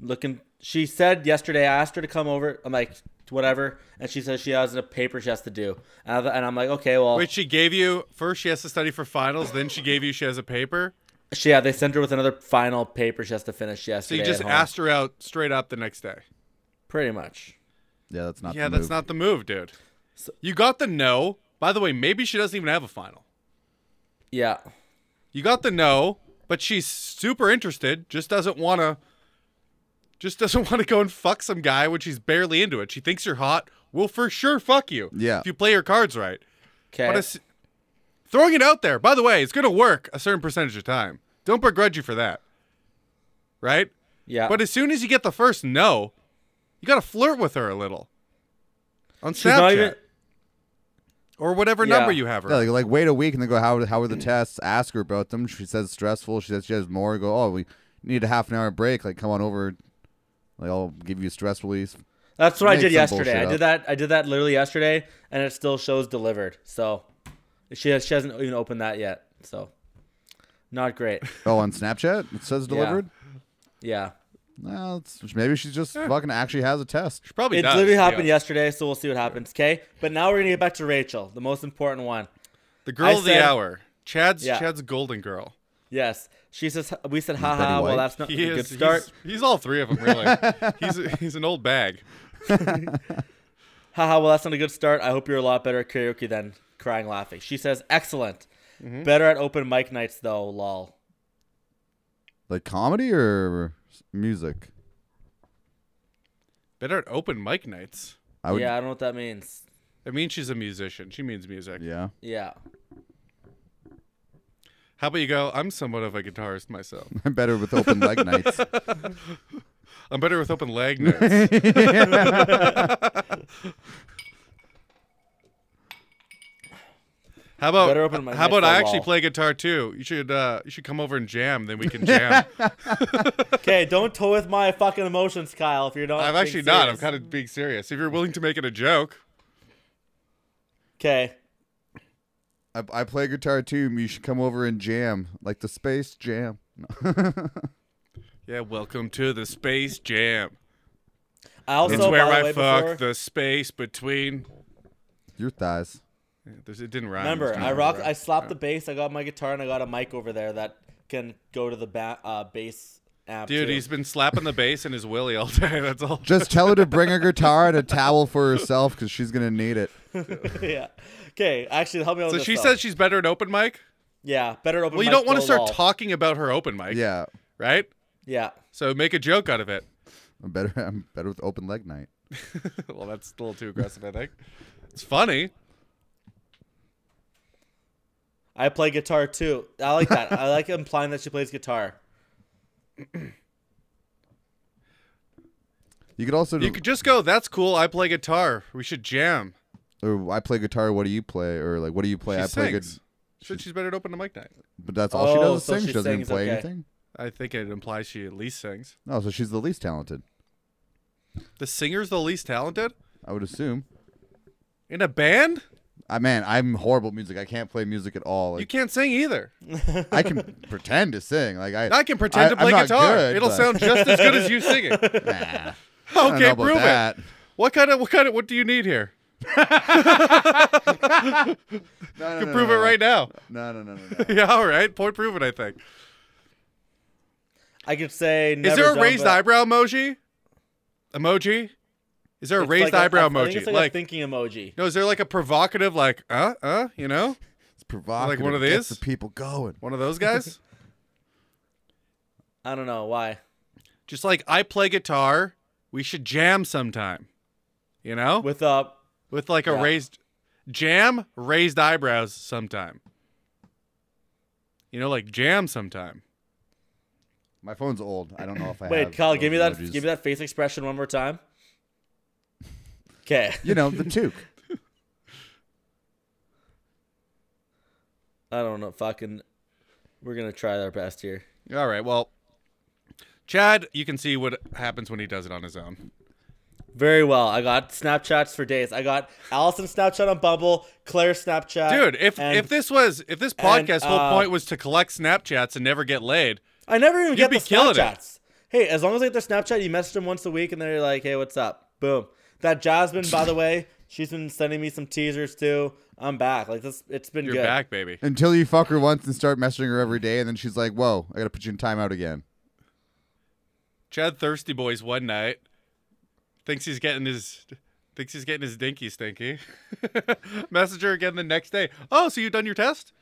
[SPEAKER 5] looking. She said yesterday I asked her to come over. I'm like whatever, and she says she has a paper she has to do, and, I, and I'm like okay, well,
[SPEAKER 3] wait, she gave you first she has to study for finals, then she gave you she has a paper.
[SPEAKER 5] she, yeah, they sent her with another final paper she has to finish
[SPEAKER 3] So
[SPEAKER 5] yesterday.
[SPEAKER 3] you just
[SPEAKER 5] at home.
[SPEAKER 3] asked her out straight up the next day.
[SPEAKER 5] pretty much.
[SPEAKER 4] Yeah, that's not.
[SPEAKER 3] yeah,
[SPEAKER 4] the
[SPEAKER 3] that's
[SPEAKER 4] move.
[SPEAKER 3] not the move, dude. you got the no. By the way, maybe she doesn't even have a final.
[SPEAKER 5] Yeah.
[SPEAKER 3] You got the no, but she's super interested. Just doesn't want to. Just doesn't want to go and fuck some guy when she's barely into it. She thinks you're hot. Will for sure fuck you.
[SPEAKER 4] Yeah.
[SPEAKER 3] If you play your cards right.
[SPEAKER 5] Okay.
[SPEAKER 3] But it's, throwing it out there. By the way, it's gonna work a certain percentage of time. Don't begrudge you for that. Right.
[SPEAKER 5] yeah.
[SPEAKER 3] But as soon as you get the first no, you gotta flirt with her a little. On
[SPEAKER 5] She's
[SPEAKER 3] Snapchat
[SPEAKER 5] not even-
[SPEAKER 3] or whatever
[SPEAKER 5] Yeah.
[SPEAKER 3] number you have her.
[SPEAKER 4] Yeah, like, like wait a week and then go. How how were the tests? Ask her about them. She says stressful. She says she has more. Go. Oh, we need a half an hour break. Like come on over. Like I'll give you a stress release.
[SPEAKER 5] That's what I
[SPEAKER 4] Make
[SPEAKER 5] did
[SPEAKER 4] some
[SPEAKER 5] yesterday.
[SPEAKER 4] bullshit
[SPEAKER 5] I
[SPEAKER 4] up.
[SPEAKER 5] did that. I did that literally yesterday, and it still shows delivered. So she has, she hasn't even opened that yet. So not great.
[SPEAKER 4] Oh, on Snapchat it says delivered.
[SPEAKER 5] Yeah,
[SPEAKER 4] No, it's, maybe she just fucking actually has a test.
[SPEAKER 3] She probably
[SPEAKER 5] it
[SPEAKER 3] does.
[SPEAKER 5] literally happened
[SPEAKER 3] yeah.
[SPEAKER 5] yesterday. So we'll see what happens. Okay, but now we're gonna get back to Rachel, the most important one.
[SPEAKER 3] The girl
[SPEAKER 5] I
[SPEAKER 3] of the
[SPEAKER 5] said-
[SPEAKER 3] hour. Chad's
[SPEAKER 5] Yeah.
[SPEAKER 3] Chad's golden girl.
[SPEAKER 5] Yes, she says we said
[SPEAKER 4] Betty
[SPEAKER 5] haha.
[SPEAKER 4] White?
[SPEAKER 5] Well, that's not a
[SPEAKER 3] He
[SPEAKER 5] good
[SPEAKER 3] is.
[SPEAKER 5] start.
[SPEAKER 3] He's, he's all three of them, really. he's a, he's an old bag.
[SPEAKER 5] Haha. Well, that's not a good start. I hope you're a lot better at karaoke than crying laughing. She says excellent.
[SPEAKER 4] Mm-hmm.
[SPEAKER 5] Better at open mic nights though. Lol.
[SPEAKER 4] Like comedy or s- music?
[SPEAKER 3] Better at open mic nights.
[SPEAKER 4] I would.
[SPEAKER 5] yeah, I don't know what that means.
[SPEAKER 3] I mean, she's a musician. She means music.
[SPEAKER 4] yeah.
[SPEAKER 5] Yeah.
[SPEAKER 3] How about you go? I'm somewhat of a guitarist myself.
[SPEAKER 4] I'm better with open leg nights.
[SPEAKER 3] I'm better with open leg notes. How about
[SPEAKER 5] Better open my
[SPEAKER 3] how
[SPEAKER 5] neck
[SPEAKER 3] about
[SPEAKER 5] for a
[SPEAKER 3] I actually
[SPEAKER 5] wall.
[SPEAKER 3] play guitar too? You should uh, you should come over and jam. Then we can jam.
[SPEAKER 5] Okay, don't toy with my fucking emotions, Kyle. If you're not,
[SPEAKER 3] I'm actually not. I'm kind of being serious. If you're willing to make it a joke,
[SPEAKER 5] okay.
[SPEAKER 4] I, I play guitar too. You should come over and jam, like the Space Jam. No.
[SPEAKER 3] yeah. Welcome to the space jam.
[SPEAKER 5] I also
[SPEAKER 3] It's where
[SPEAKER 5] by the
[SPEAKER 3] I
[SPEAKER 5] way,
[SPEAKER 3] fuck
[SPEAKER 5] before-
[SPEAKER 3] the space between.
[SPEAKER 4] Your thighs.
[SPEAKER 3] There's, it didn't rhyme. it was
[SPEAKER 5] Remember,
[SPEAKER 3] just
[SPEAKER 5] I
[SPEAKER 3] a
[SPEAKER 5] rock.
[SPEAKER 3] rhyme.
[SPEAKER 5] I slapped the bass. I got my guitar and I got a mic over there that can go to the ba- uh, bass amp.
[SPEAKER 3] Dude,
[SPEAKER 5] too.
[SPEAKER 3] he's been slapping the bass in his willy all day. That's all.
[SPEAKER 4] Just tell her to bring a guitar and a towel for herself because she's gonna need it.
[SPEAKER 5] yeah. Okay, actually, help me out.
[SPEAKER 3] so
[SPEAKER 5] with this
[SPEAKER 3] she
[SPEAKER 5] though.
[SPEAKER 3] says she's better at open mic.
[SPEAKER 5] yeah, better open.
[SPEAKER 3] Well, you
[SPEAKER 5] mic
[SPEAKER 3] don't want to
[SPEAKER 5] no
[SPEAKER 3] start
[SPEAKER 5] wall.
[SPEAKER 3] talking about her open mic,
[SPEAKER 4] Yeah,
[SPEAKER 3] right?
[SPEAKER 5] Yeah,
[SPEAKER 3] So make a joke out of it.
[SPEAKER 4] I'm better. I'm better with open leg night.
[SPEAKER 3] well, that's a little too aggressive, I think. It's funny.
[SPEAKER 5] I play guitar too. I like that. I like implying that she plays guitar.
[SPEAKER 4] You could also.
[SPEAKER 3] You could just go, that's cool. I play guitar. We should jam.
[SPEAKER 4] or Oh, I play guitar. What do you play? Or like, what do you play?
[SPEAKER 3] She
[SPEAKER 4] I play good.
[SPEAKER 3] sings. Should she's better at open the mic night.
[SPEAKER 4] But that's all she
[SPEAKER 5] Oh,
[SPEAKER 4] does is
[SPEAKER 5] so
[SPEAKER 4] sing.
[SPEAKER 5] she
[SPEAKER 4] She doesn't even
[SPEAKER 5] sings,
[SPEAKER 4] play
[SPEAKER 5] okay.
[SPEAKER 4] anything.
[SPEAKER 3] I think it implies she at least sings.
[SPEAKER 4] No, so she's the least talented.
[SPEAKER 3] The singer's the least talented
[SPEAKER 4] I would assume.
[SPEAKER 3] in a band.
[SPEAKER 4] I man, I'm horrible at music. I can't play music at all.
[SPEAKER 3] You
[SPEAKER 4] Like,
[SPEAKER 3] can't sing either.
[SPEAKER 4] I can pretend to sing. Like I,
[SPEAKER 3] I can pretend to
[SPEAKER 4] I'm
[SPEAKER 3] play
[SPEAKER 4] not
[SPEAKER 3] guitar.
[SPEAKER 4] good,
[SPEAKER 3] It'll
[SPEAKER 4] but-
[SPEAKER 3] sound just as good as you singing.
[SPEAKER 4] Nah, I don't know
[SPEAKER 3] Okay,
[SPEAKER 4] about
[SPEAKER 3] prove it.
[SPEAKER 4] that.
[SPEAKER 3] What kind of what kind of what do you need here?
[SPEAKER 4] No, no,
[SPEAKER 3] You
[SPEAKER 4] no,
[SPEAKER 3] can prove
[SPEAKER 4] no,
[SPEAKER 3] it
[SPEAKER 4] no.
[SPEAKER 3] right now.
[SPEAKER 4] No, no, no, no. no.
[SPEAKER 3] Yeah, all right. Point proven, I think.
[SPEAKER 5] I could say.
[SPEAKER 3] Is
[SPEAKER 5] Never
[SPEAKER 3] there a
[SPEAKER 5] done,
[SPEAKER 3] raised
[SPEAKER 5] but-
[SPEAKER 3] eyebrow emoji? Emoji? Is there a
[SPEAKER 5] It's
[SPEAKER 3] raised
[SPEAKER 5] like a-
[SPEAKER 3] eyebrow
[SPEAKER 5] I think
[SPEAKER 3] emoji?
[SPEAKER 5] It's like, a thinking emoji.
[SPEAKER 3] no, is there like a provocative like uh uh, you know?
[SPEAKER 4] It's provocative.
[SPEAKER 3] one of
[SPEAKER 4] Gets
[SPEAKER 3] these?
[SPEAKER 4] the people going.
[SPEAKER 3] One of those guys?
[SPEAKER 5] I don't know why.
[SPEAKER 3] Just like I play guitar, we should jam sometime. You know? With,
[SPEAKER 5] With uh,
[SPEAKER 3] like a
[SPEAKER 5] yeah.
[SPEAKER 3] raised jam, raised eyebrows sometime. You know, like jam sometime.
[SPEAKER 4] My phone's old. I don't know if I
[SPEAKER 5] wait,
[SPEAKER 4] have
[SPEAKER 5] Kyle, give me
[SPEAKER 4] those
[SPEAKER 5] that.
[SPEAKER 4] emojis.
[SPEAKER 5] Give me that face expression one more time. Okay.
[SPEAKER 4] You know the toque.
[SPEAKER 5] I don't know. Fucking, we're gonna try our best here.
[SPEAKER 3] All right. Well, Chad, you can see what happens when he does it on his own.
[SPEAKER 5] Very well. I got Snapchats for days. I got Allison's Snapchat on Bumble, Claire's Snapchat.
[SPEAKER 3] Dude, if
[SPEAKER 5] Uh, and
[SPEAKER 3] if this was if this
[SPEAKER 5] and,
[SPEAKER 3] podcast whole
[SPEAKER 5] uh,
[SPEAKER 3] point was to collect Snapchats and never get laid,
[SPEAKER 5] I never even get
[SPEAKER 3] be
[SPEAKER 5] the
[SPEAKER 3] killing it.
[SPEAKER 5] Snapchats. Hey, as long as I get their Snapchat, you message them once a week, and they're like, "Hey, what's up?" Boom. That Jasmine, by the way, she's been sending me some teasers too. I'm back. Like this, it's been
[SPEAKER 3] you're
[SPEAKER 5] good.
[SPEAKER 3] back, baby.
[SPEAKER 4] Until you fuck her once and start messaging her every day, and then she's like, "Whoa, I gotta put you in timeout again."
[SPEAKER 3] Chad Thirsty Boys one night thinks he's getting his thinks he's getting his dinky stinky. Message her again the next day. Oh, so you've done your test?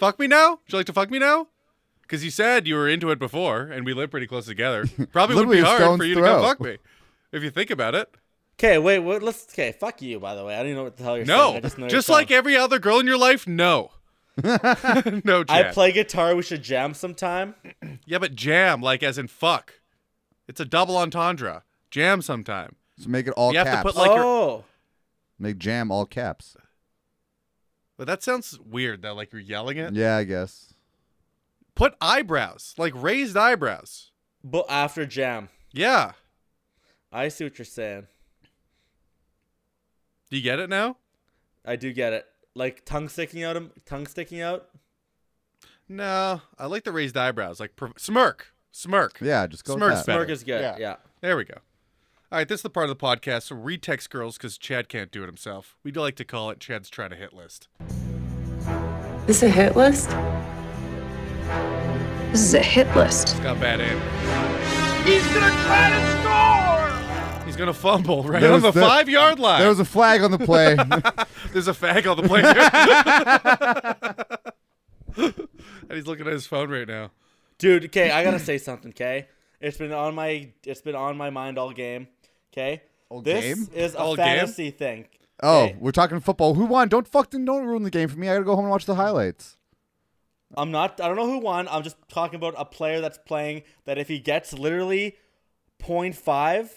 [SPEAKER 3] fuck me now? Would you like to fuck me now? Because you said you were into it before, and we live pretty close together. Probably would
[SPEAKER 4] Literally
[SPEAKER 3] be
[SPEAKER 4] a
[SPEAKER 3] hard
[SPEAKER 4] stone's
[SPEAKER 3] for you to
[SPEAKER 4] throw.
[SPEAKER 3] come fuck me. If you think about it.
[SPEAKER 5] Okay, wait. What, let's. Okay, fuck you. By the way, I don't even know what the hell you're saying.
[SPEAKER 3] No,
[SPEAKER 5] I just, know you're
[SPEAKER 3] just, like
[SPEAKER 5] telling-
[SPEAKER 3] every other girl in your life. No, no.
[SPEAKER 5] I
[SPEAKER 3] Chad.
[SPEAKER 5] play guitar. We should jam sometime.
[SPEAKER 3] Yeah, but jam, like as in fuck. It's a double entendre. Jam sometime.
[SPEAKER 4] So make it all
[SPEAKER 3] You have to
[SPEAKER 4] caps.
[SPEAKER 3] put, like, your-
[SPEAKER 5] oh,
[SPEAKER 4] make jam all caps.
[SPEAKER 3] But that sounds weird though. Like you're yelling it.
[SPEAKER 4] Yeah, I guess.
[SPEAKER 3] Put eyebrows, like raised eyebrows.
[SPEAKER 5] but after jam,
[SPEAKER 3] Yeah.
[SPEAKER 5] I see what you're saying.
[SPEAKER 3] Do you get it now?
[SPEAKER 5] I do get it. Like tongue sticking out, him tongue sticking out.
[SPEAKER 3] No, I like the raised eyebrows. Like pro- smirk, smirk.
[SPEAKER 4] Yeah, just go. with
[SPEAKER 3] Smirk's
[SPEAKER 4] that.
[SPEAKER 3] better.
[SPEAKER 5] Smirk is good. Yeah.
[SPEAKER 4] Yeah.
[SPEAKER 3] There we go. All right, this is the part of the podcast. So retext girls because Chad can't do it himself. We do like to call it Chad's trying to hit list.
[SPEAKER 11] This is a hit list? This is a hit list.
[SPEAKER 3] It's got bad aim. He's gonna try to score. He's gonna fumble right
[SPEAKER 4] There
[SPEAKER 3] on
[SPEAKER 4] was
[SPEAKER 3] the
[SPEAKER 4] the-
[SPEAKER 3] five yard line.
[SPEAKER 4] There was a flag on the play.
[SPEAKER 3] There's a fag on the plane. and he's looking at his phone right now.
[SPEAKER 5] Dude, okay, I gotta say something, okay? It's been on my it's been on my mind all game. Okay?
[SPEAKER 4] All
[SPEAKER 5] this
[SPEAKER 4] game?
[SPEAKER 5] is a
[SPEAKER 3] All game?
[SPEAKER 5] fantasy thing.
[SPEAKER 4] oh,
[SPEAKER 5] Okay,
[SPEAKER 4] we're talking football. Who won? Don't fucking don't ruin the game for me. I gotta go home and watch the highlights.
[SPEAKER 5] I'm not I don't know who won. I'm just talking about a player that's playing that if he gets literally 0.5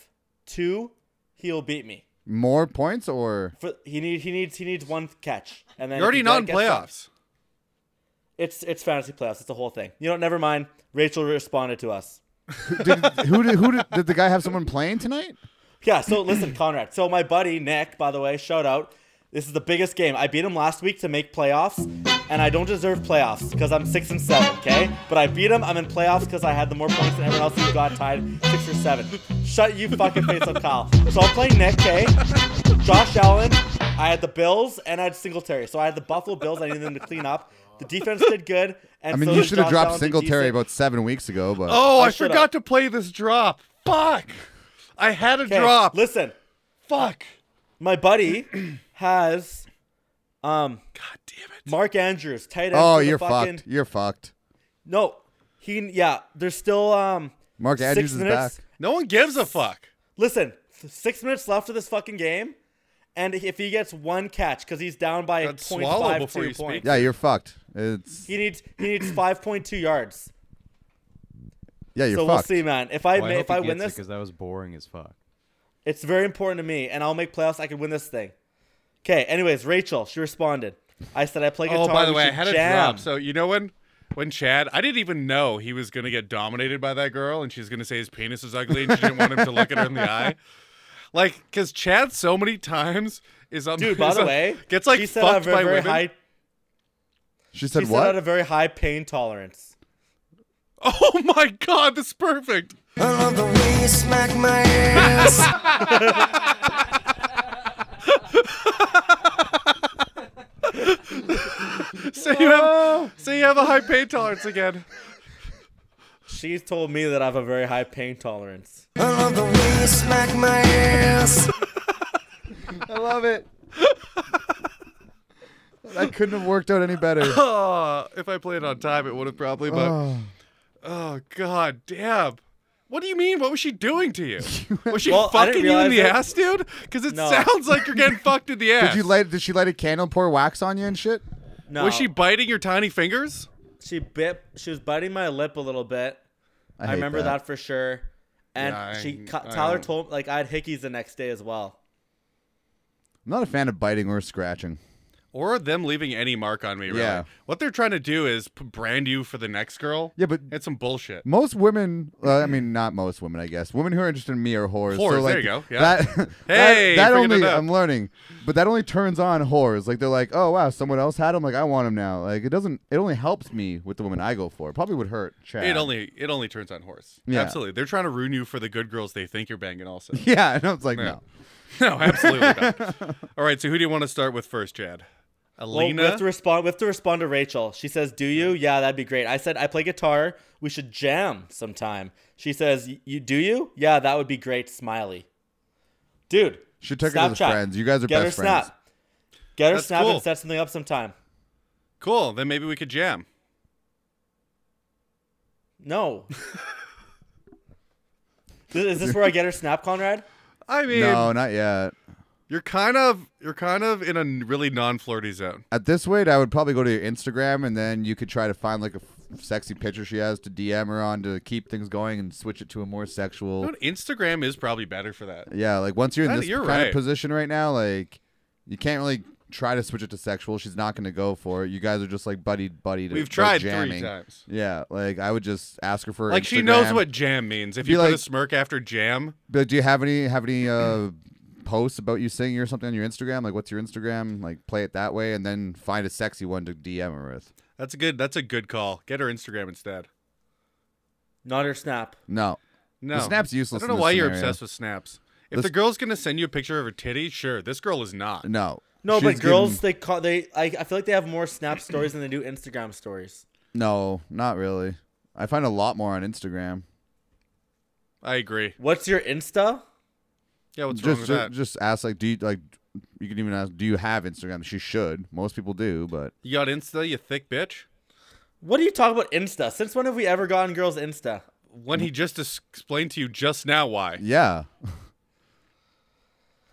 [SPEAKER 5] 2, he'll beat me.
[SPEAKER 4] More points or
[SPEAKER 5] For, he need he needs he needs one catch, and then
[SPEAKER 3] You're already
[SPEAKER 5] if he
[SPEAKER 3] not in
[SPEAKER 5] gets that-
[SPEAKER 3] playoffs.
[SPEAKER 5] It's it's fantasy playoffs. It's the whole thing. You know, never mind. Rachel responded to us.
[SPEAKER 4] did, who did who did, did the guy have someone playing tonight?
[SPEAKER 5] Yeah, so listen, Conrad. So my buddy Nick, by the way, shout out. This is the biggest game. I beat him last week to make playoffs, and I don't deserve playoffs because I'm six and seven, okay? But I beat him. I'm in playoffs because I had the more points than everyone else who got tied six or seven. Shut you fucking face up, Kyle. So I'll play Nick, okay? Josh Allen. I had the Bills and I had Singletary. So I had the Buffalo Bills. I needed them to clean up. The defense did good. And
[SPEAKER 4] I mean,
[SPEAKER 5] so
[SPEAKER 4] you
[SPEAKER 5] did
[SPEAKER 4] should have
[SPEAKER 5] Josh
[SPEAKER 4] dropped
[SPEAKER 5] Allen, did
[SPEAKER 4] Singletary
[SPEAKER 5] decent.
[SPEAKER 4] about seven weeks ago, but
[SPEAKER 3] Oh, I,
[SPEAKER 5] I should've.
[SPEAKER 3] forgot to play this drop. Fuck. I had a
[SPEAKER 5] 'Kay,
[SPEAKER 3] drop.
[SPEAKER 5] Listen,
[SPEAKER 3] Fuck.
[SPEAKER 5] my buddy has um
[SPEAKER 3] God damn it.
[SPEAKER 5] Mark Andrews, tight end.
[SPEAKER 4] oh,
[SPEAKER 5] for the
[SPEAKER 4] you're
[SPEAKER 5] fucking,
[SPEAKER 4] fucked. You're fucked.
[SPEAKER 5] No, he yeah. There's still um.
[SPEAKER 4] Mark
[SPEAKER 5] six
[SPEAKER 4] Andrews is
[SPEAKER 5] minutes.
[SPEAKER 4] back.
[SPEAKER 3] No one gives a fuck.
[SPEAKER 5] Listen, th- six minutes left of this fucking game, and if he gets one catch because he's down by
[SPEAKER 3] God,
[SPEAKER 5] point
[SPEAKER 3] swallow
[SPEAKER 5] five
[SPEAKER 3] before
[SPEAKER 5] two
[SPEAKER 3] you speak.
[SPEAKER 5] points,
[SPEAKER 4] Yeah, you're fucked. It's
[SPEAKER 5] he needs he needs five point two yards.
[SPEAKER 4] yeah, you're
[SPEAKER 5] so
[SPEAKER 4] fucked.
[SPEAKER 5] we'll see, man. If I
[SPEAKER 12] Well,
[SPEAKER 5] ma-
[SPEAKER 12] hope
[SPEAKER 5] if
[SPEAKER 12] he
[SPEAKER 5] I win
[SPEAKER 12] gets it,
[SPEAKER 5] this,
[SPEAKER 12] 'cause that was boring as fuck.
[SPEAKER 5] it's very important to me, and I'll make playoffs. I could win this thing. Okay. Anyways, Rachel, she responded. I said I play guitar.
[SPEAKER 3] Oh, by the
[SPEAKER 5] we
[SPEAKER 3] way, I
[SPEAKER 5] should
[SPEAKER 3] had
[SPEAKER 5] jam.
[SPEAKER 3] a drop. So you know when when Chad, I didn't even know he was gonna get dominated by that girl, and she's gonna say his penis is ugly, and she didn't want him to look at her in the eye. Like, cause Chad so many times is on.
[SPEAKER 5] Dude, by
[SPEAKER 3] is
[SPEAKER 5] the
[SPEAKER 3] on-
[SPEAKER 5] way,
[SPEAKER 3] gets like
[SPEAKER 5] she said I have
[SPEAKER 3] fucked
[SPEAKER 5] a very,
[SPEAKER 3] by
[SPEAKER 5] very
[SPEAKER 3] women.
[SPEAKER 5] high.
[SPEAKER 4] She
[SPEAKER 5] She
[SPEAKER 4] said
[SPEAKER 5] said I had a
[SPEAKER 4] what?
[SPEAKER 5] very high pain tolerance.
[SPEAKER 3] Oh my god, that's perfect.
[SPEAKER 9] I love the way you smack my ass.
[SPEAKER 3] So you
[SPEAKER 5] Oh.
[SPEAKER 3] have so you have a high pain tolerance again.
[SPEAKER 5] She's told me that I have a very high pain tolerance.
[SPEAKER 9] I love the way you smack my ass.
[SPEAKER 4] I love it. that couldn't have worked out any better.
[SPEAKER 3] Oh, if I played on time, it would have probably. But oh. god damn. What do you mean? What was she doing to you? Was she
[SPEAKER 5] Well, I didn't
[SPEAKER 3] fucking you
[SPEAKER 5] realize
[SPEAKER 3] in the
[SPEAKER 5] it.
[SPEAKER 3] ass, dude? Because it
[SPEAKER 5] No.
[SPEAKER 3] sounds like you're getting fucked in the ass.
[SPEAKER 4] Did you light? Did she light a candle, and pour wax on you and shit?
[SPEAKER 5] No,
[SPEAKER 3] Was she biting your tiny fingers?
[SPEAKER 5] She bit. She was biting my lip a little bit. I,
[SPEAKER 4] hate
[SPEAKER 5] remember that. for sure. And
[SPEAKER 3] Yeah, I-
[SPEAKER 5] she, Ca-
[SPEAKER 3] I
[SPEAKER 5] Tyler
[SPEAKER 3] don't-
[SPEAKER 5] told like I had hickeys the next day as well.
[SPEAKER 4] I'm not a fan of biting or scratching.
[SPEAKER 3] Or them leaving any mark on me, really.
[SPEAKER 4] Yeah.
[SPEAKER 3] What they're trying to do is p- brand you for the next girl.
[SPEAKER 4] Yeah, but-
[SPEAKER 3] It's some bullshit.
[SPEAKER 4] Most women, uh, I mean, not most women, I guess. Women who are interested in me are whores.
[SPEAKER 3] Whores,
[SPEAKER 4] so, like,
[SPEAKER 3] there you go, yeah.
[SPEAKER 4] That, that-
[SPEAKER 3] Hey,
[SPEAKER 4] that,
[SPEAKER 3] freaking it
[SPEAKER 4] only
[SPEAKER 3] up.
[SPEAKER 4] I'm learning, but that only turns on whores. Like they're like, oh wow, someone else had them. Like I want them now. Like it doesn't. It only helps me with the woman I go for. It probably would hurt. Chad.
[SPEAKER 3] It only it only turns on horse.
[SPEAKER 4] Yeah.
[SPEAKER 3] Absolutely. They're trying to ruin you for the good girls they think you're banging also.
[SPEAKER 4] Yeah, and I was like,
[SPEAKER 3] Yeah.
[SPEAKER 4] no.
[SPEAKER 3] no, absolutely not. All right, so who do you want to start with first, Chad?
[SPEAKER 5] Well,
[SPEAKER 3] Alina?
[SPEAKER 5] we have to respond. We have to respond to Rachel. She says, "Do you? Yeah, that'd be great." I said, "I play guitar. We should jam sometime." She says, "Y- "You do you? Yeah, that would be great." Smiley, dude.
[SPEAKER 4] She took her to the
[SPEAKER 5] Snapchat.
[SPEAKER 4] friends. You guys are
[SPEAKER 5] Get
[SPEAKER 4] best
[SPEAKER 5] her
[SPEAKER 4] friends.
[SPEAKER 5] snap. Get her
[SPEAKER 3] That's
[SPEAKER 5] snap
[SPEAKER 3] cool.
[SPEAKER 5] and set something up sometime.
[SPEAKER 3] cool. Then maybe we could jam.
[SPEAKER 5] No. Th- Is this where I get her snap, Conrad?
[SPEAKER 3] I mean,
[SPEAKER 4] No, not yet.
[SPEAKER 3] you're kind of you're kind of in a n- really non-flirty zone.
[SPEAKER 4] At this rate, I would probably go to your Instagram, and then you could try to find like a f- sexy picture she has to DM her on to keep things going and switch it to a more sexual.
[SPEAKER 3] You know, Instagram is probably better for that.
[SPEAKER 4] Yeah, like once you're in
[SPEAKER 3] Kinda-
[SPEAKER 4] this
[SPEAKER 3] you're
[SPEAKER 4] kind
[SPEAKER 3] right.
[SPEAKER 4] of position right now, like you can't really try to switch it to sexual. She's not going to go for it. You guys are just like buddy buddy.
[SPEAKER 3] We've tried three
[SPEAKER 4] jamming.
[SPEAKER 3] times.
[SPEAKER 4] Yeah, like I would just ask her for
[SPEAKER 3] Like she knows
[SPEAKER 4] Instagram.
[SPEAKER 3] what jam means. If
[SPEAKER 4] Be
[SPEAKER 3] you put a
[SPEAKER 4] like-
[SPEAKER 3] smirk after jam,
[SPEAKER 4] But do you have any have any uh posts about you singing or something on your Instagram? Like what's your Instagram? Like play it that way, and then find a sexy one to DM her with.
[SPEAKER 3] that's a good that's a good call. Get her Instagram instead.
[SPEAKER 5] Not her snap.
[SPEAKER 4] No,
[SPEAKER 3] No,
[SPEAKER 4] snap's useless
[SPEAKER 3] I
[SPEAKER 4] in
[SPEAKER 3] don't know
[SPEAKER 4] this
[SPEAKER 3] why you're
[SPEAKER 4] scenario.
[SPEAKER 3] obsessed with snaps. If
[SPEAKER 4] This-
[SPEAKER 3] the girl's gonna send you a picture of her titty, sure. This girl is not.
[SPEAKER 4] no,
[SPEAKER 5] No,
[SPEAKER 4] She's
[SPEAKER 5] but girls,
[SPEAKER 4] getting-
[SPEAKER 5] they call they. I, I feel like they have more snap stories than they do Instagram stories.
[SPEAKER 4] no, not really. I find a lot more on Instagram.
[SPEAKER 3] I agree.
[SPEAKER 5] What's your Insta?
[SPEAKER 3] Yeah, what's wrong
[SPEAKER 4] just
[SPEAKER 3] with
[SPEAKER 4] ju-
[SPEAKER 3] that?
[SPEAKER 4] just ask like do you like you can even ask do you have Instagram? She should. Most people do, but
[SPEAKER 3] you got Insta, you thick bitch.
[SPEAKER 5] What do you talk about Insta? Since when have we ever gotten girls Insta?
[SPEAKER 3] When he just dis- explained to you just now why.
[SPEAKER 4] yeah.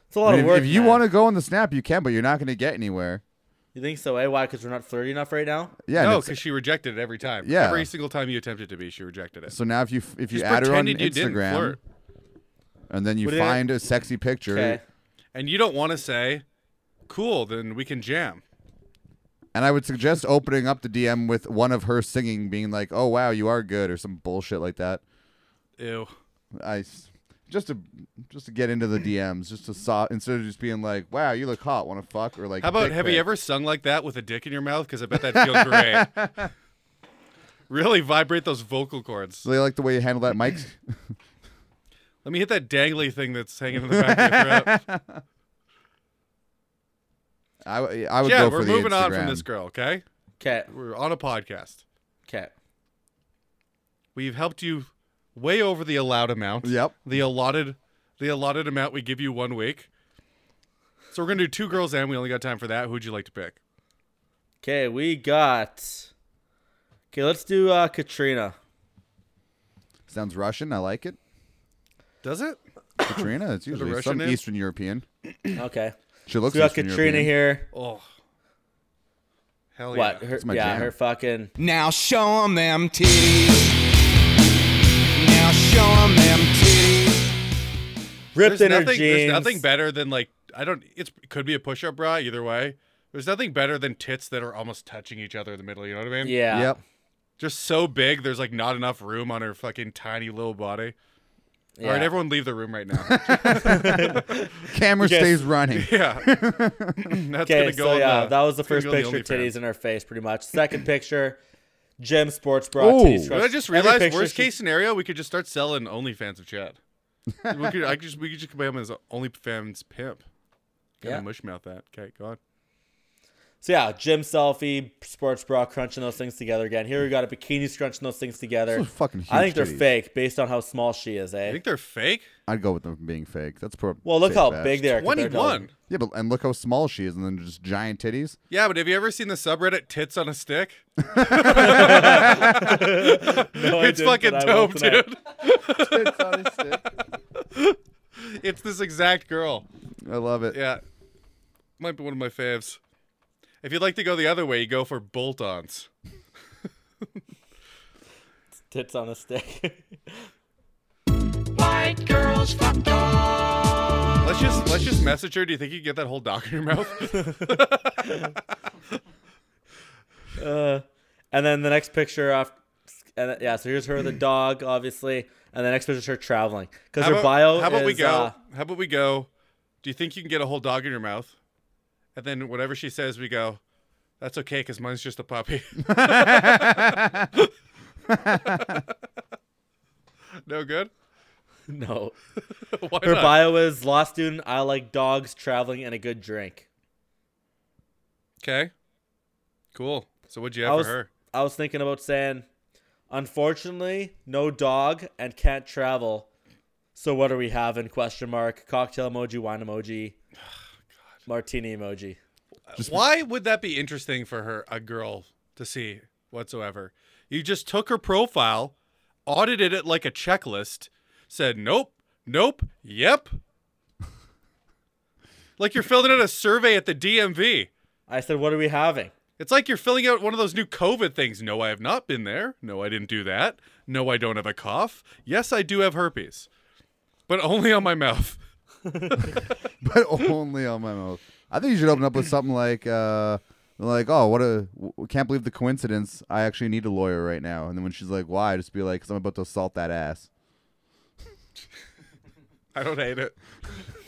[SPEAKER 5] It's a lot
[SPEAKER 4] I mean,
[SPEAKER 5] of
[SPEAKER 4] if,
[SPEAKER 5] work.
[SPEAKER 4] if you
[SPEAKER 5] man.
[SPEAKER 4] want to go on the snap, you can, but you're not going to get anywhere.
[SPEAKER 5] you think so? Eh? Why? Because we're not flirty enough right now.
[SPEAKER 4] Yeah. and
[SPEAKER 3] no,
[SPEAKER 4] it's-
[SPEAKER 3] because she rejected it every time.
[SPEAKER 4] Yeah.
[SPEAKER 3] Every single time you attempted to be, she rejected it.
[SPEAKER 4] so now if you if you
[SPEAKER 3] Just
[SPEAKER 4] add her on
[SPEAKER 3] pretended you didn't
[SPEAKER 4] Instagram
[SPEAKER 3] flirt.
[SPEAKER 4] and then you
[SPEAKER 5] What do you-
[SPEAKER 4] find a sexy picture,
[SPEAKER 5] Okay.
[SPEAKER 3] and you don't want to say, "Cool, then we can jam."
[SPEAKER 4] And I would suggest opening up the DM with one of her singing, being like, "Oh wow, you are good," or some bullshit like that.
[SPEAKER 3] Ew.
[SPEAKER 4] I s- just to just to get into the DMs, just to saw instead of just being like, "Wow, you look hot, want to fuck," or like,
[SPEAKER 3] How about
[SPEAKER 4] "Dick
[SPEAKER 3] have you
[SPEAKER 4] pic."
[SPEAKER 3] ever sung like that with a dick in your mouth? Because I bet that feels great. really vibrate those vocal cords.
[SPEAKER 4] So they like the way you handle that, Mike.
[SPEAKER 3] Let me hit that dangly thing that's hanging in the back of your throat.
[SPEAKER 4] I, w- I would
[SPEAKER 3] yeah,
[SPEAKER 4] go for
[SPEAKER 3] we're
[SPEAKER 4] the
[SPEAKER 3] moving on
[SPEAKER 4] Instagram.
[SPEAKER 3] from this girl, okay?
[SPEAKER 5] Okay.
[SPEAKER 3] We're on a podcast.
[SPEAKER 5] Okay.
[SPEAKER 3] We've helped you way over the allowed amount.
[SPEAKER 4] Yep.
[SPEAKER 3] The allotted the allotted amount we give you one week. So we're gonna do two girls and we only got time for that. Who'd you like to pick?
[SPEAKER 5] Okay, we got. Okay, let's do uh, Katrina.
[SPEAKER 4] Sounds Russian. I like it.
[SPEAKER 3] Does it?
[SPEAKER 4] Katrina. It's
[SPEAKER 3] it a
[SPEAKER 4] usually
[SPEAKER 3] Russian
[SPEAKER 4] some
[SPEAKER 3] name?
[SPEAKER 4] Eastern European.
[SPEAKER 5] Okay.
[SPEAKER 4] She looks.
[SPEAKER 5] we got
[SPEAKER 4] Eastern
[SPEAKER 5] Katrina
[SPEAKER 4] European.
[SPEAKER 5] here.
[SPEAKER 3] Oh. Hell
[SPEAKER 5] What?
[SPEAKER 3] yeah.
[SPEAKER 5] Her,
[SPEAKER 4] It's my
[SPEAKER 5] yeah,
[SPEAKER 4] jam.
[SPEAKER 5] her fucking.
[SPEAKER 1] Now show 'em them titties. Now show 'em them titties.
[SPEAKER 5] Ripped
[SPEAKER 3] There's
[SPEAKER 5] in her
[SPEAKER 3] nothing,
[SPEAKER 5] jeans.
[SPEAKER 3] there's nothing better than like I don't it's it could be a push up bra, either way. There's nothing better than tits that are almost touching each other in the middle, you know what I mean?
[SPEAKER 5] Yeah.
[SPEAKER 4] Yep.
[SPEAKER 3] Just so big there's like not enough room on her fucking tiny little body.
[SPEAKER 5] yeah.
[SPEAKER 3] All right, everyone leave the room right now.
[SPEAKER 4] Camera
[SPEAKER 5] Yes.
[SPEAKER 4] stays running.
[SPEAKER 3] yeah. That's
[SPEAKER 5] Okay,
[SPEAKER 3] gonna go
[SPEAKER 5] so
[SPEAKER 3] on
[SPEAKER 5] yeah,
[SPEAKER 3] the-
[SPEAKER 5] that was the
[SPEAKER 3] it's gonna
[SPEAKER 5] first
[SPEAKER 3] go on
[SPEAKER 5] picture.
[SPEAKER 3] OnlyFans.
[SPEAKER 5] Titties in her face, pretty much. Second picture, gym sports bra.
[SPEAKER 4] Ooh.
[SPEAKER 5] titties
[SPEAKER 3] But
[SPEAKER 5] crushed.
[SPEAKER 3] I just
[SPEAKER 5] Every
[SPEAKER 3] realized
[SPEAKER 5] picture
[SPEAKER 3] worst
[SPEAKER 5] she-
[SPEAKER 3] case scenario, we could just start selling OnlyFans of Chad. we could I could just we could just become his OnlyFans pimp. Kind
[SPEAKER 5] Yeah.
[SPEAKER 3] of mush mouth that. Okay, go on.
[SPEAKER 5] So yeah, gym selfie, sports bra, crunching those things together again. Here we got a bikini crunching those things together.
[SPEAKER 4] Those are fucking
[SPEAKER 5] I
[SPEAKER 4] huge
[SPEAKER 5] think they're
[SPEAKER 4] titties.
[SPEAKER 5] fake based on how small she is, eh?
[SPEAKER 3] I think they're fake.
[SPEAKER 4] I'd go with them being fake. That's pro.
[SPEAKER 5] well, look
[SPEAKER 4] safe
[SPEAKER 5] how
[SPEAKER 4] bet.
[SPEAKER 5] big they are.
[SPEAKER 3] Twenty
[SPEAKER 5] compared to all-
[SPEAKER 3] one.
[SPEAKER 4] Yeah, but and look how small she is, and then just giant titties.
[SPEAKER 3] Yeah, but have you ever seen the subreddit tits on a stick?
[SPEAKER 5] No, Oh, I
[SPEAKER 3] it's
[SPEAKER 5] didn't,
[SPEAKER 3] fucking
[SPEAKER 5] but I will
[SPEAKER 3] dope,
[SPEAKER 5] tonight.
[SPEAKER 3] dude.
[SPEAKER 4] Tits on a stick.
[SPEAKER 3] It's this exact girl.
[SPEAKER 4] I love it.
[SPEAKER 3] Yeah. Might be one of my faves. If you'd like to go the other way, you go for bolt ons.
[SPEAKER 5] Tits on a stick.
[SPEAKER 9] White girls fuck dogs.
[SPEAKER 3] Let's just let's just message her. Do you think you can get that whole dock in your mouth?
[SPEAKER 5] uh, and then the next picture off. And then- yeah, so here's her with a dog, obviously. And the next picture is her traveling because
[SPEAKER 3] How
[SPEAKER 5] her
[SPEAKER 3] about-
[SPEAKER 5] bio.
[SPEAKER 3] How about we
[SPEAKER 5] is,
[SPEAKER 3] go?
[SPEAKER 5] uh,
[SPEAKER 3] how about we go? Do you think you can get a whole dog in your mouth? And then whatever she says, we go. That's okay, because mine's just a puppy. no good.
[SPEAKER 5] no,
[SPEAKER 3] Why
[SPEAKER 5] her
[SPEAKER 3] not?
[SPEAKER 5] bio is law student. I like dogs, traveling, and a good drink.
[SPEAKER 3] okay. Cool. So what'd you
[SPEAKER 5] I
[SPEAKER 3] have
[SPEAKER 5] was,
[SPEAKER 3] for her?
[SPEAKER 5] I was thinking about saying, unfortunately, no dog and can't travel. So what are we having? Question mark. Cocktail emoji, wine emoji,
[SPEAKER 3] Oh,
[SPEAKER 5] martini emoji.
[SPEAKER 3] Why would that be interesting for her, a girl, to see whatsoever? You just took her profile, audited it like a checklist, said nope, nope, yep. like you're filling out a survey at the DMV.
[SPEAKER 5] I said, what are we having?
[SPEAKER 3] It's like you're filling out one of those new COVID things. No, I have not been there. No, I didn't do that. No, I don't have a cough. Yes, I do have herpes, but only on my mouth.
[SPEAKER 4] but only on my mouth. I think you should open up with something like, uh, like, oh, what a, w- can't believe the coincidence. I actually need a lawyer right now. And then when she's like, why? Just be like, because I'm about to assault that ass.
[SPEAKER 3] I don't hate it.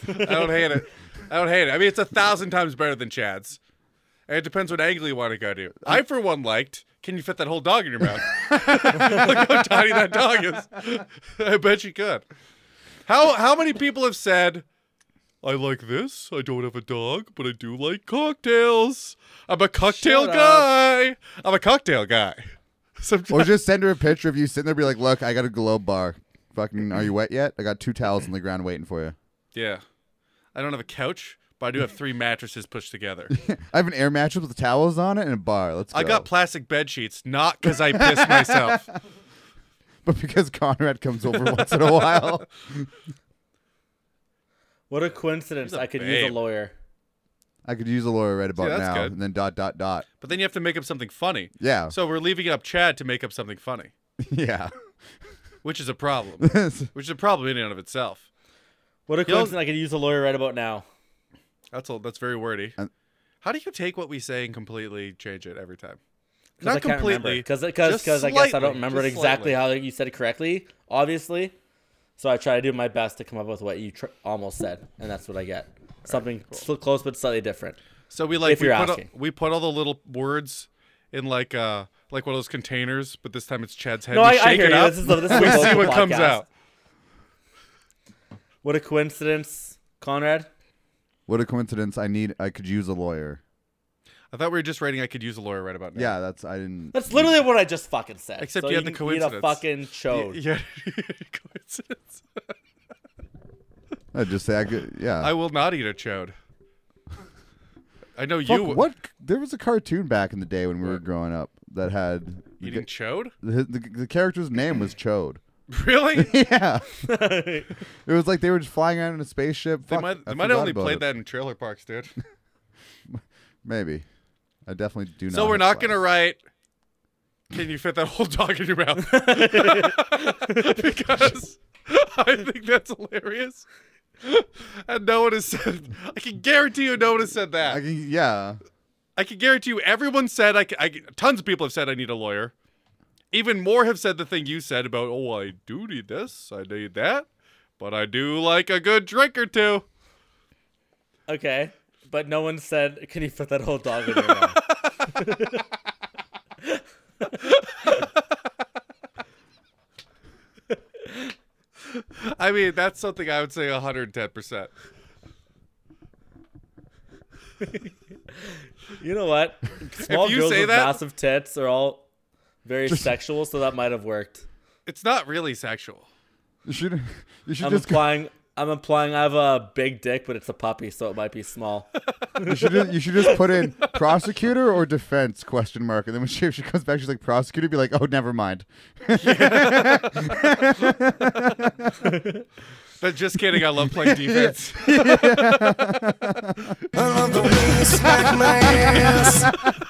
[SPEAKER 3] I don't hate it. I don't hate it. I mean, it's a thousand times better than Chad's. And it depends what angle you want to go to. I, for one, liked. Can you fit that whole dog in your mouth? Look how tiny that dog is. I bet you could. How how many people have said, "I like this. I don't have a dog, but I do like cocktails. I'm a cocktail
[SPEAKER 5] Shut up.
[SPEAKER 3] guy. I'm a cocktail guy."
[SPEAKER 4] Or
[SPEAKER 3] Sometimes,
[SPEAKER 4] just send her a picture of you sitting there, be like, look, I got a globe bar. Fucking, are you wet yet? I got two towels on the ground waiting for you.
[SPEAKER 3] yeah, I don't have a couch, but I do have three mattresses pushed together.
[SPEAKER 4] I have an air mattress with towels on it and a bar. Let's go.
[SPEAKER 3] I got plastic bed sheets, not because I pissed myself.
[SPEAKER 4] but because Conrad comes over once in a while.
[SPEAKER 5] What a coincidence!
[SPEAKER 3] She's a
[SPEAKER 5] I could use
[SPEAKER 3] babe.
[SPEAKER 5] a lawyer.
[SPEAKER 4] I could use a lawyer right about
[SPEAKER 3] that's
[SPEAKER 4] now.
[SPEAKER 3] good.
[SPEAKER 4] And then dot, dot, dot.
[SPEAKER 3] But then you have to make up something funny.
[SPEAKER 4] Yeah.
[SPEAKER 3] So we're leaving it up Chad to make up something funny,
[SPEAKER 4] yeah.
[SPEAKER 3] which is a problem. which is a problem in and of itself.
[SPEAKER 5] What a
[SPEAKER 3] He'll-
[SPEAKER 5] coincidence! I could use a lawyer right about now.
[SPEAKER 3] That's all. That's very wordy.
[SPEAKER 4] And-
[SPEAKER 3] How do you take what we say and completely change it every time?
[SPEAKER 5] 'Cause I can't remember. Cause, cause,
[SPEAKER 3] just
[SPEAKER 5] 'cause I guess I
[SPEAKER 3] slightly,
[SPEAKER 5] don't remember it
[SPEAKER 3] just
[SPEAKER 5] exactly
[SPEAKER 3] slightly.
[SPEAKER 5] how you said it correctly, obviously. So I try to do my best to come up with what you tr- almost said, and that's what I get. Something sl- close but slightly different.
[SPEAKER 3] So we like
[SPEAKER 5] if
[SPEAKER 3] we
[SPEAKER 5] you're
[SPEAKER 3] put, all,
[SPEAKER 5] asking.
[SPEAKER 3] we put all the little words in like uh like one of those containers, but this time it's Chad's head.
[SPEAKER 5] No,
[SPEAKER 3] we
[SPEAKER 5] I- I
[SPEAKER 3] shake
[SPEAKER 5] hear
[SPEAKER 3] it
[SPEAKER 5] you.
[SPEAKER 3] up.
[SPEAKER 5] This is the- this is
[SPEAKER 3] we
[SPEAKER 5] the
[SPEAKER 3] see
[SPEAKER 5] local
[SPEAKER 3] what comes
[SPEAKER 5] podcast.
[SPEAKER 3] out.
[SPEAKER 5] What a coincidence, Conrad.
[SPEAKER 4] What a coincidence! I need. I could use a lawyer.
[SPEAKER 3] I thought we were just writing. I could use a lawyer right about now.
[SPEAKER 4] Yeah, that's. I didn't.
[SPEAKER 5] That's literally what I just fucking said.
[SPEAKER 3] Mm. Except
[SPEAKER 5] So
[SPEAKER 3] you had the
[SPEAKER 5] can eat
[SPEAKER 3] coincidence.
[SPEAKER 5] a fucking chode.
[SPEAKER 3] Yeah. coincidence.
[SPEAKER 4] I just say I could. Yeah.
[SPEAKER 3] I will not eat a chode. I know
[SPEAKER 4] Fuck,
[SPEAKER 3] you would.
[SPEAKER 4] what? There was a cartoon back in the day when we were growing up that had the,
[SPEAKER 3] eating chode.
[SPEAKER 4] the, the, the character's name was Chode.
[SPEAKER 3] Really?
[SPEAKER 4] yeah. It was like they were just flying around in a spaceship.
[SPEAKER 3] They
[SPEAKER 4] Fuck,
[SPEAKER 3] might.
[SPEAKER 4] I
[SPEAKER 3] They might
[SPEAKER 4] forgot
[SPEAKER 3] have only
[SPEAKER 4] about
[SPEAKER 3] played
[SPEAKER 4] it.
[SPEAKER 3] that in trailer parks, dude.
[SPEAKER 4] Maybe. I definitely do not.
[SPEAKER 3] So we're
[SPEAKER 4] have
[SPEAKER 3] not gonna
[SPEAKER 4] glasses.
[SPEAKER 3] write. Can you fit that whole dog in your mouth? because I think that's hilarious, and no one has said. I can guarantee you, no one has said that.
[SPEAKER 4] I can, yeah.
[SPEAKER 3] I can guarantee you, everyone said. I, c- I c- tons of people have said I need a lawyer. Even more have said the thing you said about. Oh, I do need this. I need that. But I do like a good drink or two.
[SPEAKER 5] Okay, but no one said, "Can you fit that whole dog in your mouth?"
[SPEAKER 3] I mean, that's something I would say 110%.
[SPEAKER 5] You know what? Small
[SPEAKER 3] you
[SPEAKER 5] girls
[SPEAKER 3] say
[SPEAKER 5] with
[SPEAKER 3] that-
[SPEAKER 5] massive tits are all very sexual, so that might have worked.
[SPEAKER 3] It's not really sexual.
[SPEAKER 4] You should. You should
[SPEAKER 5] I'm
[SPEAKER 4] just.
[SPEAKER 5] implying. I'm implying I have a big dick, but it's a puppy, so it might be small.
[SPEAKER 4] You should. Just, you should just put in prosecutor or defense question mark, and then when she, if she comes back, she's like prosecutor. Be like, oh, never mind.
[SPEAKER 3] But just kidding. I love playing defense.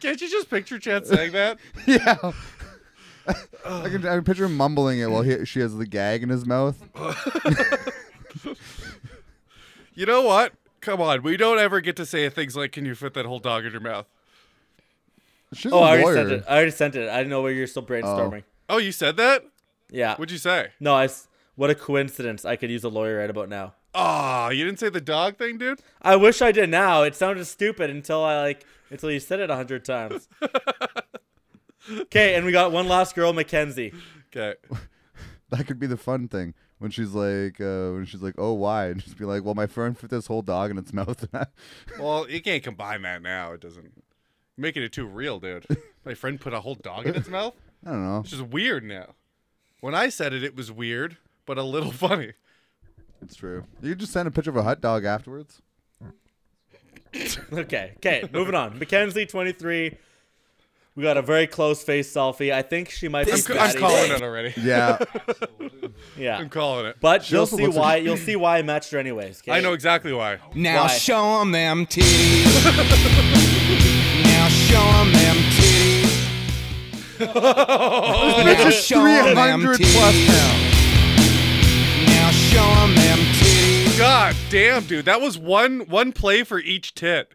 [SPEAKER 3] Can't you just picture Chad saying that?
[SPEAKER 4] yeah. I can, I can picture him mumbling it while he, she has the gag in his mouth.
[SPEAKER 3] You know what? Come on. We don't ever get to say things like, can you fit that whole dog in your mouth?
[SPEAKER 4] She's
[SPEAKER 5] Oh,
[SPEAKER 4] a
[SPEAKER 5] I already
[SPEAKER 4] lawyer.
[SPEAKER 5] sent it. I already sent it. I didn't know where you're still brainstorming.
[SPEAKER 3] Oh, you said that?
[SPEAKER 5] Yeah.
[SPEAKER 3] What'd you say?
[SPEAKER 5] No, I. s- What a coincidence! I could use a lawyer right about now.
[SPEAKER 3] Oh, you didn't say the dog thing, dude?
[SPEAKER 5] I wish I did now. It sounded stupid until I like until you said it a hundred times. Okay, and we got one last girl, Mackenzie.
[SPEAKER 3] Okay.
[SPEAKER 4] That could be the fun thing when she's like, uh, when she's like, oh, why? And just be like, well, my friend fit this whole dog in its mouth.
[SPEAKER 3] Well, you can't combine that now. It doesn't. You're making it too real, dude. My friend put a whole dog in its mouth?
[SPEAKER 4] I don't know.
[SPEAKER 3] Which is weird now. When I said it, it was weird, but a little funny.
[SPEAKER 4] It's true. You could just send a picture of a hot dog afterwards.
[SPEAKER 5] Okay, okay, moving on. Mackenzie, twenty three. We got a very close face selfie. I think she might
[SPEAKER 3] I'm,
[SPEAKER 5] be.
[SPEAKER 3] c- I'm
[SPEAKER 5] Patty.
[SPEAKER 3] calling it already.
[SPEAKER 4] Yeah.
[SPEAKER 5] Yeah,
[SPEAKER 3] I'm calling it.
[SPEAKER 5] but you'll
[SPEAKER 4] also
[SPEAKER 5] see
[SPEAKER 4] looks
[SPEAKER 5] why. You'll see why I matched her anyways. 'kay?
[SPEAKER 3] I know exactly why.
[SPEAKER 1] Now
[SPEAKER 5] Why?
[SPEAKER 1] show 'em them titties. now show 'em them titties.
[SPEAKER 5] Oh,
[SPEAKER 1] now show 'em them
[SPEAKER 4] 300 plus
[SPEAKER 1] titties.
[SPEAKER 4] pounds.
[SPEAKER 1] Now show 'em them titties.
[SPEAKER 3] God damn, dude, that was one one play for each tit.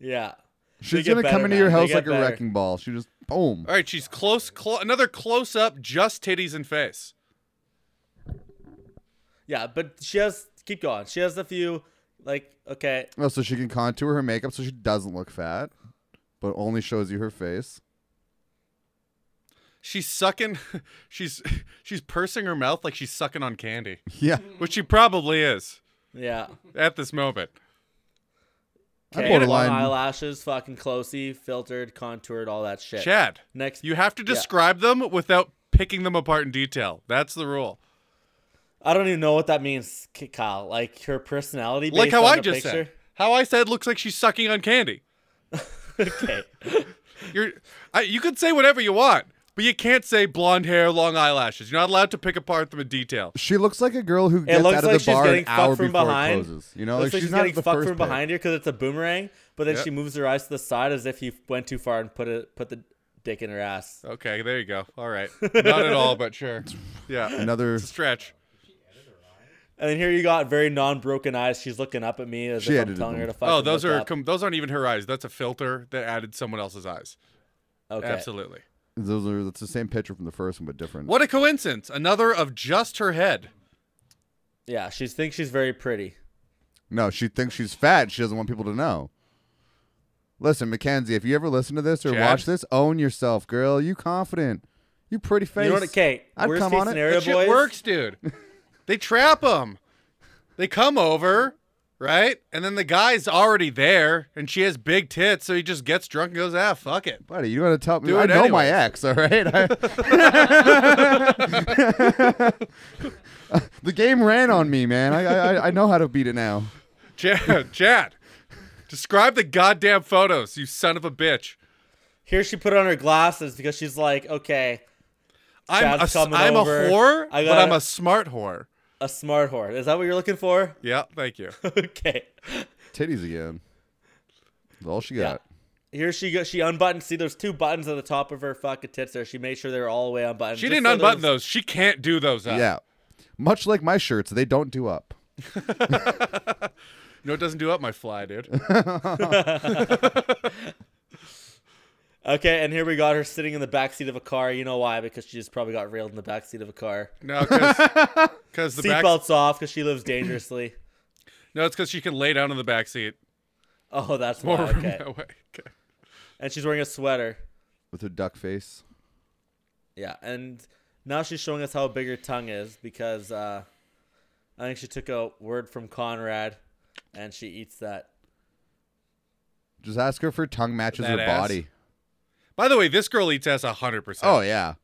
[SPEAKER 5] Yeah.
[SPEAKER 4] She's
[SPEAKER 5] get
[SPEAKER 4] going to
[SPEAKER 5] better
[SPEAKER 4] come into
[SPEAKER 5] now.
[SPEAKER 4] your
[SPEAKER 5] They
[SPEAKER 4] house
[SPEAKER 5] get
[SPEAKER 4] like a
[SPEAKER 5] better.
[SPEAKER 4] wrecking ball. She just, boom.
[SPEAKER 3] All right, she's close. Cl- another close up, just titties and face.
[SPEAKER 5] Yeah, but she has keep going. She has a few like okay.
[SPEAKER 4] Oh, so she can contour her makeup so she doesn't look fat, but only shows you her face.
[SPEAKER 3] She's sucking. She's she's pursing her mouth like she's sucking on candy,
[SPEAKER 4] Yeah.
[SPEAKER 3] which she probably is
[SPEAKER 5] Yeah.
[SPEAKER 3] at this moment.
[SPEAKER 5] Okay. Long
[SPEAKER 4] borderline-
[SPEAKER 5] eyelashes, fucking closey, filtered, contoured, all that shit.
[SPEAKER 3] Chad,
[SPEAKER 5] Next
[SPEAKER 3] you have to describe them without picking them apart in detail. That's the rule.
[SPEAKER 5] I don't even know what that means, K- Kyle. Like her personality,
[SPEAKER 3] like
[SPEAKER 5] based
[SPEAKER 3] how
[SPEAKER 5] on
[SPEAKER 3] I
[SPEAKER 5] the
[SPEAKER 3] just
[SPEAKER 5] picture?
[SPEAKER 3] said. How I said looks like she's sucking on candy.
[SPEAKER 5] Okay,
[SPEAKER 3] You're, I, you could say whatever you want, but you can't say blonde hair, long eyelashes. You're not allowed to pick apart them in detail.
[SPEAKER 4] She looks like a girl who gets
[SPEAKER 5] looks
[SPEAKER 4] out of
[SPEAKER 5] like
[SPEAKER 4] the
[SPEAKER 5] she's
[SPEAKER 4] bar an
[SPEAKER 5] getting fucked
[SPEAKER 4] hour
[SPEAKER 5] from
[SPEAKER 4] before
[SPEAKER 5] behind.
[SPEAKER 4] it closes. You know,
[SPEAKER 5] looks like
[SPEAKER 4] she's
[SPEAKER 5] she's
[SPEAKER 4] not
[SPEAKER 5] getting
[SPEAKER 4] the
[SPEAKER 5] fucked
[SPEAKER 4] first
[SPEAKER 5] from
[SPEAKER 4] pick.
[SPEAKER 5] behind her because it's a boomerang. But then
[SPEAKER 3] Yeah.
[SPEAKER 5] she moves her eyes to the side as if you went too far and put it put the dick in her ass.
[SPEAKER 3] Okay, there you go. All right. Not at all, but sure. Yeah.
[SPEAKER 4] Another
[SPEAKER 3] It's a stretch.
[SPEAKER 5] And then here you got very non-broken eyes. She's looking up at me as
[SPEAKER 3] She
[SPEAKER 5] if I'm
[SPEAKER 3] edited
[SPEAKER 5] telling
[SPEAKER 3] them.
[SPEAKER 5] her to fucking
[SPEAKER 3] Oh, those
[SPEAKER 5] look
[SPEAKER 3] are
[SPEAKER 5] up.
[SPEAKER 3] com- those aren't even her eyes. That's a filter that added someone else's eyes.
[SPEAKER 5] Okay.
[SPEAKER 3] Absolutely.
[SPEAKER 4] Those are that's the same picture from the first one, but different.
[SPEAKER 3] What a coincidence! Another of just her head.
[SPEAKER 5] Yeah, she thinks she's very pretty.
[SPEAKER 4] No, she thinks she's fat. She doesn't want people to know. Listen, Mackenzie, if you ever listen to this or
[SPEAKER 5] Chad?
[SPEAKER 4] watch this, own yourself, girl. You confident. You pretty face.
[SPEAKER 5] You know what, Kate?
[SPEAKER 4] I'd
[SPEAKER 5] worst
[SPEAKER 4] come
[SPEAKER 5] case
[SPEAKER 4] on
[SPEAKER 5] scenario,
[SPEAKER 4] it.
[SPEAKER 3] That shit
[SPEAKER 5] boys.
[SPEAKER 3] works, dude. they trap them. They come over, right? And then the guy's already there, and she has big tits, so he just gets drunk and goes, "Ah, fuck it."
[SPEAKER 4] Buddy, you gotta tell me.
[SPEAKER 3] Do
[SPEAKER 4] I
[SPEAKER 3] it
[SPEAKER 4] know my
[SPEAKER 3] anyways.
[SPEAKER 4] ex, all right? I- the game ran on me, man. I, I I know how to beat it now.
[SPEAKER 3] Chad, Chad, describe the goddamn photos, you son of a bitch.
[SPEAKER 5] Here she put on her glasses because she's like, okay,
[SPEAKER 3] I'm a
[SPEAKER 5] Chad's
[SPEAKER 3] s-
[SPEAKER 5] coming
[SPEAKER 3] I'm a
[SPEAKER 5] over.
[SPEAKER 3] whore,
[SPEAKER 5] I
[SPEAKER 3] but I'm
[SPEAKER 5] gotta-
[SPEAKER 3] a smart whore.
[SPEAKER 5] a smart whore. Is that what you're looking for?
[SPEAKER 3] Yeah, thank you.
[SPEAKER 5] okay.
[SPEAKER 4] Titties again. That's all she got.
[SPEAKER 5] Here she goes. She unbuttoned. See, there's two buttons on the top of her fucking tits there. She made sure they were all the way unbuttoned.
[SPEAKER 3] She
[SPEAKER 5] just
[SPEAKER 3] didn't
[SPEAKER 5] so
[SPEAKER 3] unbutton
[SPEAKER 5] there was-
[SPEAKER 3] those. She can't do those. Up.
[SPEAKER 4] yeah. Much like my shirts, they don't do up.
[SPEAKER 3] No, it doesn't do up my fly, dude.
[SPEAKER 5] Okay, and here we got her sitting in the back seat of a car. You know why? Because she just probably got railed in the back seat of a car.
[SPEAKER 3] No, 'cause- 'cause the back-
[SPEAKER 5] seatbelts off because she lives dangerously.
[SPEAKER 3] no, it's because she can lay down in the back seat.
[SPEAKER 5] Oh, that's
[SPEAKER 3] More
[SPEAKER 5] why.
[SPEAKER 3] room
[SPEAKER 5] Okay.
[SPEAKER 3] that way. Okay.
[SPEAKER 5] And she's wearing a sweater.
[SPEAKER 4] With her duck face.
[SPEAKER 5] Yeah, and now she's showing us how big her tongue is because uh, I think she took a word from Conrad, and she eats that.
[SPEAKER 4] Just ask her if her tongue matches
[SPEAKER 3] That
[SPEAKER 4] her
[SPEAKER 3] ass.
[SPEAKER 4] body.
[SPEAKER 3] By the way, this girl eats ass hundred percent.
[SPEAKER 4] Oh yeah.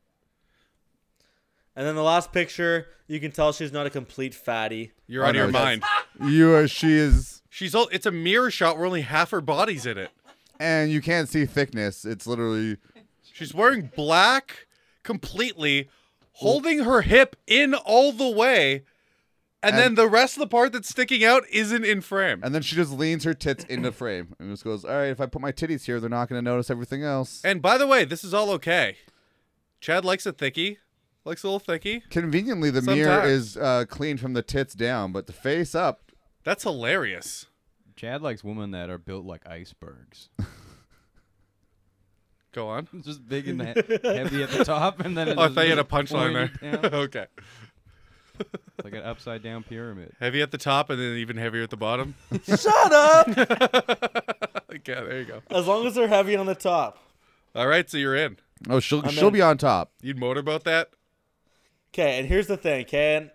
[SPEAKER 5] And then the last picture, you can tell she's not a complete fatty.
[SPEAKER 3] You're out of your mind.
[SPEAKER 4] You are she is
[SPEAKER 3] She's all. It's a mirror shot where only half her body's in it.
[SPEAKER 4] and you can't see thickness. It's literally
[SPEAKER 3] She's wearing black completely, holding her hip in all the way, and, then
[SPEAKER 4] And-
[SPEAKER 3] the rest of the part that's sticking out isn't in frame.
[SPEAKER 4] and then she just leans her tits into frame and just goes, All right, if I put my titties here, they're not gonna notice everything else.
[SPEAKER 3] And by the way, this is all okay. Chad likes a thickie, likes a little thickie.
[SPEAKER 4] Conveniently the mirror
[SPEAKER 3] Sometimes.
[SPEAKER 4] is uh, clean from the tits down, but the face up.
[SPEAKER 3] That's hilarious.
[SPEAKER 12] Chad likes women that are built like icebergs.
[SPEAKER 3] Go on.
[SPEAKER 12] Just big and he- heavy at the top, and then it
[SPEAKER 3] Oh, I
[SPEAKER 12] just
[SPEAKER 3] thought you had a
[SPEAKER 12] keeps
[SPEAKER 3] punchline
[SPEAKER 12] pouring
[SPEAKER 3] there.
[SPEAKER 12] down.
[SPEAKER 3] Okay.
[SPEAKER 12] It's like an upside down pyramid.
[SPEAKER 3] Heavy at the top and then even heavier at the bottom.
[SPEAKER 5] Shut up!
[SPEAKER 3] okay, there you go.
[SPEAKER 5] As long as they're heavy on the top.
[SPEAKER 3] All right, so you're in.
[SPEAKER 4] Oh, she'll
[SPEAKER 5] I'm
[SPEAKER 4] she'll
[SPEAKER 5] in.
[SPEAKER 4] be on top.
[SPEAKER 3] You'd motorboat that?
[SPEAKER 5] Okay, and here's the thing, okay? And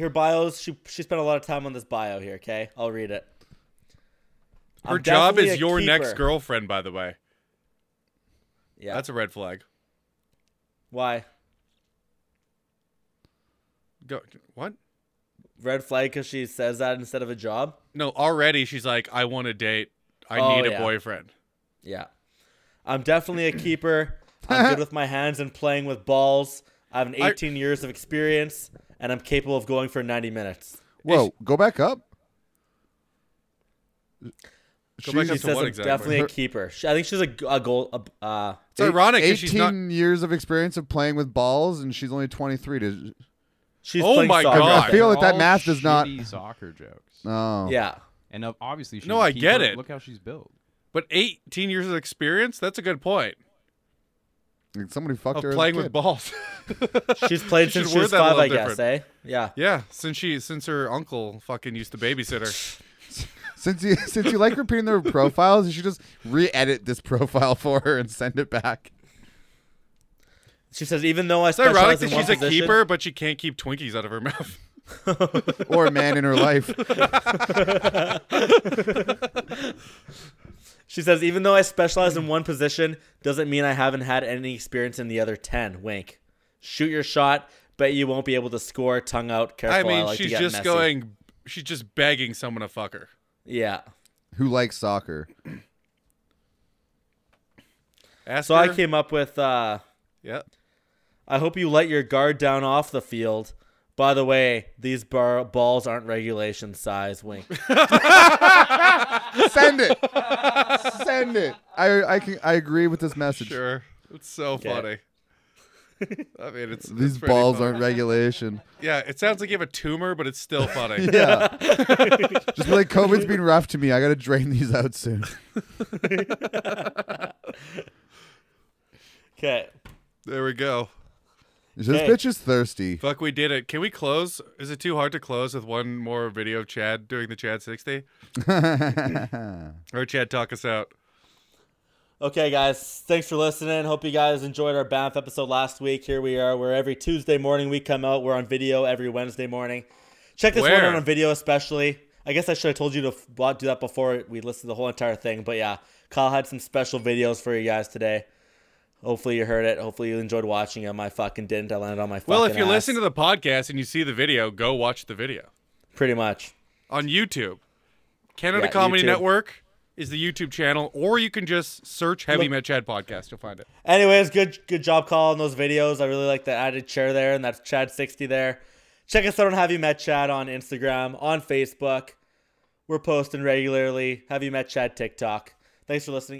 [SPEAKER 5] her bios, she, she spent a lot of time on this bio here, okay? I'll read it.
[SPEAKER 3] Her
[SPEAKER 5] I'm
[SPEAKER 3] job
[SPEAKER 5] definitely
[SPEAKER 3] is
[SPEAKER 5] a
[SPEAKER 3] your next
[SPEAKER 5] keeper.
[SPEAKER 3] girlfriend, by the way.
[SPEAKER 5] Yeah.
[SPEAKER 3] That's a red flag.
[SPEAKER 5] Why?
[SPEAKER 3] Go what?
[SPEAKER 5] Red flag because she says that instead of a job?
[SPEAKER 3] No, already she's like, I want a date. I
[SPEAKER 5] Oh,
[SPEAKER 3] need a
[SPEAKER 5] yeah.
[SPEAKER 3] boyfriend.
[SPEAKER 5] Yeah. I'm definitely a keeper. I'm good with my hands and playing with balls. I have an 18 years of experience, and I'm capable of going for 90 minutes.
[SPEAKER 4] Whoa, go back up.
[SPEAKER 3] Go back
[SPEAKER 5] She
[SPEAKER 3] up to
[SPEAKER 5] says
[SPEAKER 3] what
[SPEAKER 5] I'm
[SPEAKER 3] exactly?
[SPEAKER 5] definitely
[SPEAKER 4] Her-
[SPEAKER 5] a keeper. She, I think she's a, g- a goal. A, uh,
[SPEAKER 3] It's ironic 'cause
[SPEAKER 4] Eighteen
[SPEAKER 3] she's not.
[SPEAKER 4] years of experience of playing with balls, and she's only twenty three. To
[SPEAKER 5] she's
[SPEAKER 3] Oh
[SPEAKER 5] playing
[SPEAKER 3] my
[SPEAKER 5] soccer.
[SPEAKER 3] God.
[SPEAKER 4] I feel like that
[SPEAKER 12] All
[SPEAKER 4] math does not.
[SPEAKER 12] shitty soccer jokes.
[SPEAKER 4] Oh,
[SPEAKER 5] Yeah.
[SPEAKER 12] And ob- obviously, she's
[SPEAKER 3] No,
[SPEAKER 12] a
[SPEAKER 3] I get
[SPEAKER 12] keeper.
[SPEAKER 3] it.
[SPEAKER 12] Look how she's built.
[SPEAKER 3] But 18 years of experience? That's a good point.
[SPEAKER 4] Like, somebody fucked
[SPEAKER 3] Of
[SPEAKER 4] her. as a
[SPEAKER 3] playing
[SPEAKER 4] kid.
[SPEAKER 3] with balls.
[SPEAKER 5] She's played
[SPEAKER 3] She should
[SPEAKER 5] since she
[SPEAKER 3] word
[SPEAKER 5] was
[SPEAKER 3] that a
[SPEAKER 5] five, I
[SPEAKER 3] little
[SPEAKER 5] guess, eh?
[SPEAKER 3] different.
[SPEAKER 5] Yeah.
[SPEAKER 3] Yeah, since she since her uncle fucking used to babysit her.
[SPEAKER 4] Since you since you like repeating their profiles, you should just re-edit this profile for her and send it back.
[SPEAKER 5] She says, even though I
[SPEAKER 3] It's ironic
[SPEAKER 5] specialize in
[SPEAKER 3] that
[SPEAKER 5] one
[SPEAKER 3] she's a
[SPEAKER 5] position,
[SPEAKER 3] keeper, but she can't keep Twinkies out of her mouth.
[SPEAKER 4] Or a man in her life.
[SPEAKER 5] she says, even though I specialize in one position, doesn't mean I haven't had any experience in the other ten. Wink. Shoot your shot, but you won't be able to score. Tongue out. Careful.
[SPEAKER 3] I mean,
[SPEAKER 5] like to
[SPEAKER 3] she's
[SPEAKER 5] get
[SPEAKER 3] just
[SPEAKER 5] messy.
[SPEAKER 3] going. She's just begging someone to fuck her.
[SPEAKER 5] Yeah.
[SPEAKER 4] Who likes soccer?
[SPEAKER 3] Ask
[SPEAKER 5] So
[SPEAKER 3] her.
[SPEAKER 5] I came up with. uh
[SPEAKER 3] Yeah.
[SPEAKER 5] I hope you let your guard down off the field. By the way, these bar- balls aren't regulation size. Wink.
[SPEAKER 4] Send it. Send it. I I can I agree with this message.
[SPEAKER 3] Sure. It's so funny. I mean, it's
[SPEAKER 4] These
[SPEAKER 3] it's pretty
[SPEAKER 4] balls
[SPEAKER 3] fun.
[SPEAKER 4] aren't regulation.
[SPEAKER 3] Yeah, it sounds like you have a tumor, but it's still funny.
[SPEAKER 4] Yeah. Just be like COVID's been rough to me. I gotta drain these out soon.
[SPEAKER 5] Okay.
[SPEAKER 3] There we go.
[SPEAKER 4] This bitch is thirsty.
[SPEAKER 3] Fuck, we did it. Can we close? Is it too hard to close with one more video of Chad doing the Chad 60? or Chad, talk us out.
[SPEAKER 5] Okay, guys, thanks for listening. Hope you guys enjoyed our Banff episode last week. Here we are. We're every Tuesday morning we come out. We're on video every Wednesday morning. Check this
[SPEAKER 3] Where?
[SPEAKER 5] one out on video, especially. I guess I should have told you to f- wa- do that before we listed the whole entire thing. But yeah, Kyle had some special videos for you guys today. Hopefully you heard it. Hopefully you enjoyed watching them. I fucking didn't. I landed on my
[SPEAKER 3] Well,
[SPEAKER 5] fucking
[SPEAKER 3] if you're
[SPEAKER 5] ass.
[SPEAKER 3] listening to the podcast and you see the video, go watch the video
[SPEAKER 5] pretty much.
[SPEAKER 3] on YouTube. Canada
[SPEAKER 5] Yeah,
[SPEAKER 3] Comedy
[SPEAKER 5] YouTube.
[SPEAKER 3] Network is the YouTube channel, or you can just search Heavy
[SPEAKER 5] Look-
[SPEAKER 3] Met Chad podcast. You'll find it.
[SPEAKER 5] Anyways, good good job Kyle on those videos. I really like the added chair there, and that's Chad sixty there. Check us out on Have You Met Chad on Instagram, on Facebook. We're posting regularly. Have You Met Chad TikTok. Thanks for listening.